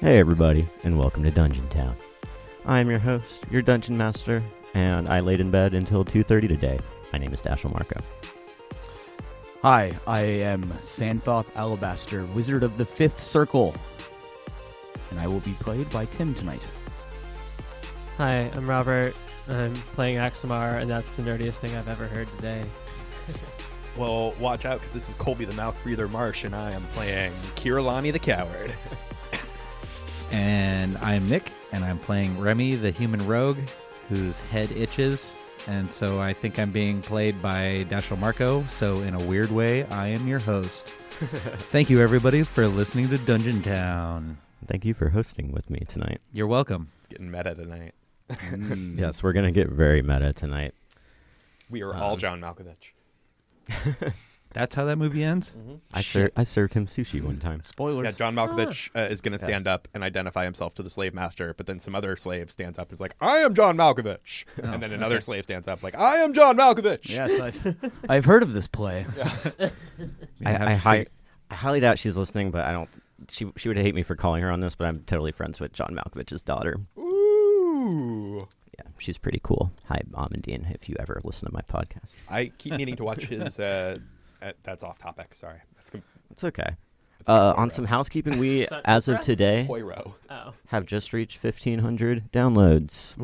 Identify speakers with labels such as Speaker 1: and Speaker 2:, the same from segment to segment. Speaker 1: Hey, everybody, and welcome to Dungeon Town. I am your host, your dungeon master, and I laid in bed until 2:30 today. My name is Dashiell Marco.
Speaker 2: Hi, I am Santhoth Alabaster, Wizard of the Fifth Circle, and I will be played by Tim tonight.
Speaker 3: Hi, I'm Robert. I'm playing Axamar, and that's the nerdiest thing I've ever heard today.
Speaker 4: Well, watch out because this is Colby the Mouth Breather Marsh, and I am playing Kirillani the Coward.
Speaker 5: And I'm Nick, and I'm playing Remy, the human rogue, whose head itches. And so I think I'm being played by Dashiell Marco. So, in a weird way, I am your host. Thank you, everybody, for listening to Dungeon Town.
Speaker 1: Thank you for hosting with me tonight.
Speaker 5: You're welcome.
Speaker 4: It's getting meta tonight.
Speaker 1: Yes, we're gonna get very meta tonight.
Speaker 4: We are all John Malkovich.
Speaker 5: That's how that movie ends?
Speaker 4: Mm-hmm.
Speaker 1: I, ser- I served him sushi one time.
Speaker 2: Spoilers.
Speaker 4: Yeah, John Malkovich uh, is going to stand up and identify himself to the slave master, but then some other slave stands up and is like, "I am John Malkovich," and then another slave stands up like, "I am John Malkovich."
Speaker 2: Yes, I've, I've heard of this play.
Speaker 5: You have
Speaker 1: I, I,
Speaker 5: to
Speaker 1: hi-
Speaker 5: fig-
Speaker 1: I highly doubt she's listening, but I don't. She she would hate me for calling her on this, but I'm totally friends with John Malkovich's daughter.
Speaker 4: Ooh!
Speaker 1: Yeah, she's pretty cool. Hi, Mom and Dean. If you ever listen to my podcast,
Speaker 4: I keep needing to watch his. Uh, uh, that's off topic. Sorry, that's com-
Speaker 1: it's okay. Uh, on some housekeeping, we as of
Speaker 4: Eh.
Speaker 1: today
Speaker 4: Poirot.
Speaker 3: Oh.
Speaker 1: have just reached 1,500 downloads.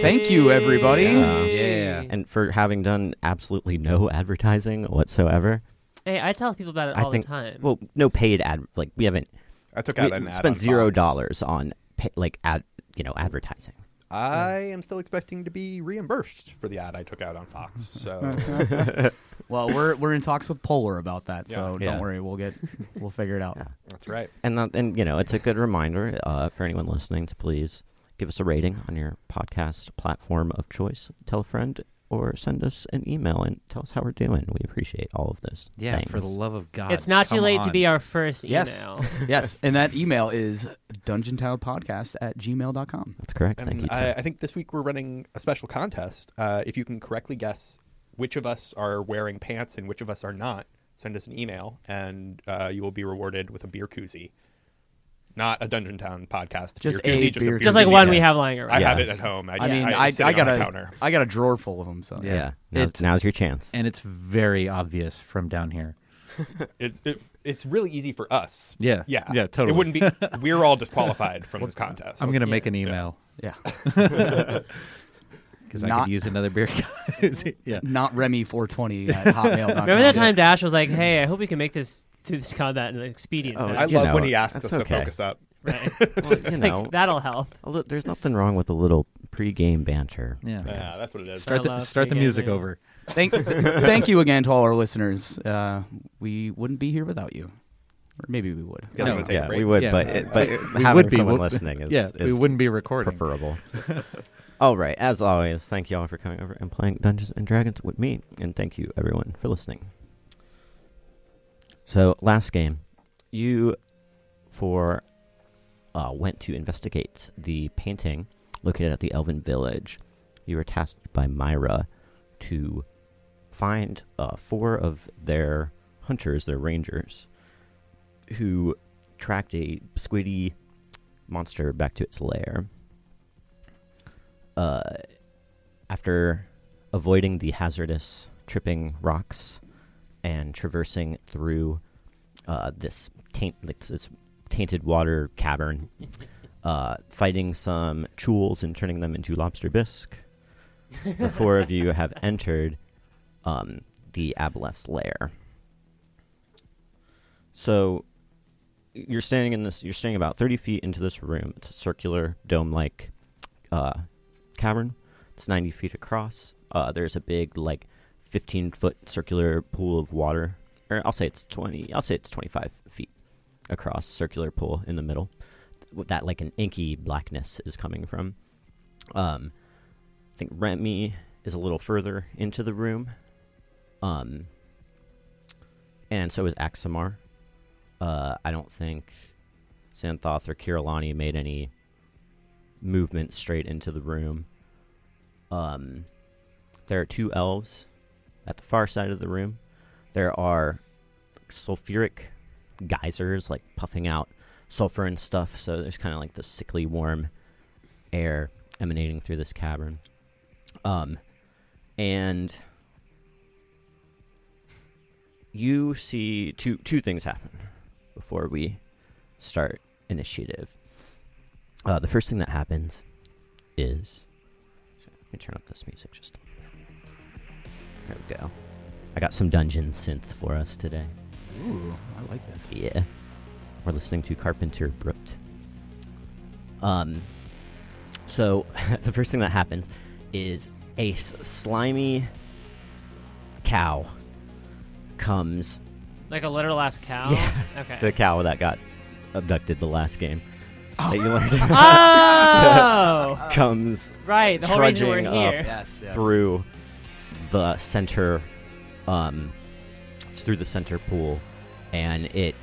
Speaker 2: Thank you, everybody.
Speaker 5: Yeah. Yeah.
Speaker 1: and for having done absolutely no advertising whatsoever.
Speaker 3: Hey, I tell people about it
Speaker 1: I
Speaker 3: all
Speaker 1: think-
Speaker 3: the time.
Speaker 1: Well, no paid ad. Like we haven't
Speaker 4: I took out
Speaker 1: we
Speaker 4: an ad on
Speaker 1: spent zero
Speaker 4: Fox.
Speaker 1: dollars on pa- like ad, you know, advertising.
Speaker 4: I am still expecting to be reimbursed for the ad I took out on Fox. So
Speaker 2: Well, we're we're in talks with Polar about that, so
Speaker 4: Yeah.
Speaker 2: don't
Speaker 1: Yeah.
Speaker 2: worry, we'll get we'll figure it out.
Speaker 4: that's right.
Speaker 1: And that, and you know, it's a good reminder uh, for anyone listening to please give us a rating on your podcast platform of choice. Tell a friend or send us an email and tell us how we're doing. We appreciate all of those.
Speaker 5: yeah,
Speaker 1: things.
Speaker 5: for the love of
Speaker 1: uh,
Speaker 5: God.
Speaker 3: it's not too
Speaker 5: come
Speaker 3: late to
Speaker 5: on.
Speaker 3: be our first
Speaker 2: Yes.
Speaker 3: email.
Speaker 2: Yes, and that email is dungeontownpodcast at gmail.com.
Speaker 1: That's correct. Thank
Speaker 4: And
Speaker 1: you.
Speaker 4: I,
Speaker 1: Tim.
Speaker 4: I think this week we're running a special contest. Uh, if you can correctly guess which of us are wearing pants and which of us are not, send us an email and uh, you will be rewarded with a beer koozie. Not a Dungeon Town podcast.
Speaker 2: Just
Speaker 4: beer
Speaker 2: a
Speaker 4: koozie, just
Speaker 2: beer
Speaker 4: a beer
Speaker 3: Just like
Speaker 4: koozie.
Speaker 3: one we have lying
Speaker 4: I
Speaker 3: around.
Speaker 1: Yeah.
Speaker 4: have it at home. I,
Speaker 2: I
Speaker 4: just-
Speaker 2: mean,
Speaker 4: I,
Speaker 2: I,
Speaker 4: it's sitting
Speaker 2: I
Speaker 4: on
Speaker 2: got
Speaker 4: the
Speaker 2: a
Speaker 4: counter.
Speaker 2: I got a drawer full of them. So
Speaker 1: yeah,
Speaker 5: Yeah.
Speaker 1: Now's,
Speaker 5: It's-
Speaker 1: now's your chance.
Speaker 5: And it's very obvious from down here.
Speaker 4: It's it, it's really easy for us.
Speaker 5: Yeah.
Speaker 4: yeah,
Speaker 5: Yeah, totally.
Speaker 4: It wouldn't be. We're all disqualified from this contest.
Speaker 5: I'm going to make
Speaker 3: Yeah.
Speaker 5: an email
Speaker 2: yeah,
Speaker 5: because I
Speaker 2: Not-
Speaker 5: could use another beer. yeah.
Speaker 2: not Remy four twenty at hotmail.
Speaker 3: Remember that time Dash was like, "Hey, I hope we can make this through this combat in an expedient."
Speaker 1: Oh,
Speaker 4: I
Speaker 3: fashion."
Speaker 1: you
Speaker 4: love
Speaker 1: know
Speaker 4: when
Speaker 1: it.
Speaker 4: he asks
Speaker 1: That's
Speaker 4: us
Speaker 1: okay.
Speaker 4: to focus up.
Speaker 3: Right.
Speaker 1: Well, you
Speaker 3: Like,
Speaker 1: know,
Speaker 3: that'll help.
Speaker 1: a li- there's nothing wrong with a little pre-game banter.
Speaker 5: Yeah.
Speaker 4: Yeah, that's what it is.
Speaker 5: Start the,
Speaker 3: love
Speaker 5: start the
Speaker 3: being
Speaker 5: music
Speaker 3: angry.
Speaker 5: over.
Speaker 2: thank, thank you again to all our listeners. Uh, we wouldn't be here without you, or maybe we would.
Speaker 4: Yeah,
Speaker 2: I
Speaker 4: I'm
Speaker 2: don't
Speaker 4: gonna
Speaker 2: know.
Speaker 4: take a
Speaker 1: yeah,
Speaker 4: break.
Speaker 1: we would,
Speaker 5: Yeah.
Speaker 1: but it, but
Speaker 5: We
Speaker 1: having
Speaker 5: would be,
Speaker 1: someone
Speaker 5: wouldn't-
Speaker 1: listening is,
Speaker 5: yeah, we
Speaker 1: is
Speaker 5: wouldn't be recording.
Speaker 1: preferable. All right, as always, thank you all for coming over and playing Dungeons and Dragons with me, and thank you everyone for listening. So last game, you for uh, went to investigate the painting located at the Elven Village. You were tasked by Myra to find uh, four of their hunters, their rangers, who tracked a squiddy monster back to its lair. Uh, after avoiding the hazardous tripping rocks and traversing through uh, this taint, like, this tainted water cavern, uh, fighting some chules and turning them into lobster bisque, the four of you have entered um, the Aboleth's lair. So you're standing in this. You're standing about thirty feet into this room. It's a circular dome-like uh, cavern. It's ninety feet across. Uh, there's a big like fifteen foot circular pool of water, or I'll say it's twenty. I'll say it's twenty-five feet across. Circular pool in the middle. With that like an inky blackness is coming from. Um, I think Remy is a little further into the room. Um, and so is Axamar. Uh, I don't think Santhoth or Kirillani made any movement straight into the room. Um, there are two elves at the far side of the room. There are sulfuric geysers like puffing out sulfur and stuff. So there's kind of like this sickly warm air emanating through this cavern. Um, and you see two two things happen before we start initiative. Uh, the first thing that happens is so let me turn up this music just. There we go. I got some dungeon synth for us today.
Speaker 2: Ooh, I like this.
Speaker 1: Yeah. We're listening to Carpenter Brut. Um, so the first thing that happens is a s- slimy cow comes.
Speaker 3: Like a literal ass cow?
Speaker 1: Yeah.
Speaker 3: Okay.
Speaker 1: The cow that got abducted the last game that you learned about
Speaker 3: oh!
Speaker 1: comes
Speaker 3: right, the whole reason we're
Speaker 1: Trudging up.
Speaker 3: here.
Speaker 2: Yes, yes.
Speaker 1: through the center um it's through the center pool and it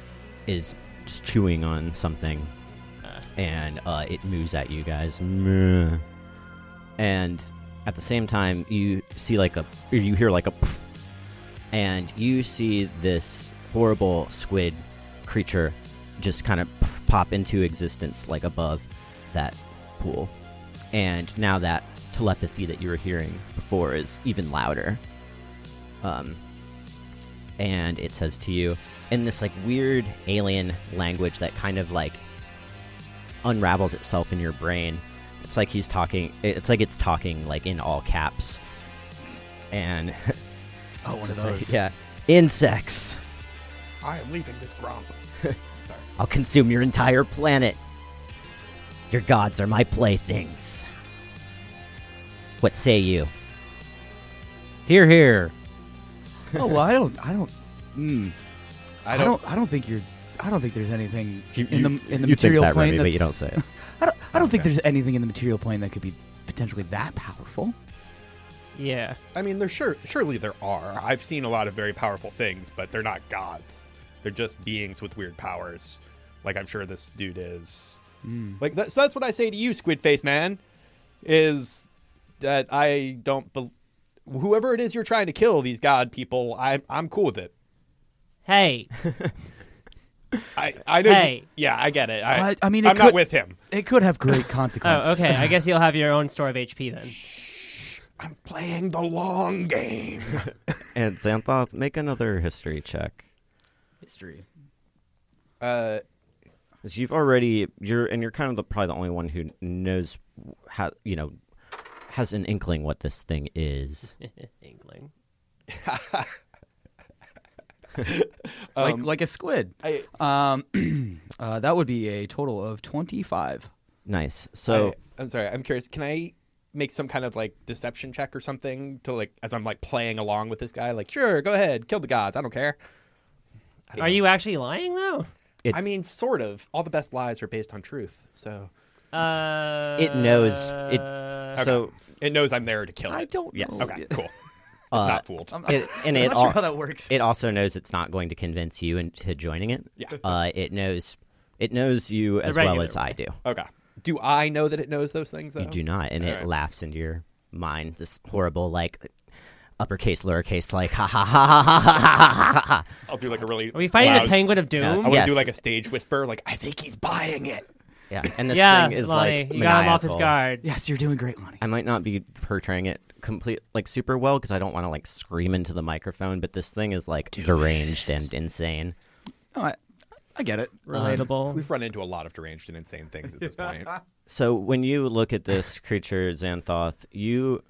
Speaker 1: is just chewing on something
Speaker 3: Uh.
Speaker 1: and uh, it moves at you guys Meh. and at the same time you see like a or you hear like a pff, and you see this horrible squid creature just kind of pop into existence like above that pool and now that telepathy that you were hearing before is even louder. Um, and it says to you in this like weird alien language that kind of like unravels itself in your brain. It's like he's talking. It's like it's talking like in all caps. And
Speaker 2: Oh, one
Speaker 1: it's
Speaker 2: of
Speaker 1: like,
Speaker 2: those.
Speaker 1: yeah, insects.
Speaker 4: I am leaving this grump. Sorry.
Speaker 1: I'll consume your entire planet. Your gods are my playthings. What say you?
Speaker 5: Here, here.
Speaker 2: oh well, I don't. I don't. Mm,
Speaker 4: I
Speaker 2: I
Speaker 4: don't.
Speaker 2: don't. I don't think you're. I don't think there's anything
Speaker 1: You-
Speaker 2: in
Speaker 1: you-
Speaker 2: the in the
Speaker 1: you
Speaker 2: material
Speaker 1: think that, Remy,
Speaker 2: plane that's,
Speaker 1: but you don't say it.
Speaker 2: I don't, I don't think
Speaker 4: Okay.
Speaker 2: there's anything in the material plane that could be potentially that powerful.
Speaker 3: Yeah.
Speaker 4: I mean, there sure surely there are. I've seen a lot of very powerful things, but they're not gods. They're just beings with weird powers, like I'm sure this dude is. Like that, so that's what I say to you, Squid Face Man, is that I don't. Be- whoever it is you're trying to kill, these god people, I'm I'm cool with it.
Speaker 3: Hey,
Speaker 4: I I know. you-
Speaker 3: Hey.
Speaker 4: yeah, I get it. I,
Speaker 2: I- I mean, it
Speaker 4: I'm not
Speaker 2: could-
Speaker 4: with him.
Speaker 2: It could have great consequences.
Speaker 3: Oh, okay. I guess you'll have your own store of HP then.
Speaker 4: I'm playing the long game.
Speaker 1: And Xanthoth, make another history check.
Speaker 2: History.
Speaker 4: Uh,
Speaker 1: 'Cause you've already you're and you're kind of the, probably the only one who knows how you know has an inkling what this thing is.
Speaker 3: Inkling.
Speaker 2: like like a squid.
Speaker 4: I,
Speaker 2: Um, uh, that would be a total of twenty-five.
Speaker 1: nice. So
Speaker 4: I, am sorry. I'm curious. Can I make some kind of like deception check or something to like as I'm like playing along with this guy? Like, sure, go ahead, kill the gods. I don't care. I don't
Speaker 3: Are
Speaker 4: know.
Speaker 3: you actually lying though?
Speaker 1: It-
Speaker 4: I mean, sort of. All the best lies are based on truth. So
Speaker 3: Uh,
Speaker 1: It knows. It- so
Speaker 4: it knows I'm there to kill it.
Speaker 2: I don't
Speaker 1: Yes.
Speaker 2: know.
Speaker 4: Okay, cool. It's
Speaker 1: Uh,
Speaker 4: not fooled.
Speaker 2: I'm,
Speaker 1: it, and
Speaker 2: I'm
Speaker 1: it
Speaker 2: not
Speaker 1: al-
Speaker 5: Oh.
Speaker 2: sure how that works.
Speaker 1: it also knows it's not going to convince you into joining it.
Speaker 4: Yeah.
Speaker 1: Uh, it knows it knows you as well
Speaker 3: regular
Speaker 1: as I do.
Speaker 4: okay. Do I know that it knows those things though?
Speaker 2: Oh.
Speaker 1: You do not, and it
Speaker 4: Alright.
Speaker 1: laughs into your mind. This horrible like uppercase lowercase like ha ha ha ha ha ha ha ha ha ha.
Speaker 4: I'll do like a really.
Speaker 3: Are we fighting
Speaker 4: loud-
Speaker 3: the Penguin of
Speaker 1: No.
Speaker 4: I
Speaker 3: Doom?
Speaker 4: want to
Speaker 1: Yes.
Speaker 4: do like a stage whisper. Like I think he's buying it.
Speaker 1: Yeah, and this
Speaker 3: yeah,
Speaker 1: thing is
Speaker 3: Lonnie,
Speaker 1: like
Speaker 3: you got him off his
Speaker 1: maniacal.
Speaker 3: guard.
Speaker 2: Yes, you're doing great, Lonnie.
Speaker 1: I might not be portraying it complete like super well because I don't want to like scream into the microphone, but this thing is like deranged and insane.
Speaker 2: No, I, I get it.
Speaker 3: Relatable.
Speaker 4: We've run into a lot of deranged and insane things at this point.
Speaker 1: So when you look at this creature Xanthoth, you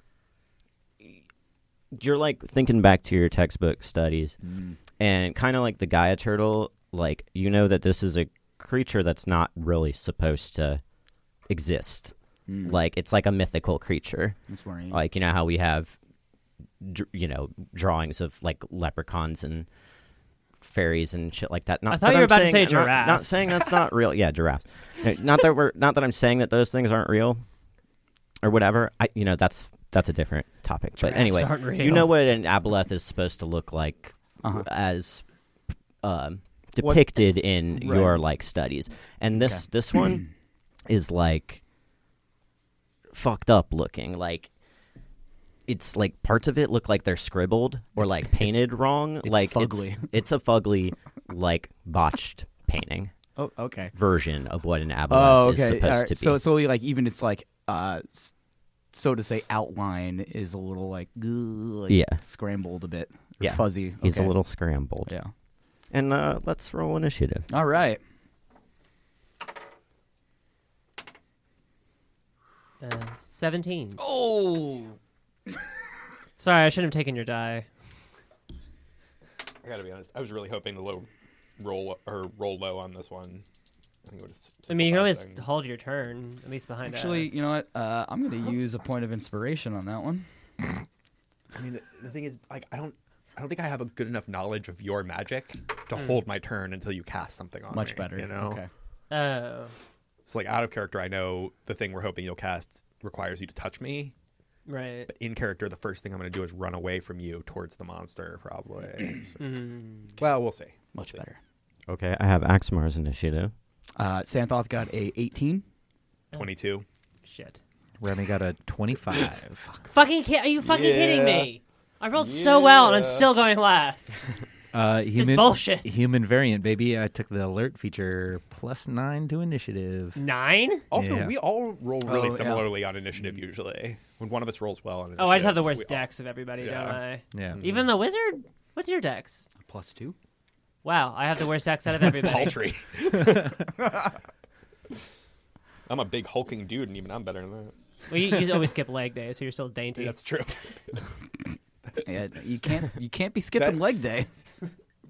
Speaker 1: you're like thinking back to your textbook studies, and kind of like the Gaia turtle, like you know that this is a creature that's not really supposed to exist. Like it's like a mythical creature.
Speaker 2: It's worrying.
Speaker 1: like you know how we have dr- you know drawings of like leprechauns and fairies and shit like that. Not,
Speaker 3: I thought
Speaker 1: but
Speaker 3: you were
Speaker 1: I'm
Speaker 3: about to
Speaker 1: saying,
Speaker 3: say
Speaker 1: not- Not,
Speaker 3: giraffes.
Speaker 1: saying that's not real. Yeah, giraffes. No, not that we're not that I'm saying that those things aren't real or whatever. I you know that's that's a different topic. But anyway,
Speaker 3: aren't real.
Speaker 1: you know what an aboleth is supposed to look like
Speaker 2: Uh-huh.
Speaker 1: as um,
Speaker 2: What-
Speaker 1: depicted in
Speaker 2: Right.
Speaker 1: your like studies, and this this one is like fucked up looking. Like it's like parts of it look like they're scribbled or like painted wrong. like it's-
Speaker 2: fugly.
Speaker 1: It's, a fugly, like botched painting.
Speaker 2: Oh, okay.
Speaker 1: version of what an
Speaker 2: Oh,
Speaker 1: aboleth is
Speaker 2: okay.
Speaker 1: supposed
Speaker 2: All right.
Speaker 1: to be.
Speaker 2: So it's only like even it's like uh, s- so to say outline is a little like, goo, like
Speaker 1: Yeah.
Speaker 2: scrambled a bit, or
Speaker 1: Yeah.
Speaker 2: fuzzy.
Speaker 1: He's
Speaker 2: Okay.
Speaker 1: a little scrambled.
Speaker 2: yeah.
Speaker 1: And uh, let's roll initiative.
Speaker 2: All right.
Speaker 3: Uh, 17.
Speaker 2: Oh,
Speaker 3: Sorry, I shouldn't have taken your die.
Speaker 4: I gotta be honest. I was really hoping to low roll or roll low on this one. I think it would have.
Speaker 3: I mean, you can always hold your turn, at least behind
Speaker 2: actually,
Speaker 3: us.
Speaker 2: you know what? Uh, I'm gonna use a point of inspiration on that one.
Speaker 4: I mean, the, the thing is, like, I don't, I don't think I have a good enough knowledge of your magic to hold my turn until you cast something on me,
Speaker 2: Much better.
Speaker 4: You know,
Speaker 2: Okay.
Speaker 3: Oh,
Speaker 4: so like out of character, I know the thing we're hoping you'll cast requires you to touch me.
Speaker 3: right.
Speaker 4: But in character, the first thing I'm going to do is run away from you towards the monster, probably.
Speaker 3: Mm.
Speaker 4: well, we'll see.
Speaker 2: Much better.
Speaker 1: Okay, I have Axmar's initiative.
Speaker 2: Uh, Santhoth got a 18.
Speaker 4: Twenty-two.
Speaker 3: Shit.
Speaker 5: Remy got a 25.
Speaker 3: Fucking ki- Are you fucking kidding
Speaker 4: Yeah.
Speaker 3: me? I rolled so well and I'm
Speaker 4: Yeah.
Speaker 3: still going last.
Speaker 5: Uh, human,
Speaker 3: bullshit.
Speaker 5: Human variant, baby. I took the alert feature plus nine to initiative.
Speaker 3: Nine?
Speaker 4: Also,
Speaker 5: Yeah.
Speaker 4: we all roll really
Speaker 2: Oh, yeah.
Speaker 4: similarly on initiative usually. When one of us rolls well on initiative,
Speaker 3: Oh, I just have the
Speaker 4: we
Speaker 3: worst
Speaker 4: all-
Speaker 3: dex of everybody, don't
Speaker 4: Yeah.
Speaker 3: I?
Speaker 5: Yeah.
Speaker 3: Even the wizard? What's your dex?
Speaker 2: Plus two.
Speaker 3: Wow, I have the worst dex out of everybody.
Speaker 4: Paltry. I'm a big hulking dude, and even I'm better than that.
Speaker 3: well, you, you always skip leg day, so you're still dainty.
Speaker 4: That's true.
Speaker 2: Yeah, you can't you can't be skipping
Speaker 4: That-
Speaker 2: leg day.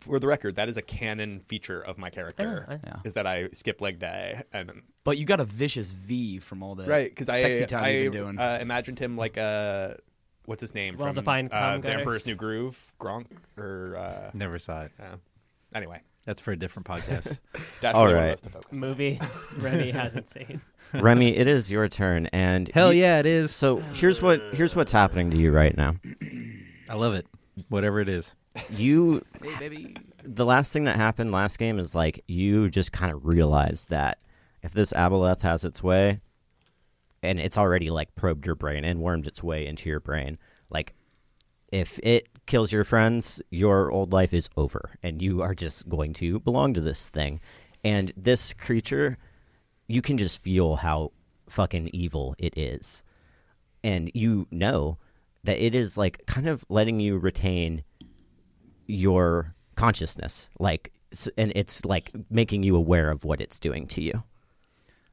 Speaker 4: For the record, that is a canon feature of my
Speaker 3: I
Speaker 4: character.
Speaker 3: know,
Speaker 2: Oh, I-
Speaker 4: Is that I skip leg day and
Speaker 2: But you got a vicious V from all the
Speaker 4: Uh, right because I
Speaker 2: sexy time
Speaker 4: I
Speaker 2: you've been doing.
Speaker 4: Uh, imagined him like a what's his name from
Speaker 3: Well-defined
Speaker 4: uh,
Speaker 3: com
Speaker 4: the
Speaker 3: guy.
Speaker 4: Emperor's New Groove Gronk or uh,
Speaker 5: Never saw it.
Speaker 4: yeah. anyway.
Speaker 5: That's for a different podcast.
Speaker 4: That's
Speaker 1: All
Speaker 4: really what
Speaker 1: right.
Speaker 4: I was to focus.
Speaker 3: Movies Remy hasn't seen.
Speaker 1: Remy, it is your turn, and
Speaker 5: Hell
Speaker 1: you-
Speaker 5: yeah, it is.
Speaker 1: So here's what here's what's happening to you right now.
Speaker 5: I love it. Whatever it is.
Speaker 1: You
Speaker 2: hey, baby.
Speaker 1: the last thing that happened last game is like you just kind of realized that if this aboleth has its way and it's already like probed your brain and wormed its way into your brain like if it kills your friends your old life is over and you are just going to belong to this thing and this creature you can just feel how fucking evil it is and you know that it is like kind of letting you retain your consciousness like s- and it's like making you aware of what it's doing to you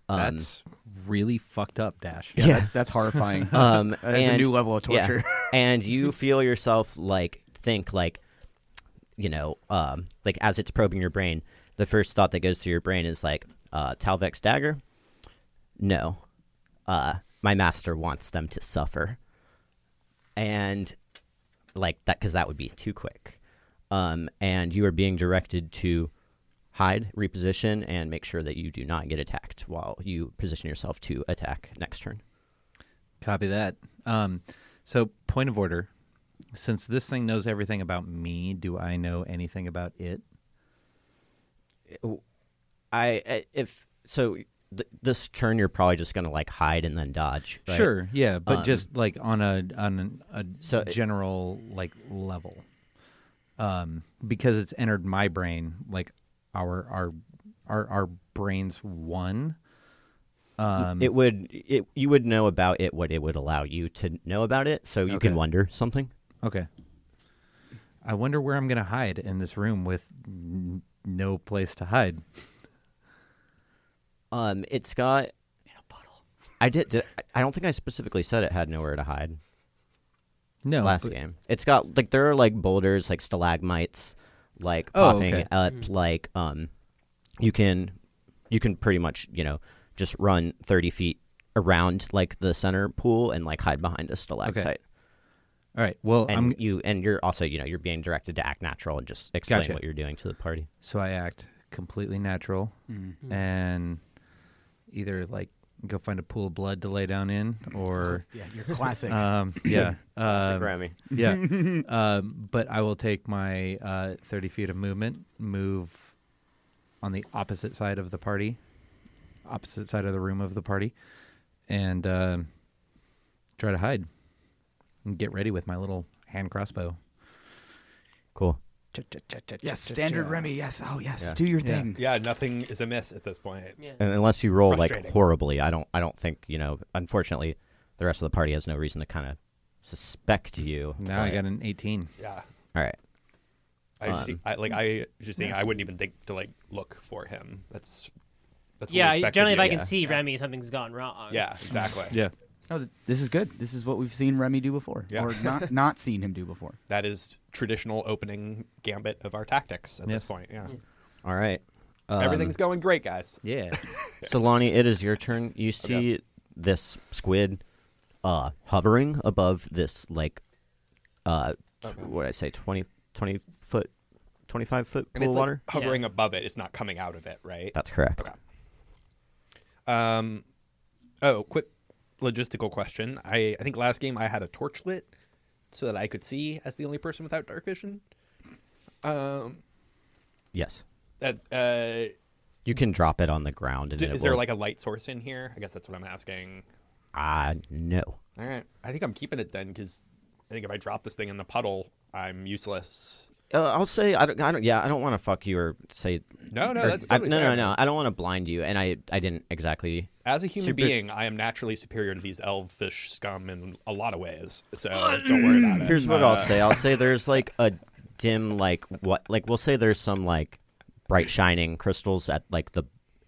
Speaker 1: Um,
Speaker 5: That's really fucked up, Dash.
Speaker 2: Yeah, that- that's horrifying.
Speaker 1: um
Speaker 2: That is a
Speaker 1: and-
Speaker 2: new level of
Speaker 1: yeah.
Speaker 2: torture.
Speaker 1: and you feel yourself like think like you know um like as it's probing your brain the first thought that goes through your brain is like uh talvex dagger no uh my master wants them to suffer and like that because that would be too quick um and you are being directed to hide reposition and make sure that you do not get attacked while you position yourself to attack next turn
Speaker 5: Copy that. Um, so, point of order. Since this thing knows everything about me, do I know anything about it?
Speaker 1: I I- if so th- this turn you're probably just gonna like hide and then dodge. right?
Speaker 5: Sure, yeah, but
Speaker 1: Um,
Speaker 5: just like on a on an- a
Speaker 1: So it-
Speaker 5: general like level, um, because it's entered my brain, like our our our our brains one. Um,
Speaker 1: It would it you would know about it what it would allow you to know about it, so you
Speaker 5: Okay.
Speaker 1: can wonder something.
Speaker 5: okay. I wonder where I'm gonna hide in this room with n- no place to hide.
Speaker 1: Um, it's got I did, did. I don't think I specifically said it had nowhere to hide
Speaker 5: No,
Speaker 1: last
Speaker 5: but-
Speaker 1: game. It's got like there are like boulders, like stalagmites, like
Speaker 5: Oh,
Speaker 1: popping
Speaker 5: okay.
Speaker 1: up. Like um, you can you can pretty much you know just run thirty feet around like the center pool and like hide behind a stalactite.
Speaker 5: All right. Well,
Speaker 1: and
Speaker 5: I'm
Speaker 1: you and you're also you know you're being directed to act natural and just explain
Speaker 5: Gotcha.
Speaker 1: what you're doing to the party.
Speaker 5: so I act completely natural
Speaker 2: Hmm.
Speaker 5: and either like go find a pool of blood to lay down in or
Speaker 2: yeah, you're classic.
Speaker 5: um yeah um,
Speaker 1: Grammy.
Speaker 5: yeah um, but i will take my uh, 30 feet of movement move on the opposite side of the party opposite side of the room of the party and um try to hide and get ready with my little hand crossbow
Speaker 1: Cool.
Speaker 2: Yes, standard Remy. Yes. Oh, yes.
Speaker 1: Yeah.
Speaker 2: Do your
Speaker 5: Yeah.
Speaker 2: thing.
Speaker 4: Yeah, nothing is amiss at this point.
Speaker 1: And unless you roll like
Speaker 4: Frustrating.
Speaker 1: horribly, I don't I don't think, you know, unfortunately the rest of the party has no reason to kind of suspect you.
Speaker 5: Now I
Speaker 1: but-
Speaker 5: got an 18.
Speaker 4: Yeah.
Speaker 1: All right.
Speaker 4: I, just,
Speaker 1: Um,
Speaker 4: I like I just think I wouldn't even think to like look for him. That's that's what we
Speaker 6: Yeah,
Speaker 4: expect
Speaker 6: generally,
Speaker 4: of
Speaker 6: if
Speaker 4: you.
Speaker 6: I can see
Speaker 4: yeah.
Speaker 6: Remy, something's gone wrong.
Speaker 4: Yeah, exactly.
Speaker 5: Yeah.
Speaker 2: No, th- this is good. This is what we've seen Remy do before,
Speaker 4: Yeah.
Speaker 2: or not not seen him do before.
Speaker 4: That is traditional opening gambit of our tactics at this
Speaker 5: Yes. Um,
Speaker 4: point. Yeah.
Speaker 1: All right.
Speaker 4: Everything's going great, guys.
Speaker 5: Yeah.
Speaker 1: Solani, it is your turn. You see this squid uh, hovering above this, like, uh, t- what did I say, 20, 20 foot, 25 foot
Speaker 4: And
Speaker 1: pool of
Speaker 4: it's
Speaker 1: water?
Speaker 4: like hovering above it. It's not coming out of it, right?
Speaker 1: That's correct.
Speaker 4: Okay. Um, oh, quick logistical question. I, I think last game I had a torch lit so that I could see as the only person without dark vision. Um,
Speaker 1: Yes.
Speaker 4: that uh,
Speaker 1: You can drop it on the ground. And
Speaker 4: d-
Speaker 1: it
Speaker 4: is there
Speaker 1: will-
Speaker 4: like a light source in here? I guess that's what I'm asking.
Speaker 1: Ah, no.
Speaker 4: All right, I think I'm keeping it then because I think if I drop this thing in the puddle, I'm useless.
Speaker 1: Uh, I'll say I don't, I don't. Yeah, I don't want to fuck you or say.
Speaker 4: No, no,
Speaker 1: or-
Speaker 4: that's
Speaker 1: I-
Speaker 4: totally
Speaker 1: no, no,
Speaker 4: fair.
Speaker 1: no. I don't want to blind you, and I, I didn't exactly.
Speaker 4: As a human
Speaker 1: Super-
Speaker 4: being, I am naturally superior to these elfish scum in a lot of ways. So don't worry about it.
Speaker 1: Here's what I'll
Speaker 4: Uh,
Speaker 1: say. I'll say there's like a dim like what like we'll say there's some like bright shining crystals at like the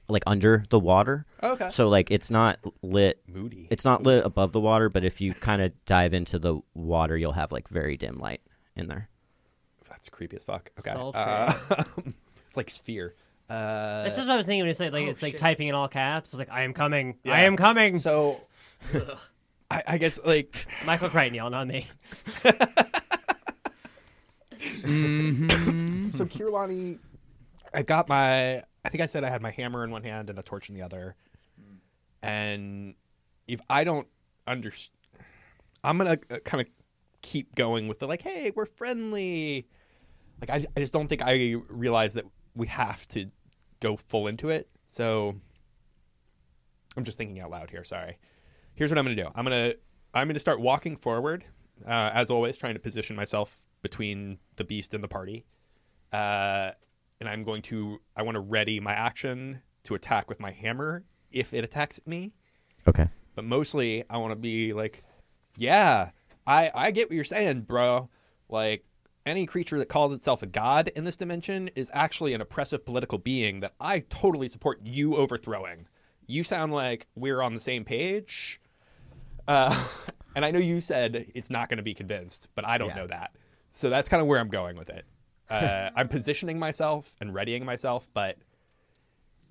Speaker 1: like under the water.
Speaker 4: Oh, Okay.
Speaker 1: So like it's not lit
Speaker 4: Moody.
Speaker 1: it's not lit above the water, but if you kind of dive into the water, you'll have like very dim light in there.
Speaker 4: That's creepy as fuck. Okay.
Speaker 6: Sulfur.
Speaker 4: Uh, it's like sphere. Uh,
Speaker 6: That's just what I was thinking when you said like it's like typing in all caps. It's like I am coming. I
Speaker 4: Yeah.
Speaker 6: am coming.
Speaker 4: so, I, I guess like
Speaker 6: Michael Crichton, y'all, not me.
Speaker 4: so Kirlani, I've got my. I think I said I had my hammer in one hand and a torch in the other, and if I don't understand, I'm gonna uh, kind of keep going with the like, hey, we're friendly. Like I, I just don't think I realize that we have to go full into it. So I'm just thinking out loud here. Sorry. Here's what I'm gonna do. I'm gonna I'm gonna start walking forward, uh, as always, trying to position myself between the beast and the party. Uh, and I'm going to I want to ready my action to attack with my hammer if it attacks me.
Speaker 1: Okay.
Speaker 4: But mostly I want to be like, yeah, I I get what you're saying, bro. Like any creature that calls itself a god in this dimension is actually an oppressive political being that I totally support you overthrowing. You sound like we're on the same page. Uh, and I know you said it's not going to be convinced, but I don't know that. So that's kind of where I'm going with it. Uh, I'm positioning myself and readying myself, but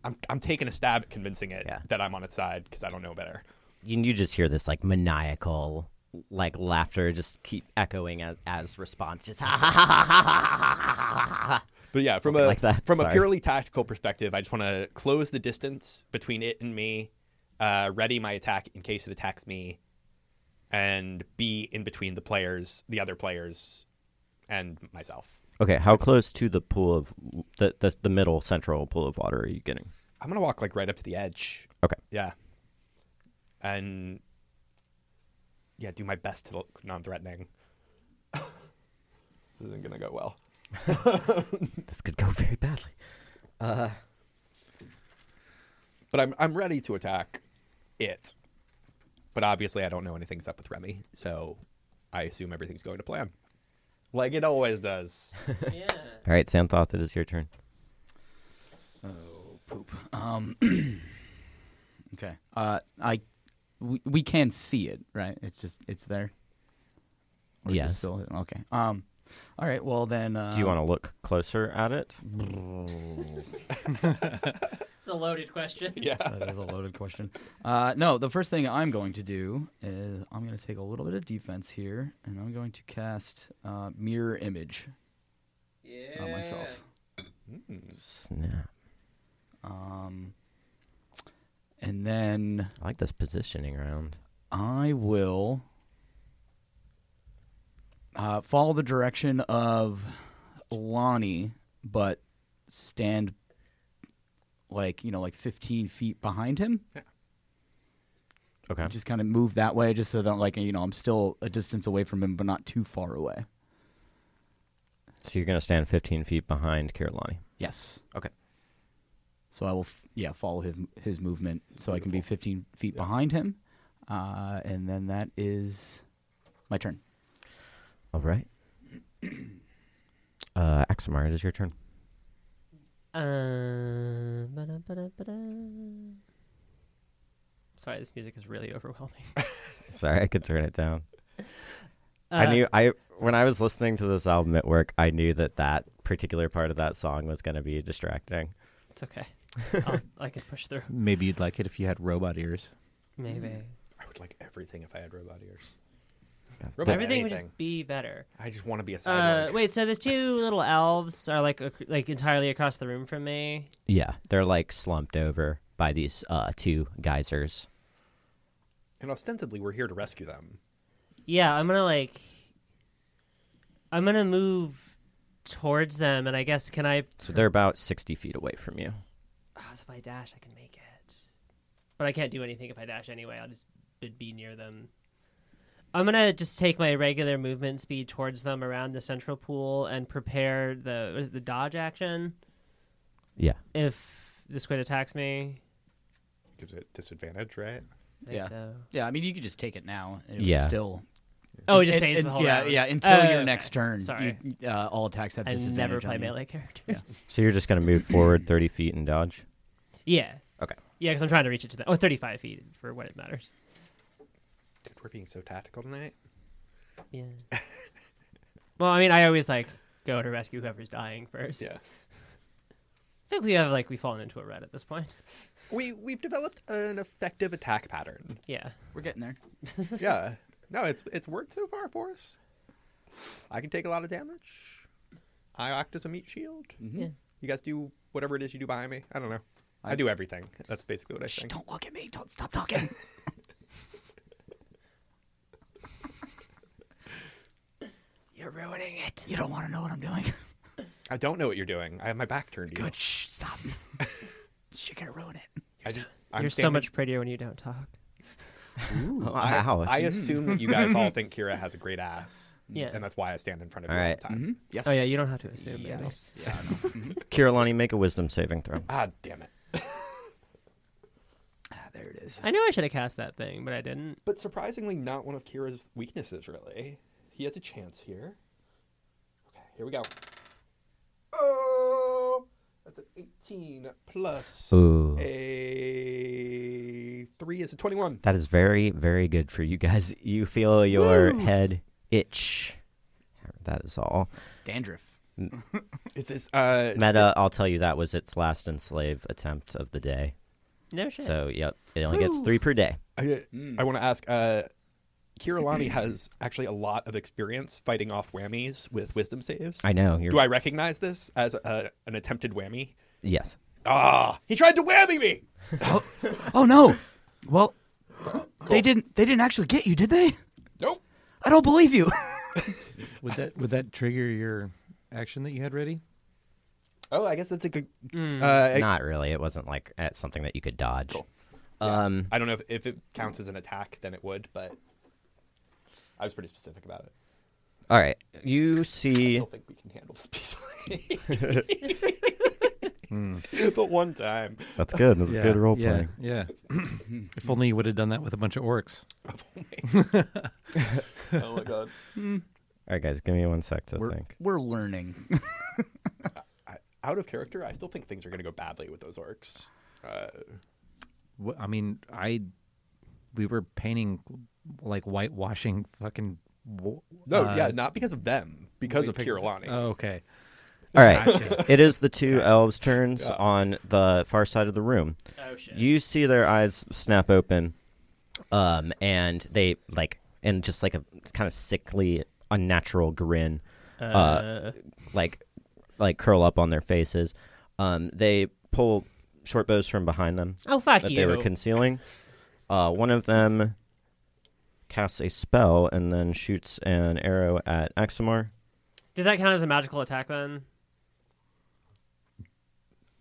Speaker 4: I'm, I'm taking a stab at convincing it
Speaker 1: Yeah.
Speaker 4: that I'm on its side because I don't know better.
Speaker 1: You, you just hear this like maniacal like laughter just keep echoing as, as response just ha ha ha ha ha ha ha ha ha.
Speaker 4: But yeah, from
Speaker 1: Something
Speaker 4: a
Speaker 1: like that.
Speaker 4: from a
Speaker 1: Sorry.
Speaker 4: purely tactical perspective, I just want to close the distance between it and me, uh, ready my attack in case it attacks me, and be in between the players, the other players, and myself.
Speaker 1: Okay, how close to the pool of the, the the middle central pool of water are you getting?
Speaker 4: I'm gonna walk like right up to the edge.
Speaker 1: Okay.
Speaker 4: Yeah. And yeah, do my best to look non-threatening. this isn't gonna go well.
Speaker 1: This could go very badly.
Speaker 4: But I'm I'm ready to attack it. But obviously I don't know anything's up with Remy, so I assume everything's going to plan. Like it always does.
Speaker 6: Yeah.
Speaker 1: All right, Santhoth, it is your turn.
Speaker 2: Poop. Um. okay. Uh, I we, we can see it, right? It's just it's there. Or is it
Speaker 1: Yes.
Speaker 2: Still, okay. Um. All right. Well then. Uh,
Speaker 1: Do you want to look closer at it?
Speaker 6: It's a loaded question.
Speaker 4: Yeah.
Speaker 2: that is a loaded question. Uh, no, the first thing I'm going to do is I'm going to take a little bit of defense here, and I'm going to cast uh, mirror image
Speaker 6: Yeah.
Speaker 2: on myself.
Speaker 1: Snap.
Speaker 2: Um, and then
Speaker 1: I like this positioning round.
Speaker 2: I will uh, follow the direction of Lonnie, but stand like you know, like 15 feet behind him.
Speaker 1: Okay.
Speaker 2: Just kind of move that way, just so that like you know, I'm still a distance away from him, but not too far away.
Speaker 1: So you're going to stand 15 feet behind Kirillani.
Speaker 2: Yes.
Speaker 1: Okay.
Speaker 2: So I will, f- yeah, follow his his movement so I can be 15 feet behind him, uh, and then that is my turn.
Speaker 1: All right. uh, Axamar, it is your turn.
Speaker 3: Uh, ba-da, ba-da, ba-da. Sorry, this music is really overwhelming.
Speaker 1: Sorry, I could turn it down.
Speaker 3: Uh,
Speaker 1: I knew I when I was listening to this album at work, I knew that that particular part of that song was going to be distracting.
Speaker 3: it's okay. I'll, I can push through.
Speaker 5: Maybe you'd like it if you had robot ears.
Speaker 3: Maybe
Speaker 4: I would like everything if I had robot ears.
Speaker 1: Yeah.
Speaker 4: Robot
Speaker 3: everything would
Speaker 4: anything.
Speaker 3: just be better.
Speaker 4: I just want to be a
Speaker 3: Uh,
Speaker 4: sideline.
Speaker 3: wait, so the two little elves are like ac- like entirely across the room from me.
Speaker 1: Yeah, they're like slumped over by these uh, two geysers.
Speaker 4: and ostensibly, we're here to rescue them.
Speaker 3: Yeah, I'm gonna like. I'm gonna move towards them, and I guess can I?
Speaker 1: So they're about 60 feet away from you.
Speaker 3: Ah, so if I dash, I can make it. But I can't do anything if I dash anyway. I'll just be- be near them. I'm gonna just take my regular movement speed towards them around the central pool and prepare the was it the dodge action
Speaker 1: Yeah.
Speaker 3: if the squid attacks me.
Speaker 4: Gives it disadvantage, right?
Speaker 3: I think
Speaker 2: Yeah.
Speaker 3: So.
Speaker 2: Yeah, I mean you could just take it now. And it would
Speaker 1: Yeah.
Speaker 2: Still.
Speaker 3: Oh, it
Speaker 2: And-
Speaker 3: just stays
Speaker 2: and-
Speaker 3: the whole
Speaker 2: yeah,
Speaker 3: round.
Speaker 2: yeah. Until
Speaker 3: Oh,
Speaker 2: your
Speaker 3: okay.
Speaker 2: next turn,
Speaker 3: Sorry,
Speaker 2: you- uh, all attacks have
Speaker 3: I
Speaker 2: disadvantage.
Speaker 3: never play
Speaker 2: on you.
Speaker 3: melee characters.
Speaker 1: So you're just going to move forward 30 feet and dodge.
Speaker 3: Yeah.
Speaker 1: Okay.
Speaker 3: Yeah, because I'm trying to reach it to that. Oh, 35 feet for what it matters.
Speaker 4: Dude, we're being so tactical tonight.
Speaker 3: Yeah. well, I mean, I always like go to rescue whoever's dying first.
Speaker 4: Yeah.
Speaker 3: I think we have like we've fallen into a rut at this point.
Speaker 4: We we've developed an effective attack pattern.
Speaker 3: Yeah.
Speaker 2: We're getting there.
Speaker 4: yeah. No, it's it's worked so far for us. I can take a lot of damage. I act as a meat shield.
Speaker 3: Yeah.
Speaker 4: You guys do whatever it is you do behind me. I don't know. I, do everything. That's basically what I
Speaker 2: Shh,
Speaker 4: think.
Speaker 2: don't look at me. Don't stop talking. You're ruining it. You don't want to know what I'm doing.
Speaker 4: I don't know what you're doing. I have my back turned. to you.
Speaker 2: Good. Shh. Stop. You're gonna ruin it.
Speaker 4: I just, I'm
Speaker 3: You're so
Speaker 4: standing-
Speaker 3: much prettier when you don't talk.
Speaker 1: Oh,
Speaker 4: I,
Speaker 1: Ouch.
Speaker 4: I assume that you guys all think Kira has a great ass.
Speaker 3: Yeah.
Speaker 4: And that's why I stand in front of you
Speaker 1: All
Speaker 4: all
Speaker 1: right.
Speaker 4: the time.
Speaker 2: Yes.
Speaker 3: Oh yeah, you don't have to assume. baby.
Speaker 2: Yeah. I know.
Speaker 1: Kirillani, make a wisdom saving throw.
Speaker 4: Ah, damn it.
Speaker 2: Ah, there it is.
Speaker 3: I know I should have cast that thing, but I didn't.
Speaker 4: But surprisingly, not one of Kira's weaknesses, really. He has a chance here. Okay, here we go. Oh! That's an 18 plus
Speaker 1: Ooh.
Speaker 4: a 3 is a 21.
Speaker 1: That is very, very good for you guys. You feel your head itch. That is all.
Speaker 2: Dandruff.
Speaker 4: Is this, uh,
Speaker 1: Meta, I'll tell you, that was its last enslave attempt of the day.
Speaker 3: No shit.
Speaker 1: So, yep, it only gets three per day.
Speaker 4: I, I want to ask, uh, Kirillani has actually a lot of experience fighting off whammies with wisdom saves.
Speaker 1: I know. You're,
Speaker 4: Do I recognize this as a, an attempted whammy?
Speaker 1: Yes.
Speaker 4: Ah, he tried to whammy me!
Speaker 2: Oh no. Well, they didn't. They didn't actually get you, did they?
Speaker 4: Nope.
Speaker 2: I don't believe you.
Speaker 5: Would that would that trigger your action that you had ready?
Speaker 4: Oh, I guess that's a good.
Speaker 1: Hmm.
Speaker 3: Mm.
Speaker 4: Uh,
Speaker 1: Not really. It wasn't like uh, something that you could dodge.
Speaker 4: Cool.
Speaker 1: Um,
Speaker 4: I don't know if, if it counts as an attack, then it would, but I was pretty specific about it.
Speaker 1: All right. You
Speaker 4: I
Speaker 1: see.
Speaker 4: still think we can handle this peacefully. but one time,
Speaker 1: That's good. That's
Speaker 5: yeah, Yeah. if only you would have done that with a bunch of orcs.
Speaker 4: oh my god,
Speaker 1: All right, guys, give me one sec to
Speaker 2: We're,
Speaker 1: think.
Speaker 2: we're learning.
Speaker 4: I, out of character, I still think things are going to go badly with those orcs. Uh,
Speaker 5: Wh- I mean, I we were painting like whitewashing fucking. wa-
Speaker 4: no,
Speaker 5: uh,
Speaker 4: yeah, not because of them, because of Kirillani.
Speaker 5: Oh, okay.
Speaker 1: All right. it is the two elves' turns
Speaker 4: Yeah.
Speaker 1: on the far side of the room.
Speaker 3: oh shit.
Speaker 1: You see their eyes snap open, um, and they like, and just like a kind of sickly, unnatural grin, uh, like, like curl up on their faces. Um, they pull short bows from behind them
Speaker 3: oh fuck
Speaker 1: that
Speaker 3: you.
Speaker 1: they were concealing. Uh, one of them casts a spell and then shoots an arrow at Axamar.
Speaker 3: Does that count as a magical attack then?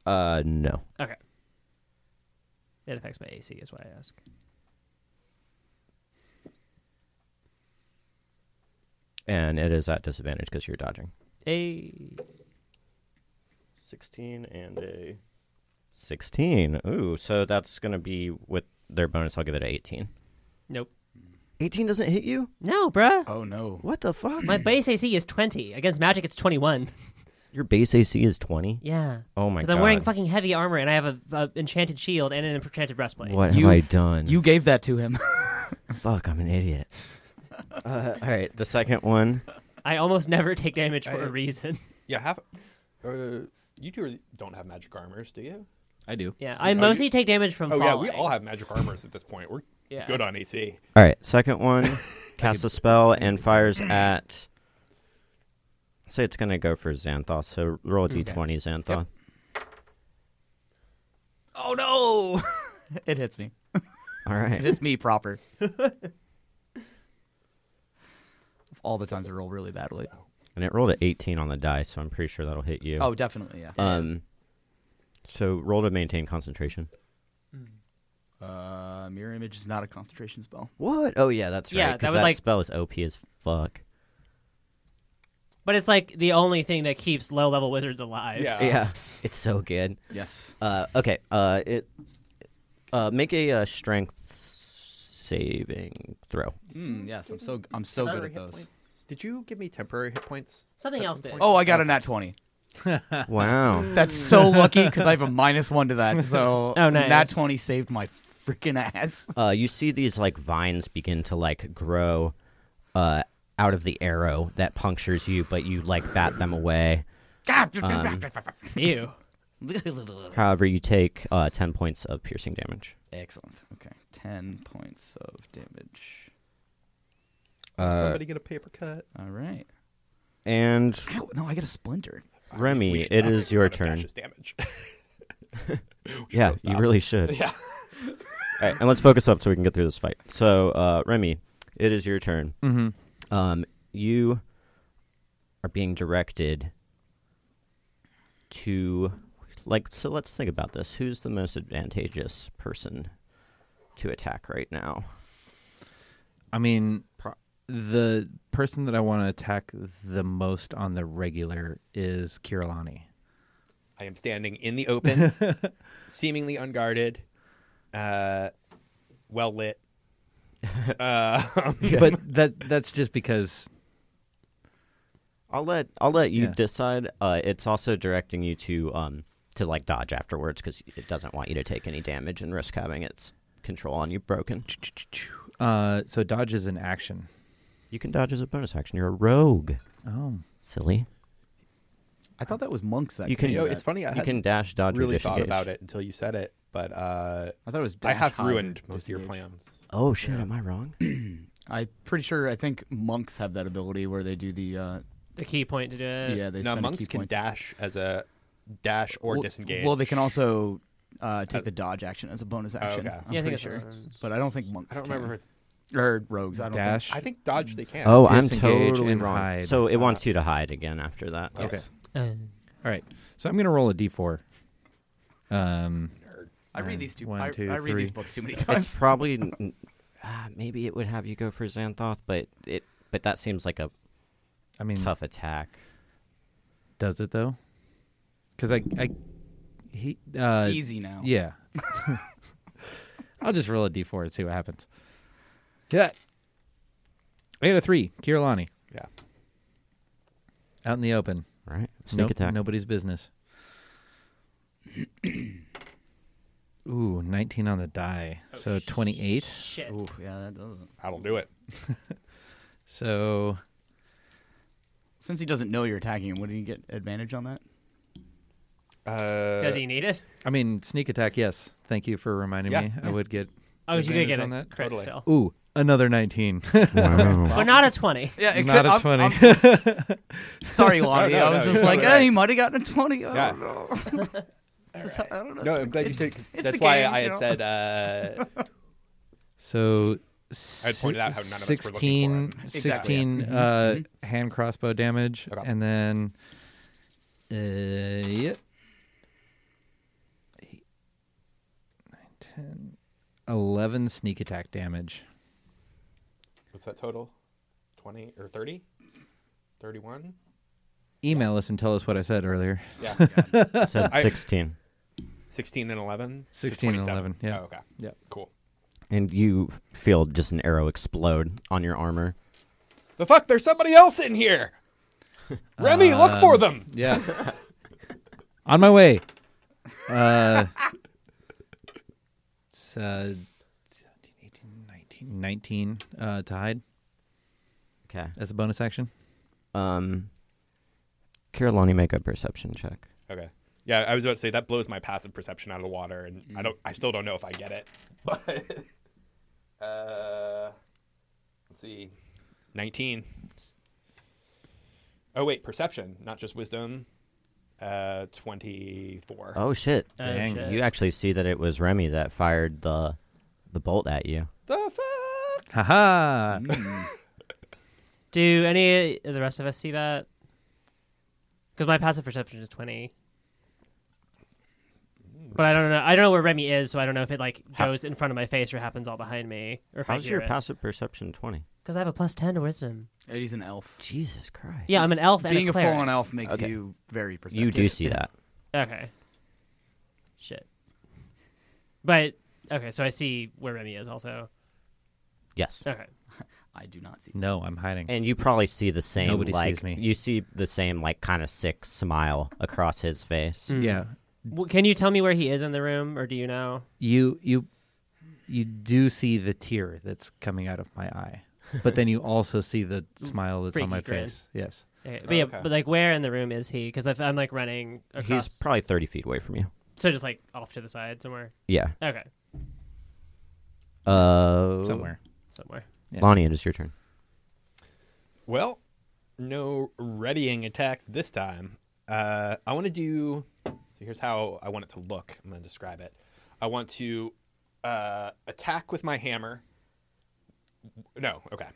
Speaker 1: Uh, no.
Speaker 3: Okay. It affects my AC, is why I ask.
Speaker 1: And it is at disadvantage because you're dodging.
Speaker 3: Hey.
Speaker 1: 16 and a 16. Ooh, so that's going to be with their bonus. I'll give it a 18.
Speaker 3: Nope.
Speaker 1: 18 doesn't hit you?
Speaker 3: No, bruh.
Speaker 2: Oh no.
Speaker 1: What the fuck?
Speaker 3: My base AC is 20. Against magic, it's 21.
Speaker 1: Your base AC is 20?
Speaker 3: Yeah.
Speaker 1: Oh my god.
Speaker 3: Because I'm wearing fucking heavy armor and I have a, a enchanted shield and an enchanted breastplate.
Speaker 1: What
Speaker 2: You-
Speaker 1: have I done?
Speaker 2: You gave that to him.
Speaker 1: fuck, I'm an idiot. Uh, all right, the second one.
Speaker 3: I almost never take damage
Speaker 4: Uh,
Speaker 3: for a reason.
Speaker 4: Yeah, have uh, you two don't have magic armors, do you?
Speaker 5: I do.
Speaker 3: yeah, I
Speaker 4: you-
Speaker 3: mostly take damage from
Speaker 4: Oh yeah, we
Speaker 3: falling.
Speaker 4: all have magic armors at this point. We're
Speaker 3: Yeah.
Speaker 4: good on E AC.
Speaker 1: All right, second one casts a spell and fires at. Say it's going to go for Xanthoth, so roll a d20, Xanthoth.
Speaker 2: oh no. it hits me.
Speaker 1: All
Speaker 2: It
Speaker 1: right.
Speaker 2: hits me proper. All the times I roll really badly.
Speaker 3: Oh,
Speaker 1: And it rolled an 18 on the die, so I'm pretty sure that'll hit you.
Speaker 2: Oh, definitely, yeah.
Speaker 3: Uh,
Speaker 1: Um, so roll to maintain concentration.
Speaker 2: Uh, mirror image is not a concentration spell.
Speaker 1: What? Oh yeah, that's
Speaker 3: Yeah,
Speaker 1: right. Because
Speaker 3: that
Speaker 1: that,
Speaker 3: would, like-
Speaker 1: spell is OP as fuck.
Speaker 3: But it's like the only thing that keeps low level wizards alive.
Speaker 4: Yeah.
Speaker 1: it's so good.
Speaker 2: Yes.
Speaker 1: Uh, okay. Uh, it. Uh, make a uh, strength saving throw.
Speaker 2: Mm, yes, I'm so I'm so good
Speaker 4: Another
Speaker 2: at
Speaker 4: hit
Speaker 2: those.
Speaker 4: point. Did you give me temporary hit points?
Speaker 3: Something
Speaker 4: at
Speaker 3: else
Speaker 4: some
Speaker 3: did.
Speaker 4: point?
Speaker 2: Oh, I got a nat twenty.
Speaker 1: Wow.
Speaker 2: That's so lucky because I have a minus one to that. So
Speaker 3: Oh, nice.
Speaker 2: nat twenty saved my freaking ass.
Speaker 1: uh, you see these like vines begin to like grow uh, out of the arrow that punctures you, but you like bat them away.
Speaker 3: Um, Ew.
Speaker 1: However, you take uh, ten points of piercing damage.
Speaker 2: Excellent. Okay, ten points of damage.
Speaker 4: Did
Speaker 1: Uh,
Speaker 4: somebody get a paper cut?
Speaker 2: All right.
Speaker 1: and
Speaker 2: Ow, no, I got a splinter.
Speaker 1: Remy, it is your turn.
Speaker 4: Damage.
Speaker 1: Yeah, you
Speaker 4: stop.
Speaker 1: really should.
Speaker 4: yeah.
Speaker 1: All right, and let's focus up so we can get through this fight. So, uh, Remy, it is your turn.
Speaker 5: Mm-hmm.
Speaker 1: Um, you are being directed to, like, so let's think about this. Who's the most advantageous person to attack right now?
Speaker 5: I mean, the person that I want to attack the most on the regular is Kirilani.
Speaker 4: I am standing in the open, seemingly unguarded, uh, well lit. Uh,
Speaker 5: But that that's just because
Speaker 1: I'll let I'll let you
Speaker 5: Yeah.
Speaker 1: decide. Uh, it's also directing you to um to like dodge afterwards because it doesn't want you to take any damage and risk having its control on you broken.
Speaker 5: uh, so dodge is an action.
Speaker 1: You can dodge as a bonus action. You're a rogue,
Speaker 5: Oh,
Speaker 1: silly.
Speaker 2: I thought that was monks. That
Speaker 1: You
Speaker 2: could
Speaker 1: can-
Speaker 2: do
Speaker 4: you know,
Speaker 2: that.
Speaker 4: Oh, it's funny. I
Speaker 1: You
Speaker 4: hadn't
Speaker 1: can dash dodge. or
Speaker 4: really thought
Speaker 1: disengage.
Speaker 4: about it until you said it, but uh,
Speaker 2: I thought it was.
Speaker 4: I
Speaker 2: dash
Speaker 4: have
Speaker 2: hide or
Speaker 4: ruined most of your
Speaker 2: disengage.
Speaker 4: plans.
Speaker 1: Oh shit! Am I wrong?
Speaker 2: I'm pretty sure. I think monks have that ability where they do the. Uh,
Speaker 3: The key point to do it.
Speaker 2: yeah, they
Speaker 4: Now
Speaker 2: spend a
Speaker 4: monks
Speaker 2: key
Speaker 4: can
Speaker 2: point.
Speaker 4: dash as a dash or
Speaker 2: well,
Speaker 4: disengage. oh,
Speaker 2: Well, they can also uh, take the dodge action as a bonus action.
Speaker 4: okay.
Speaker 2: I'm
Speaker 3: Yeah, I think
Speaker 2: pretty
Speaker 3: it's-
Speaker 2: sure. But I don't think monks.
Speaker 4: I don't remember if it's.
Speaker 2: it's or rogues. I don't
Speaker 5: dash.
Speaker 4: I
Speaker 2: Mm.
Speaker 4: think dodge they can.
Speaker 1: Oh, I'm
Speaker 5: Disengage
Speaker 1: totally
Speaker 5: and
Speaker 1: wrong.
Speaker 5: hide.
Speaker 1: So it wants you to hide again after that.
Speaker 5: Okay.
Speaker 3: Uh,
Speaker 5: All right. So I'm gonna roll a d4. Um,
Speaker 2: I read these two.
Speaker 5: One,
Speaker 2: I,
Speaker 5: two,
Speaker 2: I read these
Speaker 5: three.
Speaker 2: books too many
Speaker 1: It's
Speaker 2: times.
Speaker 1: probably n- n- ah, maybe it would have you go for Xanthoth, but it but that seems like a
Speaker 5: I mean,
Speaker 1: tough attack.
Speaker 5: does it though? Because I, I, he, uh,
Speaker 2: Easy
Speaker 4: Oh.
Speaker 2: now.
Speaker 5: yeah. I'll just roll a d4 and see what happens. Yeah. I got a three, Kirilani,
Speaker 4: Yeah.
Speaker 5: out in the open.
Speaker 1: Right? Sneak
Speaker 5: Nope,
Speaker 1: attack.
Speaker 5: Nobody's business. Ooh, 19 on the die.
Speaker 4: Oh,
Speaker 5: so 28.
Speaker 3: shit.
Speaker 2: Ooh, yeah, that doesn't.
Speaker 4: That'll do it.
Speaker 5: So
Speaker 2: Since he doesn't know you're attacking him, wouldn't he get advantage on that?
Speaker 4: Uh,
Speaker 3: Does he need it?
Speaker 5: I mean, sneak attack. Yes, thank you for reminding
Speaker 4: Yeah.
Speaker 5: me. I would get.
Speaker 3: Oh, you could
Speaker 5: advantage
Speaker 3: get a
Speaker 5: on that?
Speaker 3: crit
Speaker 4: Totally.
Speaker 3: still.
Speaker 5: Ooh, another nineteen.
Speaker 1: Wow.
Speaker 3: But not a 20.
Speaker 2: Yeah,
Speaker 5: Not a 20
Speaker 2: sorry, Lonnie.
Speaker 4: no,
Speaker 2: I was
Speaker 4: no,
Speaker 2: just
Speaker 4: you're
Speaker 2: like,
Speaker 4: totally
Speaker 2: eh, he might have gotten a twenty. I
Speaker 4: Yeah.
Speaker 2: don't know. This is- I don't know.
Speaker 4: No, I'm glad you said. 'cause
Speaker 2: it's
Speaker 4: that's
Speaker 2: the
Speaker 4: why
Speaker 2: game,
Speaker 4: I
Speaker 2: you
Speaker 4: had
Speaker 2: know?
Speaker 4: said. Uh,
Speaker 5: so.
Speaker 4: I had pointed out how none of us were looking for
Speaker 5: 16,
Speaker 4: him.
Speaker 5: 16 uh, hand crossbow damage,
Speaker 4: Okay.
Speaker 5: and then uh, yeah. Eight, nine, 10, 11 sneak attack damage.
Speaker 4: what's that total? Twenty or thirty? Thirty-one.
Speaker 5: Email us and tell us what I said earlier.
Speaker 4: Yeah.
Speaker 1: said
Speaker 4: I-
Speaker 1: 16.
Speaker 4: 16 and 11?
Speaker 5: 16 and 11, yeah.
Speaker 4: Oh, okay.
Speaker 5: Yeah.
Speaker 4: Cool.
Speaker 1: And you feel just an arrow explode on your armor.
Speaker 4: The fuck? There's somebody else in here! Remy, look
Speaker 5: Um,
Speaker 4: for them!
Speaker 5: Yeah. On my way. Uh, it's, uh, 17, 18, 19, 19 uh, to hide
Speaker 1: Okay.
Speaker 5: as a bonus action.
Speaker 1: Um, Kirillani, make a perception check.
Speaker 4: Okay. Yeah, I was about to say that blows my passive perception out of the water, and I don't. I still don't know if I get it. But uh, let's see, nineteen. Oh wait, perception, not just wisdom. Uh, twenty-four.
Speaker 1: Oh shit!
Speaker 3: Oh,
Speaker 5: Dang,
Speaker 3: shit.
Speaker 1: You actually see that it was Remy that fired the the bolt at you.
Speaker 4: The fuck!
Speaker 5: Haha.
Speaker 3: Do any of the rest of us see that? Because my passive perception is twenty. But I don't know. I don't know where Remy is, so I don't know if it like
Speaker 1: How-
Speaker 3: goes in front of my face or happens all behind me, or if I
Speaker 1: How's
Speaker 3: hear
Speaker 1: your passive perception twenty?
Speaker 3: Because I have a plus ten to wisdom.
Speaker 2: And he's an elf.
Speaker 1: Jesus Christ!
Speaker 3: Yeah, I'm an elf and
Speaker 2: Being
Speaker 3: a
Speaker 2: a
Speaker 3: cleric.
Speaker 2: fallen elf makes
Speaker 1: Okay.
Speaker 2: you very perceptive.
Speaker 1: you do see that.
Speaker 3: Okay. Shit. But okay, so I see where Remy is also.
Speaker 1: Yes.
Speaker 3: Okay.
Speaker 2: I do not see. that.
Speaker 5: no, I'm hiding.
Speaker 1: And you probably see the same.
Speaker 5: Nobody
Speaker 1: like,
Speaker 5: sees me.
Speaker 1: You see the same like kind of sick smile across his face.
Speaker 3: Mm,
Speaker 5: Yeah.
Speaker 3: W- Can you tell me where he is in the room, or do you know?
Speaker 5: You you you do see the tear that's coming out of my eye. But then you also see the smile that's
Speaker 3: Freaky
Speaker 5: on my
Speaker 3: grin.
Speaker 5: face. Yes.
Speaker 3: Okay, But yeah,
Speaker 4: okay.
Speaker 3: but like where in the room is he? Because I'm like running across.
Speaker 1: He's probably thirty feet away from you.
Speaker 3: so just like off to the side somewhere.
Speaker 1: Yeah.
Speaker 3: Okay,
Speaker 1: Uh,
Speaker 5: Somewhere.
Speaker 3: somewhere.
Speaker 5: Yeah.
Speaker 1: Lonnie, it is your turn.
Speaker 4: Well, no readying attacks this time. Uh, I want to do. So here's how I want it to look. I'm going to describe it. I want to uh, attack with my hammer. No, okay.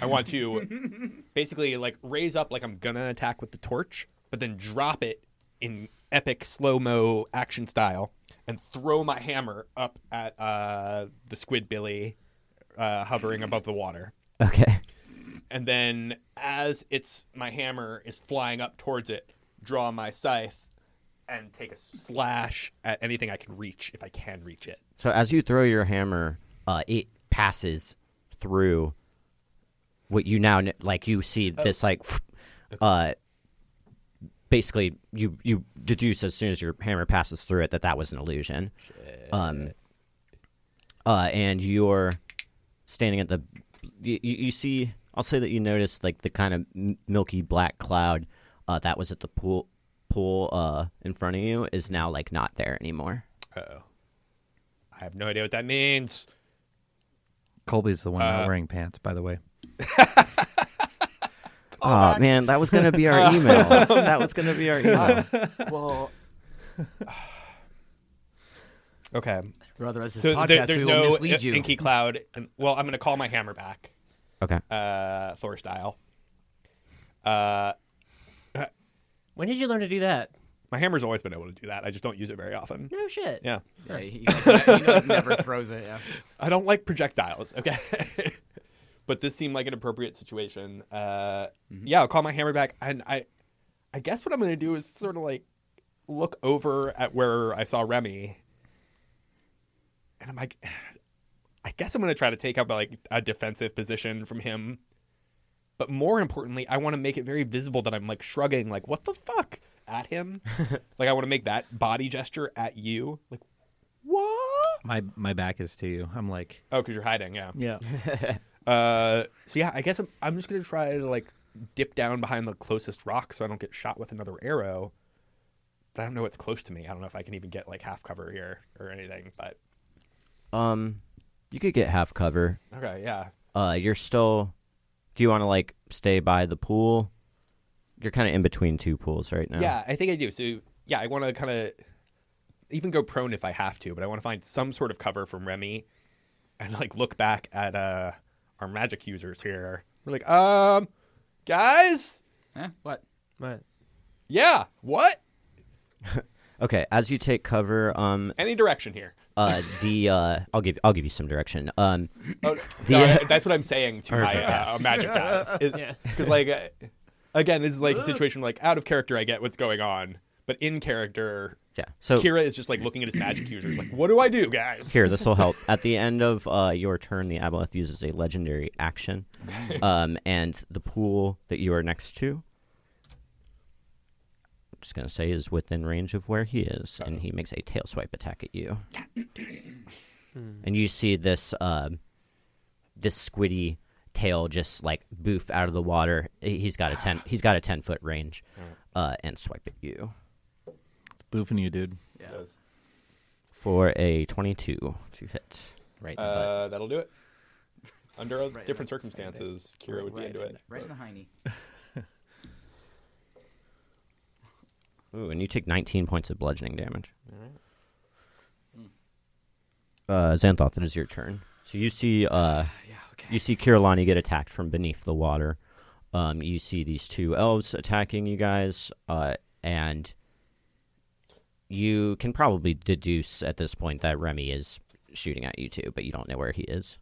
Speaker 4: I want to basically like raise up like I'm gonna attack with the torch, but then drop it in epic slow mo action style and throw my hammer up at uh, the squid billy uh, hovering above the water
Speaker 1: Okay.
Speaker 4: and then as it's my hammer is flying up towards it, draw my scythe and take a slash at anything I can reach if I can reach it.
Speaker 1: So as you throw your hammer, uh, it passes through what you now kn- like. You see this like, uh, basically you you deduce as soon as your hammer passes through it that that was an illusion. Um, uh, and you're standing at the. You, you you see, I'll say that you notice like the kind of m- milky black cloud uh, that was at the pool pool uh, in front of you is now like not there anymore.
Speaker 4: Uh oh. I have no idea what that means.
Speaker 5: Colby's the one
Speaker 4: Uh,
Speaker 5: not wearing pants, by the way.
Speaker 1: Oh man, that was gonna be our email. that was gonna be our email.
Speaker 4: Well. okay.
Speaker 2: Throughout the rest of this
Speaker 4: So
Speaker 2: podcast,
Speaker 4: there, there's
Speaker 2: we will
Speaker 4: no
Speaker 2: mislead
Speaker 4: in-
Speaker 2: you.
Speaker 4: inky cloud. And, well, I'm going to call my hammer back.
Speaker 1: Okay.
Speaker 4: Uh, Thor style. Uh,
Speaker 3: When did you learn to do that?
Speaker 4: my hammer's always been able to do that. I just don't use it very often.
Speaker 3: No shit.
Speaker 4: Yeah.
Speaker 2: Yeah, he, he, he like, never throws it. Yeah.
Speaker 4: I don't like projectiles, okay? but this seemed like an appropriate situation. Uh, Yeah, I'll call my hammer back, and I, I guess what I'm gonna do is sort of like look over at where I saw Remy, and I'm like, I guess I'm gonna try to take up like a defensive position from him. But more importantly, I want to make it very visible that I'm like shrugging, like what the fuck, at him. like I want to make that body gesture at you, like what?
Speaker 5: My my back is to you. I'm like
Speaker 4: Oh, because you're hiding, yeah.
Speaker 5: Yeah.
Speaker 4: Uh, so yeah, I guess I'm, I'm just gonna try to like dip down behind the closest rock so I don't get shot with another arrow. But I don't know what's close to me. I don't know if I can even get like half cover here or anything. But
Speaker 1: Um, you could get half cover.
Speaker 4: okay, yeah.
Speaker 1: Uh, you're still. Do you want to like stay by the pool? You're kind of in between two pools right now.
Speaker 4: Yeah, I think I do. So yeah, I want to kind of even go prone if I have to, but I want to find some sort of cover from Remy and like look back at uh our magic users here. We're like, um, guys,
Speaker 2: Huh? Eh, What?
Speaker 3: Right.
Speaker 4: yeah, what?
Speaker 1: Okay. As you take cover, um,
Speaker 4: Any direction here?
Speaker 1: uh, the uh, I'll give I'll give you some direction. Um,
Speaker 4: Oh, no,
Speaker 1: The-
Speaker 4: I- that's what I'm saying to my
Speaker 5: Perfect.
Speaker 4: uh, magic guys. Because
Speaker 3: Yeah.
Speaker 4: like, uh, again, this is like a situation like out of character. I get what's going on, but in character,
Speaker 1: Yeah. So
Speaker 4: Kira is just like looking at his magic users, like, "What do I do, guys?"
Speaker 1: Here, this will help. At the end of uh, your turn, the aboleth uses a legendary action, um, and the pool that you are next to. I'm just gonna say is within range of where he is, and he makes a tail swipe attack at you. and you see this um this squiddy tail just like boof out of the water. He- He's got a ten. He's got a ten foot range, uh, and swipe at you
Speaker 5: It's boofing you, dude.
Speaker 1: for a twenty two to hit. Right. in the butt.
Speaker 4: Uh, that'll do it. Under different circumstances, Kira would be into it.
Speaker 2: Right in the hiney.
Speaker 1: Ooh, and you take 19 points of bludgeoning damage. Uh, Xanthoth, it is your turn. So you see, uh,
Speaker 2: Ah, Yeah, okay.
Speaker 1: you see Kirilani get attacked from beneath the water. Um, you see these two elves attacking you guys, uh, and you can probably deduce at this point that Remy is shooting at you too, but you don't know where he is.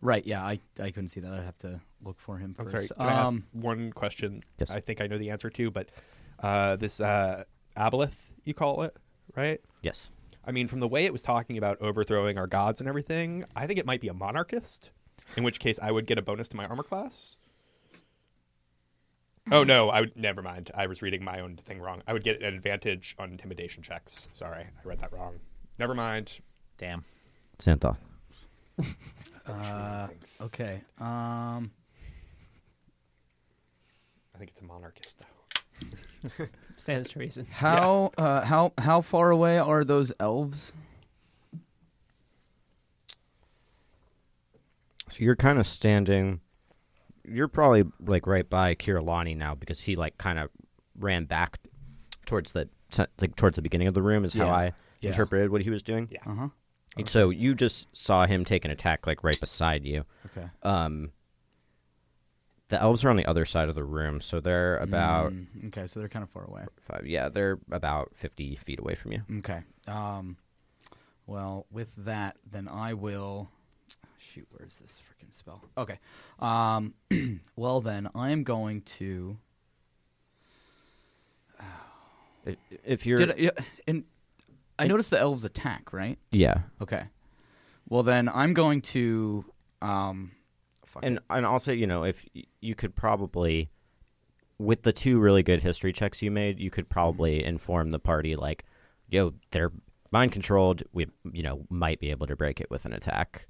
Speaker 2: Right, yeah, I, I couldn't see that. I'd have to look for him
Speaker 4: I'm
Speaker 2: first.
Speaker 4: sorry. Can I ask
Speaker 2: Um,
Speaker 4: one question?
Speaker 1: Yes.
Speaker 4: I think I know the answer to, but uh, this uh, aboleth, you call it, right?
Speaker 1: Yes.
Speaker 4: I mean, from the way it was talking about overthrowing our gods and everything, I think it might be a monarchist, in which case I would get a bonus to my armor class. Oh no, I would never mind. I was reading my own thing wrong. I would get an advantage on intimidation checks. Sorry, I read that wrong. Never mind.
Speaker 5: Damn.
Speaker 1: Xanthoth.
Speaker 2: uh,
Speaker 4: Thanks.
Speaker 2: okay. Um,
Speaker 4: I think it's a monarchist though.
Speaker 3: Stands to reason.
Speaker 2: how uh, how how far away are those elves?
Speaker 1: So you're kind of standing. You're probably like right by Kirilani now because he like kind of ran back towards the like towards the beginning of the room is how
Speaker 2: Yeah.
Speaker 1: I
Speaker 2: Yeah.
Speaker 1: interpreted what he was doing.
Speaker 4: Yeah.
Speaker 2: Uh huh.
Speaker 1: And So you just saw him take an attack like right beside you.
Speaker 2: Okay.
Speaker 1: Um, the elves are on the other side of the room, so they're about
Speaker 2: Mm, okay, so they're kind of far away.
Speaker 1: five. Yeah, they're about fifty feet away from you.
Speaker 2: Okay. Um, well, with that, then I will. Shoot, where's this freaking spell? Okay. Um, well, then I am going to.
Speaker 1: I- If you're,
Speaker 2: Did I, yeah, and I noticed the elves attack, right?
Speaker 1: yeah,
Speaker 2: Okay. Well, then I'm going to. Um, fuck
Speaker 1: and
Speaker 2: it.
Speaker 1: and also you know if y- you could probably with the two really good history checks you made you
Speaker 2: Mm-hmm.
Speaker 1: could probably inform the party like yo they're mind controlled we you know might be able to break it with an attack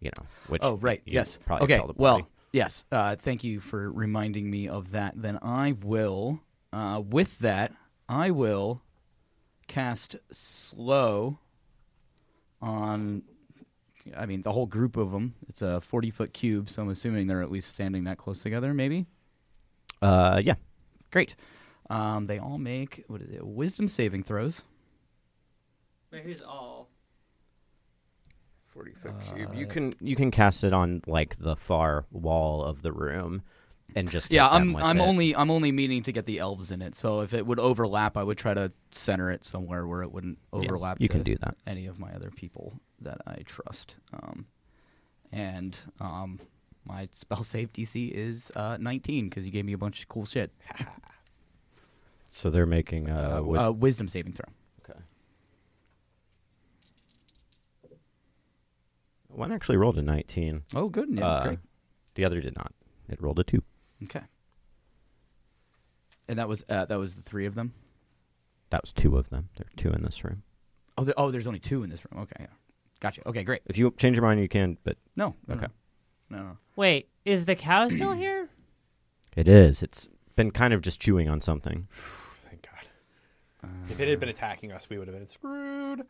Speaker 1: you know which
Speaker 2: Oh, right.
Speaker 1: you
Speaker 2: yes.
Speaker 1: probably
Speaker 2: okay.
Speaker 1: tell the
Speaker 2: well,
Speaker 1: party.
Speaker 2: yes. Uh, thank you for reminding me of that. Then I will. Uh, with that, I will cast slow on. I mean, the whole group of them. It's a forty-foot cube, so I'm assuming they're at least standing that close together. Maybe.
Speaker 1: uh yeah
Speaker 2: Great. Um, they all make what is it? Wisdom saving throws.
Speaker 3: Wait, who's all?
Speaker 1: 40 foot cube you can Uh, you can cast it on like the far wall of the room and just hit
Speaker 2: Yeah,
Speaker 1: them
Speaker 2: I'm
Speaker 1: with
Speaker 2: I'm
Speaker 1: it.
Speaker 2: only I'm only meaning to get the elves in it. So if it would overlap, I would try to center it somewhere where it wouldn't
Speaker 1: Yeah,
Speaker 2: overlap.
Speaker 1: you
Speaker 2: to
Speaker 1: can do that
Speaker 2: Any of my other people that I trust, um, and um, my spell save DC is uh, 19 because you gave me a bunch of cool shit.
Speaker 1: so they're making uh,
Speaker 2: Uh,
Speaker 1: with,
Speaker 2: uh, wisdom saving throw.
Speaker 1: okay one actually rolled a 19
Speaker 2: Oh, good. Yeah,
Speaker 1: Uh,
Speaker 2: great.
Speaker 1: The other did not. It rolled a two.
Speaker 2: Okay. And that was uh, that was the three of them.
Speaker 1: That was two of them. There are two in this room.
Speaker 2: Oh, there, oh, there's only two in this room. Okay, yeah. gotcha. Okay, great.
Speaker 1: If you change your mind, you can. But
Speaker 2: No, no,
Speaker 1: Okay.
Speaker 2: no, no. no.
Speaker 6: Wait, is the cow still here?
Speaker 1: it is. It's been kind of just chewing on something.
Speaker 4: Oh, Thank God. if it had
Speaker 1: Uh.
Speaker 4: been attacking us, we would have been screwed.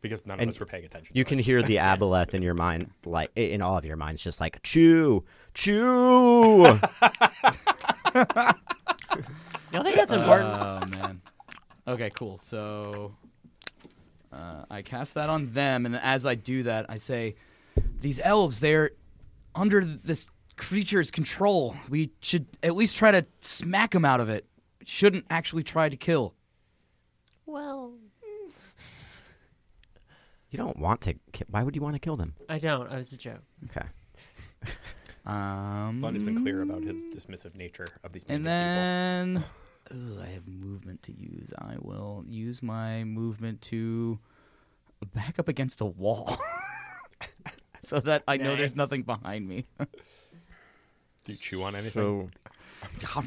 Speaker 4: because none of
Speaker 1: And
Speaker 4: us were paying attention.
Speaker 1: You
Speaker 4: to
Speaker 1: can
Speaker 4: it.
Speaker 1: hear the aboleth in your mind, like i- in all of your minds, just like chew, chew.
Speaker 6: Y'all think that's important?
Speaker 2: Oh man. Okay, cool. So uh, I cast that on them, and as I do that, I say, "These elves—they're under this creature's control. We should at least try to smack them out of it. Shouldn't actually try to kill."
Speaker 6: well,
Speaker 1: you don't want to. Ki- Why would you want to kill them?
Speaker 3: I don't. I was a joke.
Speaker 1: Okay.
Speaker 2: Um,
Speaker 4: Lund has been clear about his dismissive nature of these
Speaker 2: And
Speaker 4: people.
Speaker 2: then Ugh, I have movement to use. I will use my movement to back up against a wall. so that I know there's
Speaker 3: Nice.
Speaker 2: nothing behind me.
Speaker 4: Do you chew on anything?
Speaker 1: So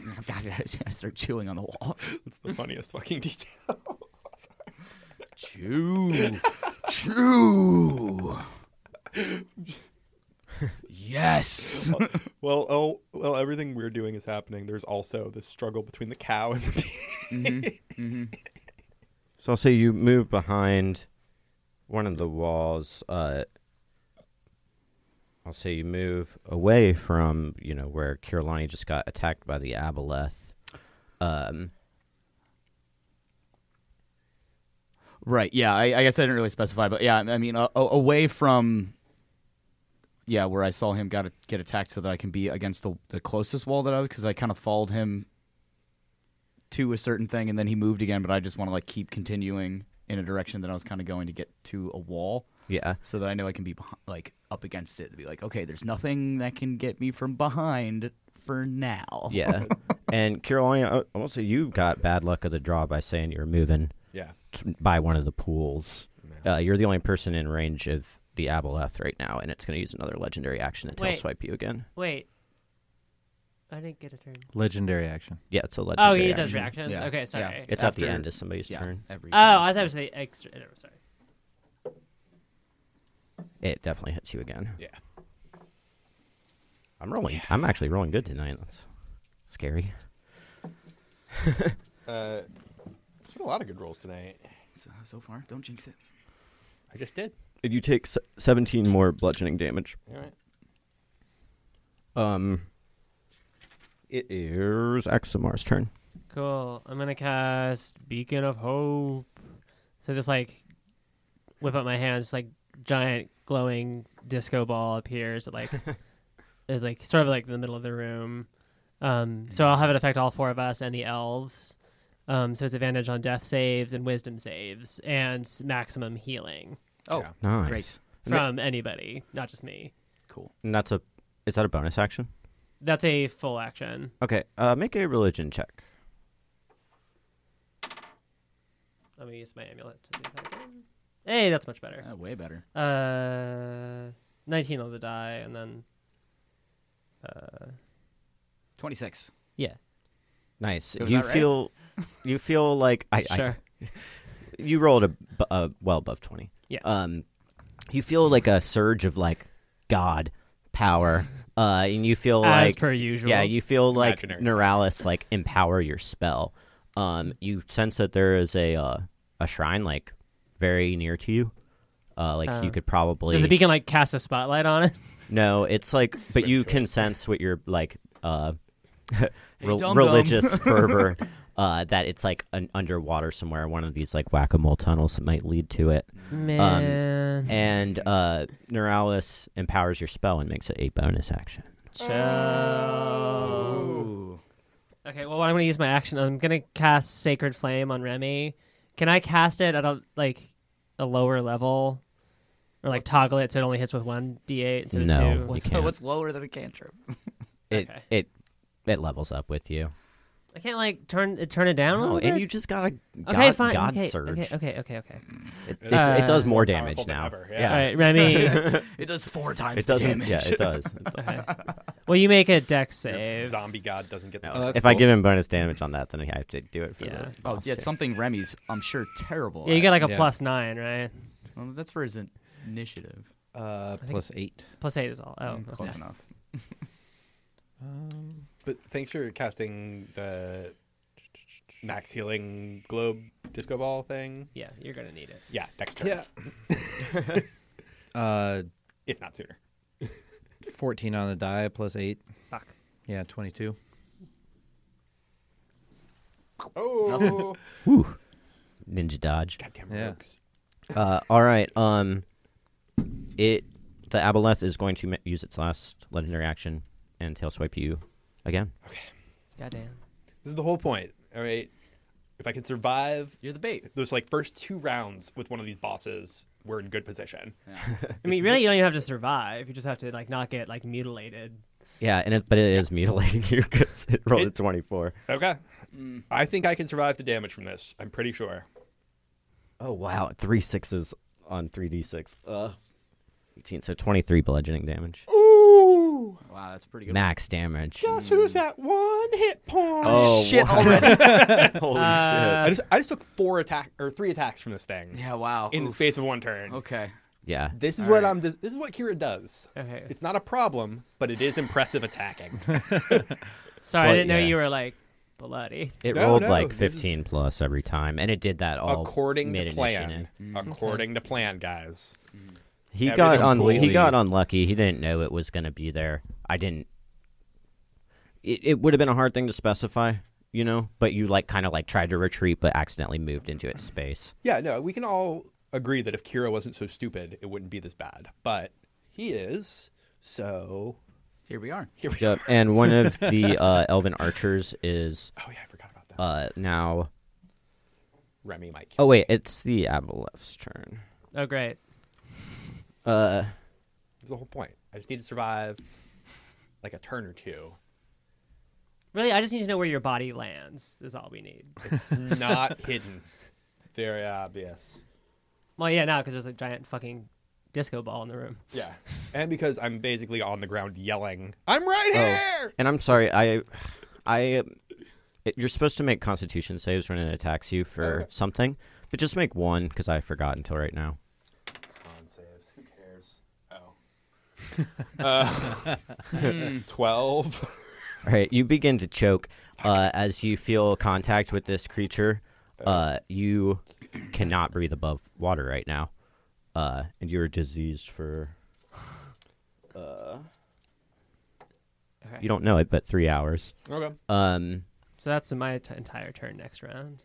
Speaker 2: I start chewing on the wall.
Speaker 4: That's the funniest fucking detail.
Speaker 2: Chew. Chew. yes.
Speaker 4: well, oh, well, everything we're doing is happening. There's also this struggle between the cow and the
Speaker 1: so I'll say you move behind one of the walls. Uh, I'll say you move away from you know where Kirlani just got attacked by the aboleth. Um,
Speaker 2: Right. Yeah. I, I guess I didn't really specify, but yeah. I mean, uh, away from. Yeah, where I saw him got get attacked, so that I can be against the the closest wall that I was, because I kind of followed him to a certain thing, and then he moved again. But I just want to like keep continuing in a direction that I was kind of going to get to a wall,
Speaker 1: yeah.
Speaker 2: so that I know I can be behi- like up against it to be like, okay, there's nothing that can get me from behind for now.
Speaker 1: Yeah. and Carolina, uh, also you got bad luck of the draw by saying you're moving
Speaker 4: yeah.
Speaker 1: t- by one of the pools. Uh, you're the only person in range of the Aboleth right now, and it's going to use another legendary action to tail
Speaker 3: Wait.
Speaker 1: swipe you again.
Speaker 3: Wait. I didn't get a turn.
Speaker 5: Legendary action.
Speaker 1: Yeah, it's a
Speaker 3: Oh,
Speaker 1: legendary.
Speaker 3: he does
Speaker 1: action.
Speaker 3: reactions?
Speaker 2: Yeah. Yeah.
Speaker 3: Okay, sorry.
Speaker 1: It's at the
Speaker 2: After-
Speaker 1: end of somebody's
Speaker 2: Yeah,
Speaker 1: turn.
Speaker 2: Every
Speaker 3: Oh, I thought it was the extra. no, Sorry.
Speaker 1: It definitely hits you again.
Speaker 4: Yeah.
Speaker 1: I'm rolling. I'm actually rolling good tonight. That's scary.
Speaker 4: Uh, there's been a lot of good rolls tonight.
Speaker 2: so, so far, don't jinx it.
Speaker 4: I just did.
Speaker 1: You take 17 more bludgeoning damage.
Speaker 4: All right.
Speaker 1: Um, it is Axomar's turn.
Speaker 3: Cool. I'm gonna cast Beacon of Hope. So just like whip up my hands, like giant glowing disco ball appears. It like is like sort of like in the middle of the room. Um, so I'll have it affect all four of us and the elves. Um, so it's advantage on death saves and wisdom saves and s- maximum healing
Speaker 2: Oh,
Speaker 4: Yeah.
Speaker 1: Nice.
Speaker 2: Great.
Speaker 1: And that-
Speaker 3: from anybody, not just me.
Speaker 2: cool.
Speaker 1: And that's a is that a bonus action?
Speaker 3: That's a full action.
Speaker 1: Okay, uh, make a religion check.
Speaker 3: Let me use my amulet to do that again. Hey, that's much better.
Speaker 2: Uh, way better.
Speaker 3: Uh, 19 on the die, and then
Speaker 2: Twenty six.
Speaker 3: yeah,
Speaker 1: Nice.
Speaker 2: Was
Speaker 1: You
Speaker 2: that right?
Speaker 1: feel you feel like I, I-
Speaker 3: sure.
Speaker 1: you rolled a, bu- uh well above 20.
Speaker 3: Yeah.
Speaker 1: Um you feel like a surge of like god power. Uh and you feel
Speaker 3: As
Speaker 1: like
Speaker 3: per usual.
Speaker 1: Yeah, you feel like
Speaker 4: Imaginary.
Speaker 1: Neuralis like empower your spell. Um you sense that there is a uh, a shrine like very near to you. Uh like you
Speaker 3: Uh,
Speaker 1: could probably
Speaker 3: Does the beacon like cast a spotlight on it?
Speaker 1: No, it's like, but you can sense with your like uh, re- religious fervor uh, that it's like an underwater somewhere, one of these like whack a mole tunnels that might lead to it.
Speaker 3: Mm-hmm. Man,
Speaker 1: Um, And uh, Neuralis empowers your spell and makes it a bonus action.
Speaker 3: okay. Well, I'm gonna use my action. I'm gonna cast Sacred Flame on Remy. Can I cast it at a like a lower level, or like toggle it so it only hits with one d8 instead
Speaker 1: No.
Speaker 3: of two?
Speaker 1: What?
Speaker 2: What's,
Speaker 1: can't.
Speaker 2: what's lower than a cantrip?
Speaker 1: It
Speaker 3: Okay.
Speaker 1: it it levels up with you.
Speaker 3: I can't like turn it turn it down a
Speaker 1: Oh,
Speaker 3: little
Speaker 1: and
Speaker 3: bit?
Speaker 1: you just got a god,
Speaker 3: okay, fine.
Speaker 1: god
Speaker 3: okay,
Speaker 1: surge.
Speaker 3: okay, okay, okay, okay.
Speaker 1: It, it,
Speaker 3: Uh,
Speaker 1: it does more
Speaker 4: More
Speaker 1: damage
Speaker 4: powerful than
Speaker 1: now.
Speaker 4: ever, yeah.
Speaker 3: All right, Remy.
Speaker 2: It does four times
Speaker 1: It doesn't.
Speaker 2: damage.
Speaker 1: Yeah, it does. It does.
Speaker 3: okay. Well, you make a deck save.
Speaker 4: Zombie god doesn't get the
Speaker 1: No,
Speaker 4: benefit.
Speaker 1: if I give him bonus damage on that, then I have to do it for
Speaker 3: Yeah.
Speaker 1: the.
Speaker 2: Oh,
Speaker 1: boss
Speaker 2: yeah,
Speaker 1: too.
Speaker 2: it's something Remy's, I'm sure, terrible.
Speaker 3: Yeah, you got like a
Speaker 5: Yeah.
Speaker 3: plus nine, right?
Speaker 2: at. Well, that's for his in- initiative.
Speaker 5: Uh, plus eight.
Speaker 3: Plus eight is all. Oh,
Speaker 2: Mm, close
Speaker 3: okay.
Speaker 2: enough.
Speaker 5: Um,
Speaker 4: But thanks for casting the max healing globe disco ball thing.
Speaker 3: Yeah, you're gonna need it.
Speaker 4: Yeah, next turn.
Speaker 5: yeah. uh,
Speaker 4: If not sooner.
Speaker 5: fourteen on the die plus eight.
Speaker 3: Fuck.
Speaker 5: Yeah, twenty-two.
Speaker 4: Oh,
Speaker 1: Whew. Ninja dodge.
Speaker 4: goddamn
Speaker 5: Yeah.
Speaker 4: rogues.
Speaker 1: Uh, all right. Um, it the aboleth is going to ma- use its last legendary action and tail swipe you again.
Speaker 3: Goddamn.
Speaker 4: This is the whole point. All right. If I can survive
Speaker 2: You're the bait.
Speaker 4: those like first two rounds with one of these bosses, we're in good position.
Speaker 3: I mean, really, you don't even have to survive. You just have to like not get like mutilated.
Speaker 1: Yeah, and it, but it is mutilating you because it rolled a
Speaker 4: It-
Speaker 1: 24.
Speaker 4: Okay.
Speaker 2: Mm.
Speaker 4: I think I can survive the damage from this. I'm pretty sure.
Speaker 1: Oh, wow. Three sixes on 3d6. Uh, 18, so 23 bludgeoning damage.
Speaker 4: Oh. Ooh.
Speaker 2: Wow, that's pretty good.
Speaker 1: Max damage.
Speaker 4: Guess who's at one hit point?
Speaker 1: Oh,
Speaker 2: Shit
Speaker 1: wow.
Speaker 2: already.
Speaker 1: Holy
Speaker 4: I
Speaker 3: Uh,
Speaker 4: just, I just took four attack or three attacks from this thing
Speaker 2: oh, yeah. Wow.
Speaker 4: in the
Speaker 2: Oof.
Speaker 4: space of one turn.
Speaker 2: Okay.
Speaker 1: Yeah.
Speaker 4: This is
Speaker 2: All
Speaker 4: what
Speaker 2: right.
Speaker 4: I'm. This is what Kira does.
Speaker 3: Okay.
Speaker 4: It's not a problem, but it is impressive attacking.
Speaker 3: Sorry, I
Speaker 1: Well,
Speaker 3: didn't know
Speaker 1: yeah.
Speaker 3: you were like bloody.
Speaker 1: It
Speaker 4: No,
Speaker 1: rolled
Speaker 4: no,
Speaker 1: like
Speaker 4: this is-
Speaker 1: 15 plus every time, and it did that all
Speaker 4: according to
Speaker 1: mid
Speaker 4: plan.
Speaker 2: Mm-hmm.
Speaker 4: According to plan, guys.
Speaker 1: He
Speaker 4: Yeah,
Speaker 1: got
Speaker 4: everything's
Speaker 1: un- he
Speaker 5: completely-
Speaker 1: got unlucky. He didn't know it was going to be there. I didn't. It, it would have been a hard thing to specify, you know. But you like kind of like tried to retreat, but accidentally moved into its space.
Speaker 4: Yeah, no, we can all agree that if Kira wasn't so stupid, it wouldn't be this bad. But he is. So
Speaker 2: Here we are.
Speaker 4: here we go.
Speaker 1: Yep. And one of the uh, elven archers is
Speaker 4: Oh yeah, I forgot about that.
Speaker 1: uh, now.
Speaker 4: Remy might kill.
Speaker 1: Oh wait, it's the Aboleth's turn.
Speaker 3: Oh great.
Speaker 1: Uh,
Speaker 4: That's the whole point. I just need to survive like a turn or two.
Speaker 3: Really, I just need to know where your body lands is all we need.
Speaker 4: It's not hidden. It's very obvious.
Speaker 3: Well, yeah, now because there's a giant fucking disco ball in the room.
Speaker 4: Yeah, and because I'm basically on the ground yelling, "I'm right
Speaker 1: Oh.
Speaker 4: here!"
Speaker 1: and I'm sorry, I, I, um, it, you're supposed to make Constitution saves when it attacks you for
Speaker 4: Okay.
Speaker 1: something, but just make one because I forgot until right now.
Speaker 4: Con saves. Who cares? Oh. uh, Twelve.
Speaker 1: All right, you begin to choke uh, as you feel contact with this creature. Uh, you cannot breathe above water right now, uh, and you're diseased for. Uh, you don't know it, but three hours.
Speaker 4: Okay.
Speaker 1: Um,
Speaker 3: So that's my t- entire turn next round.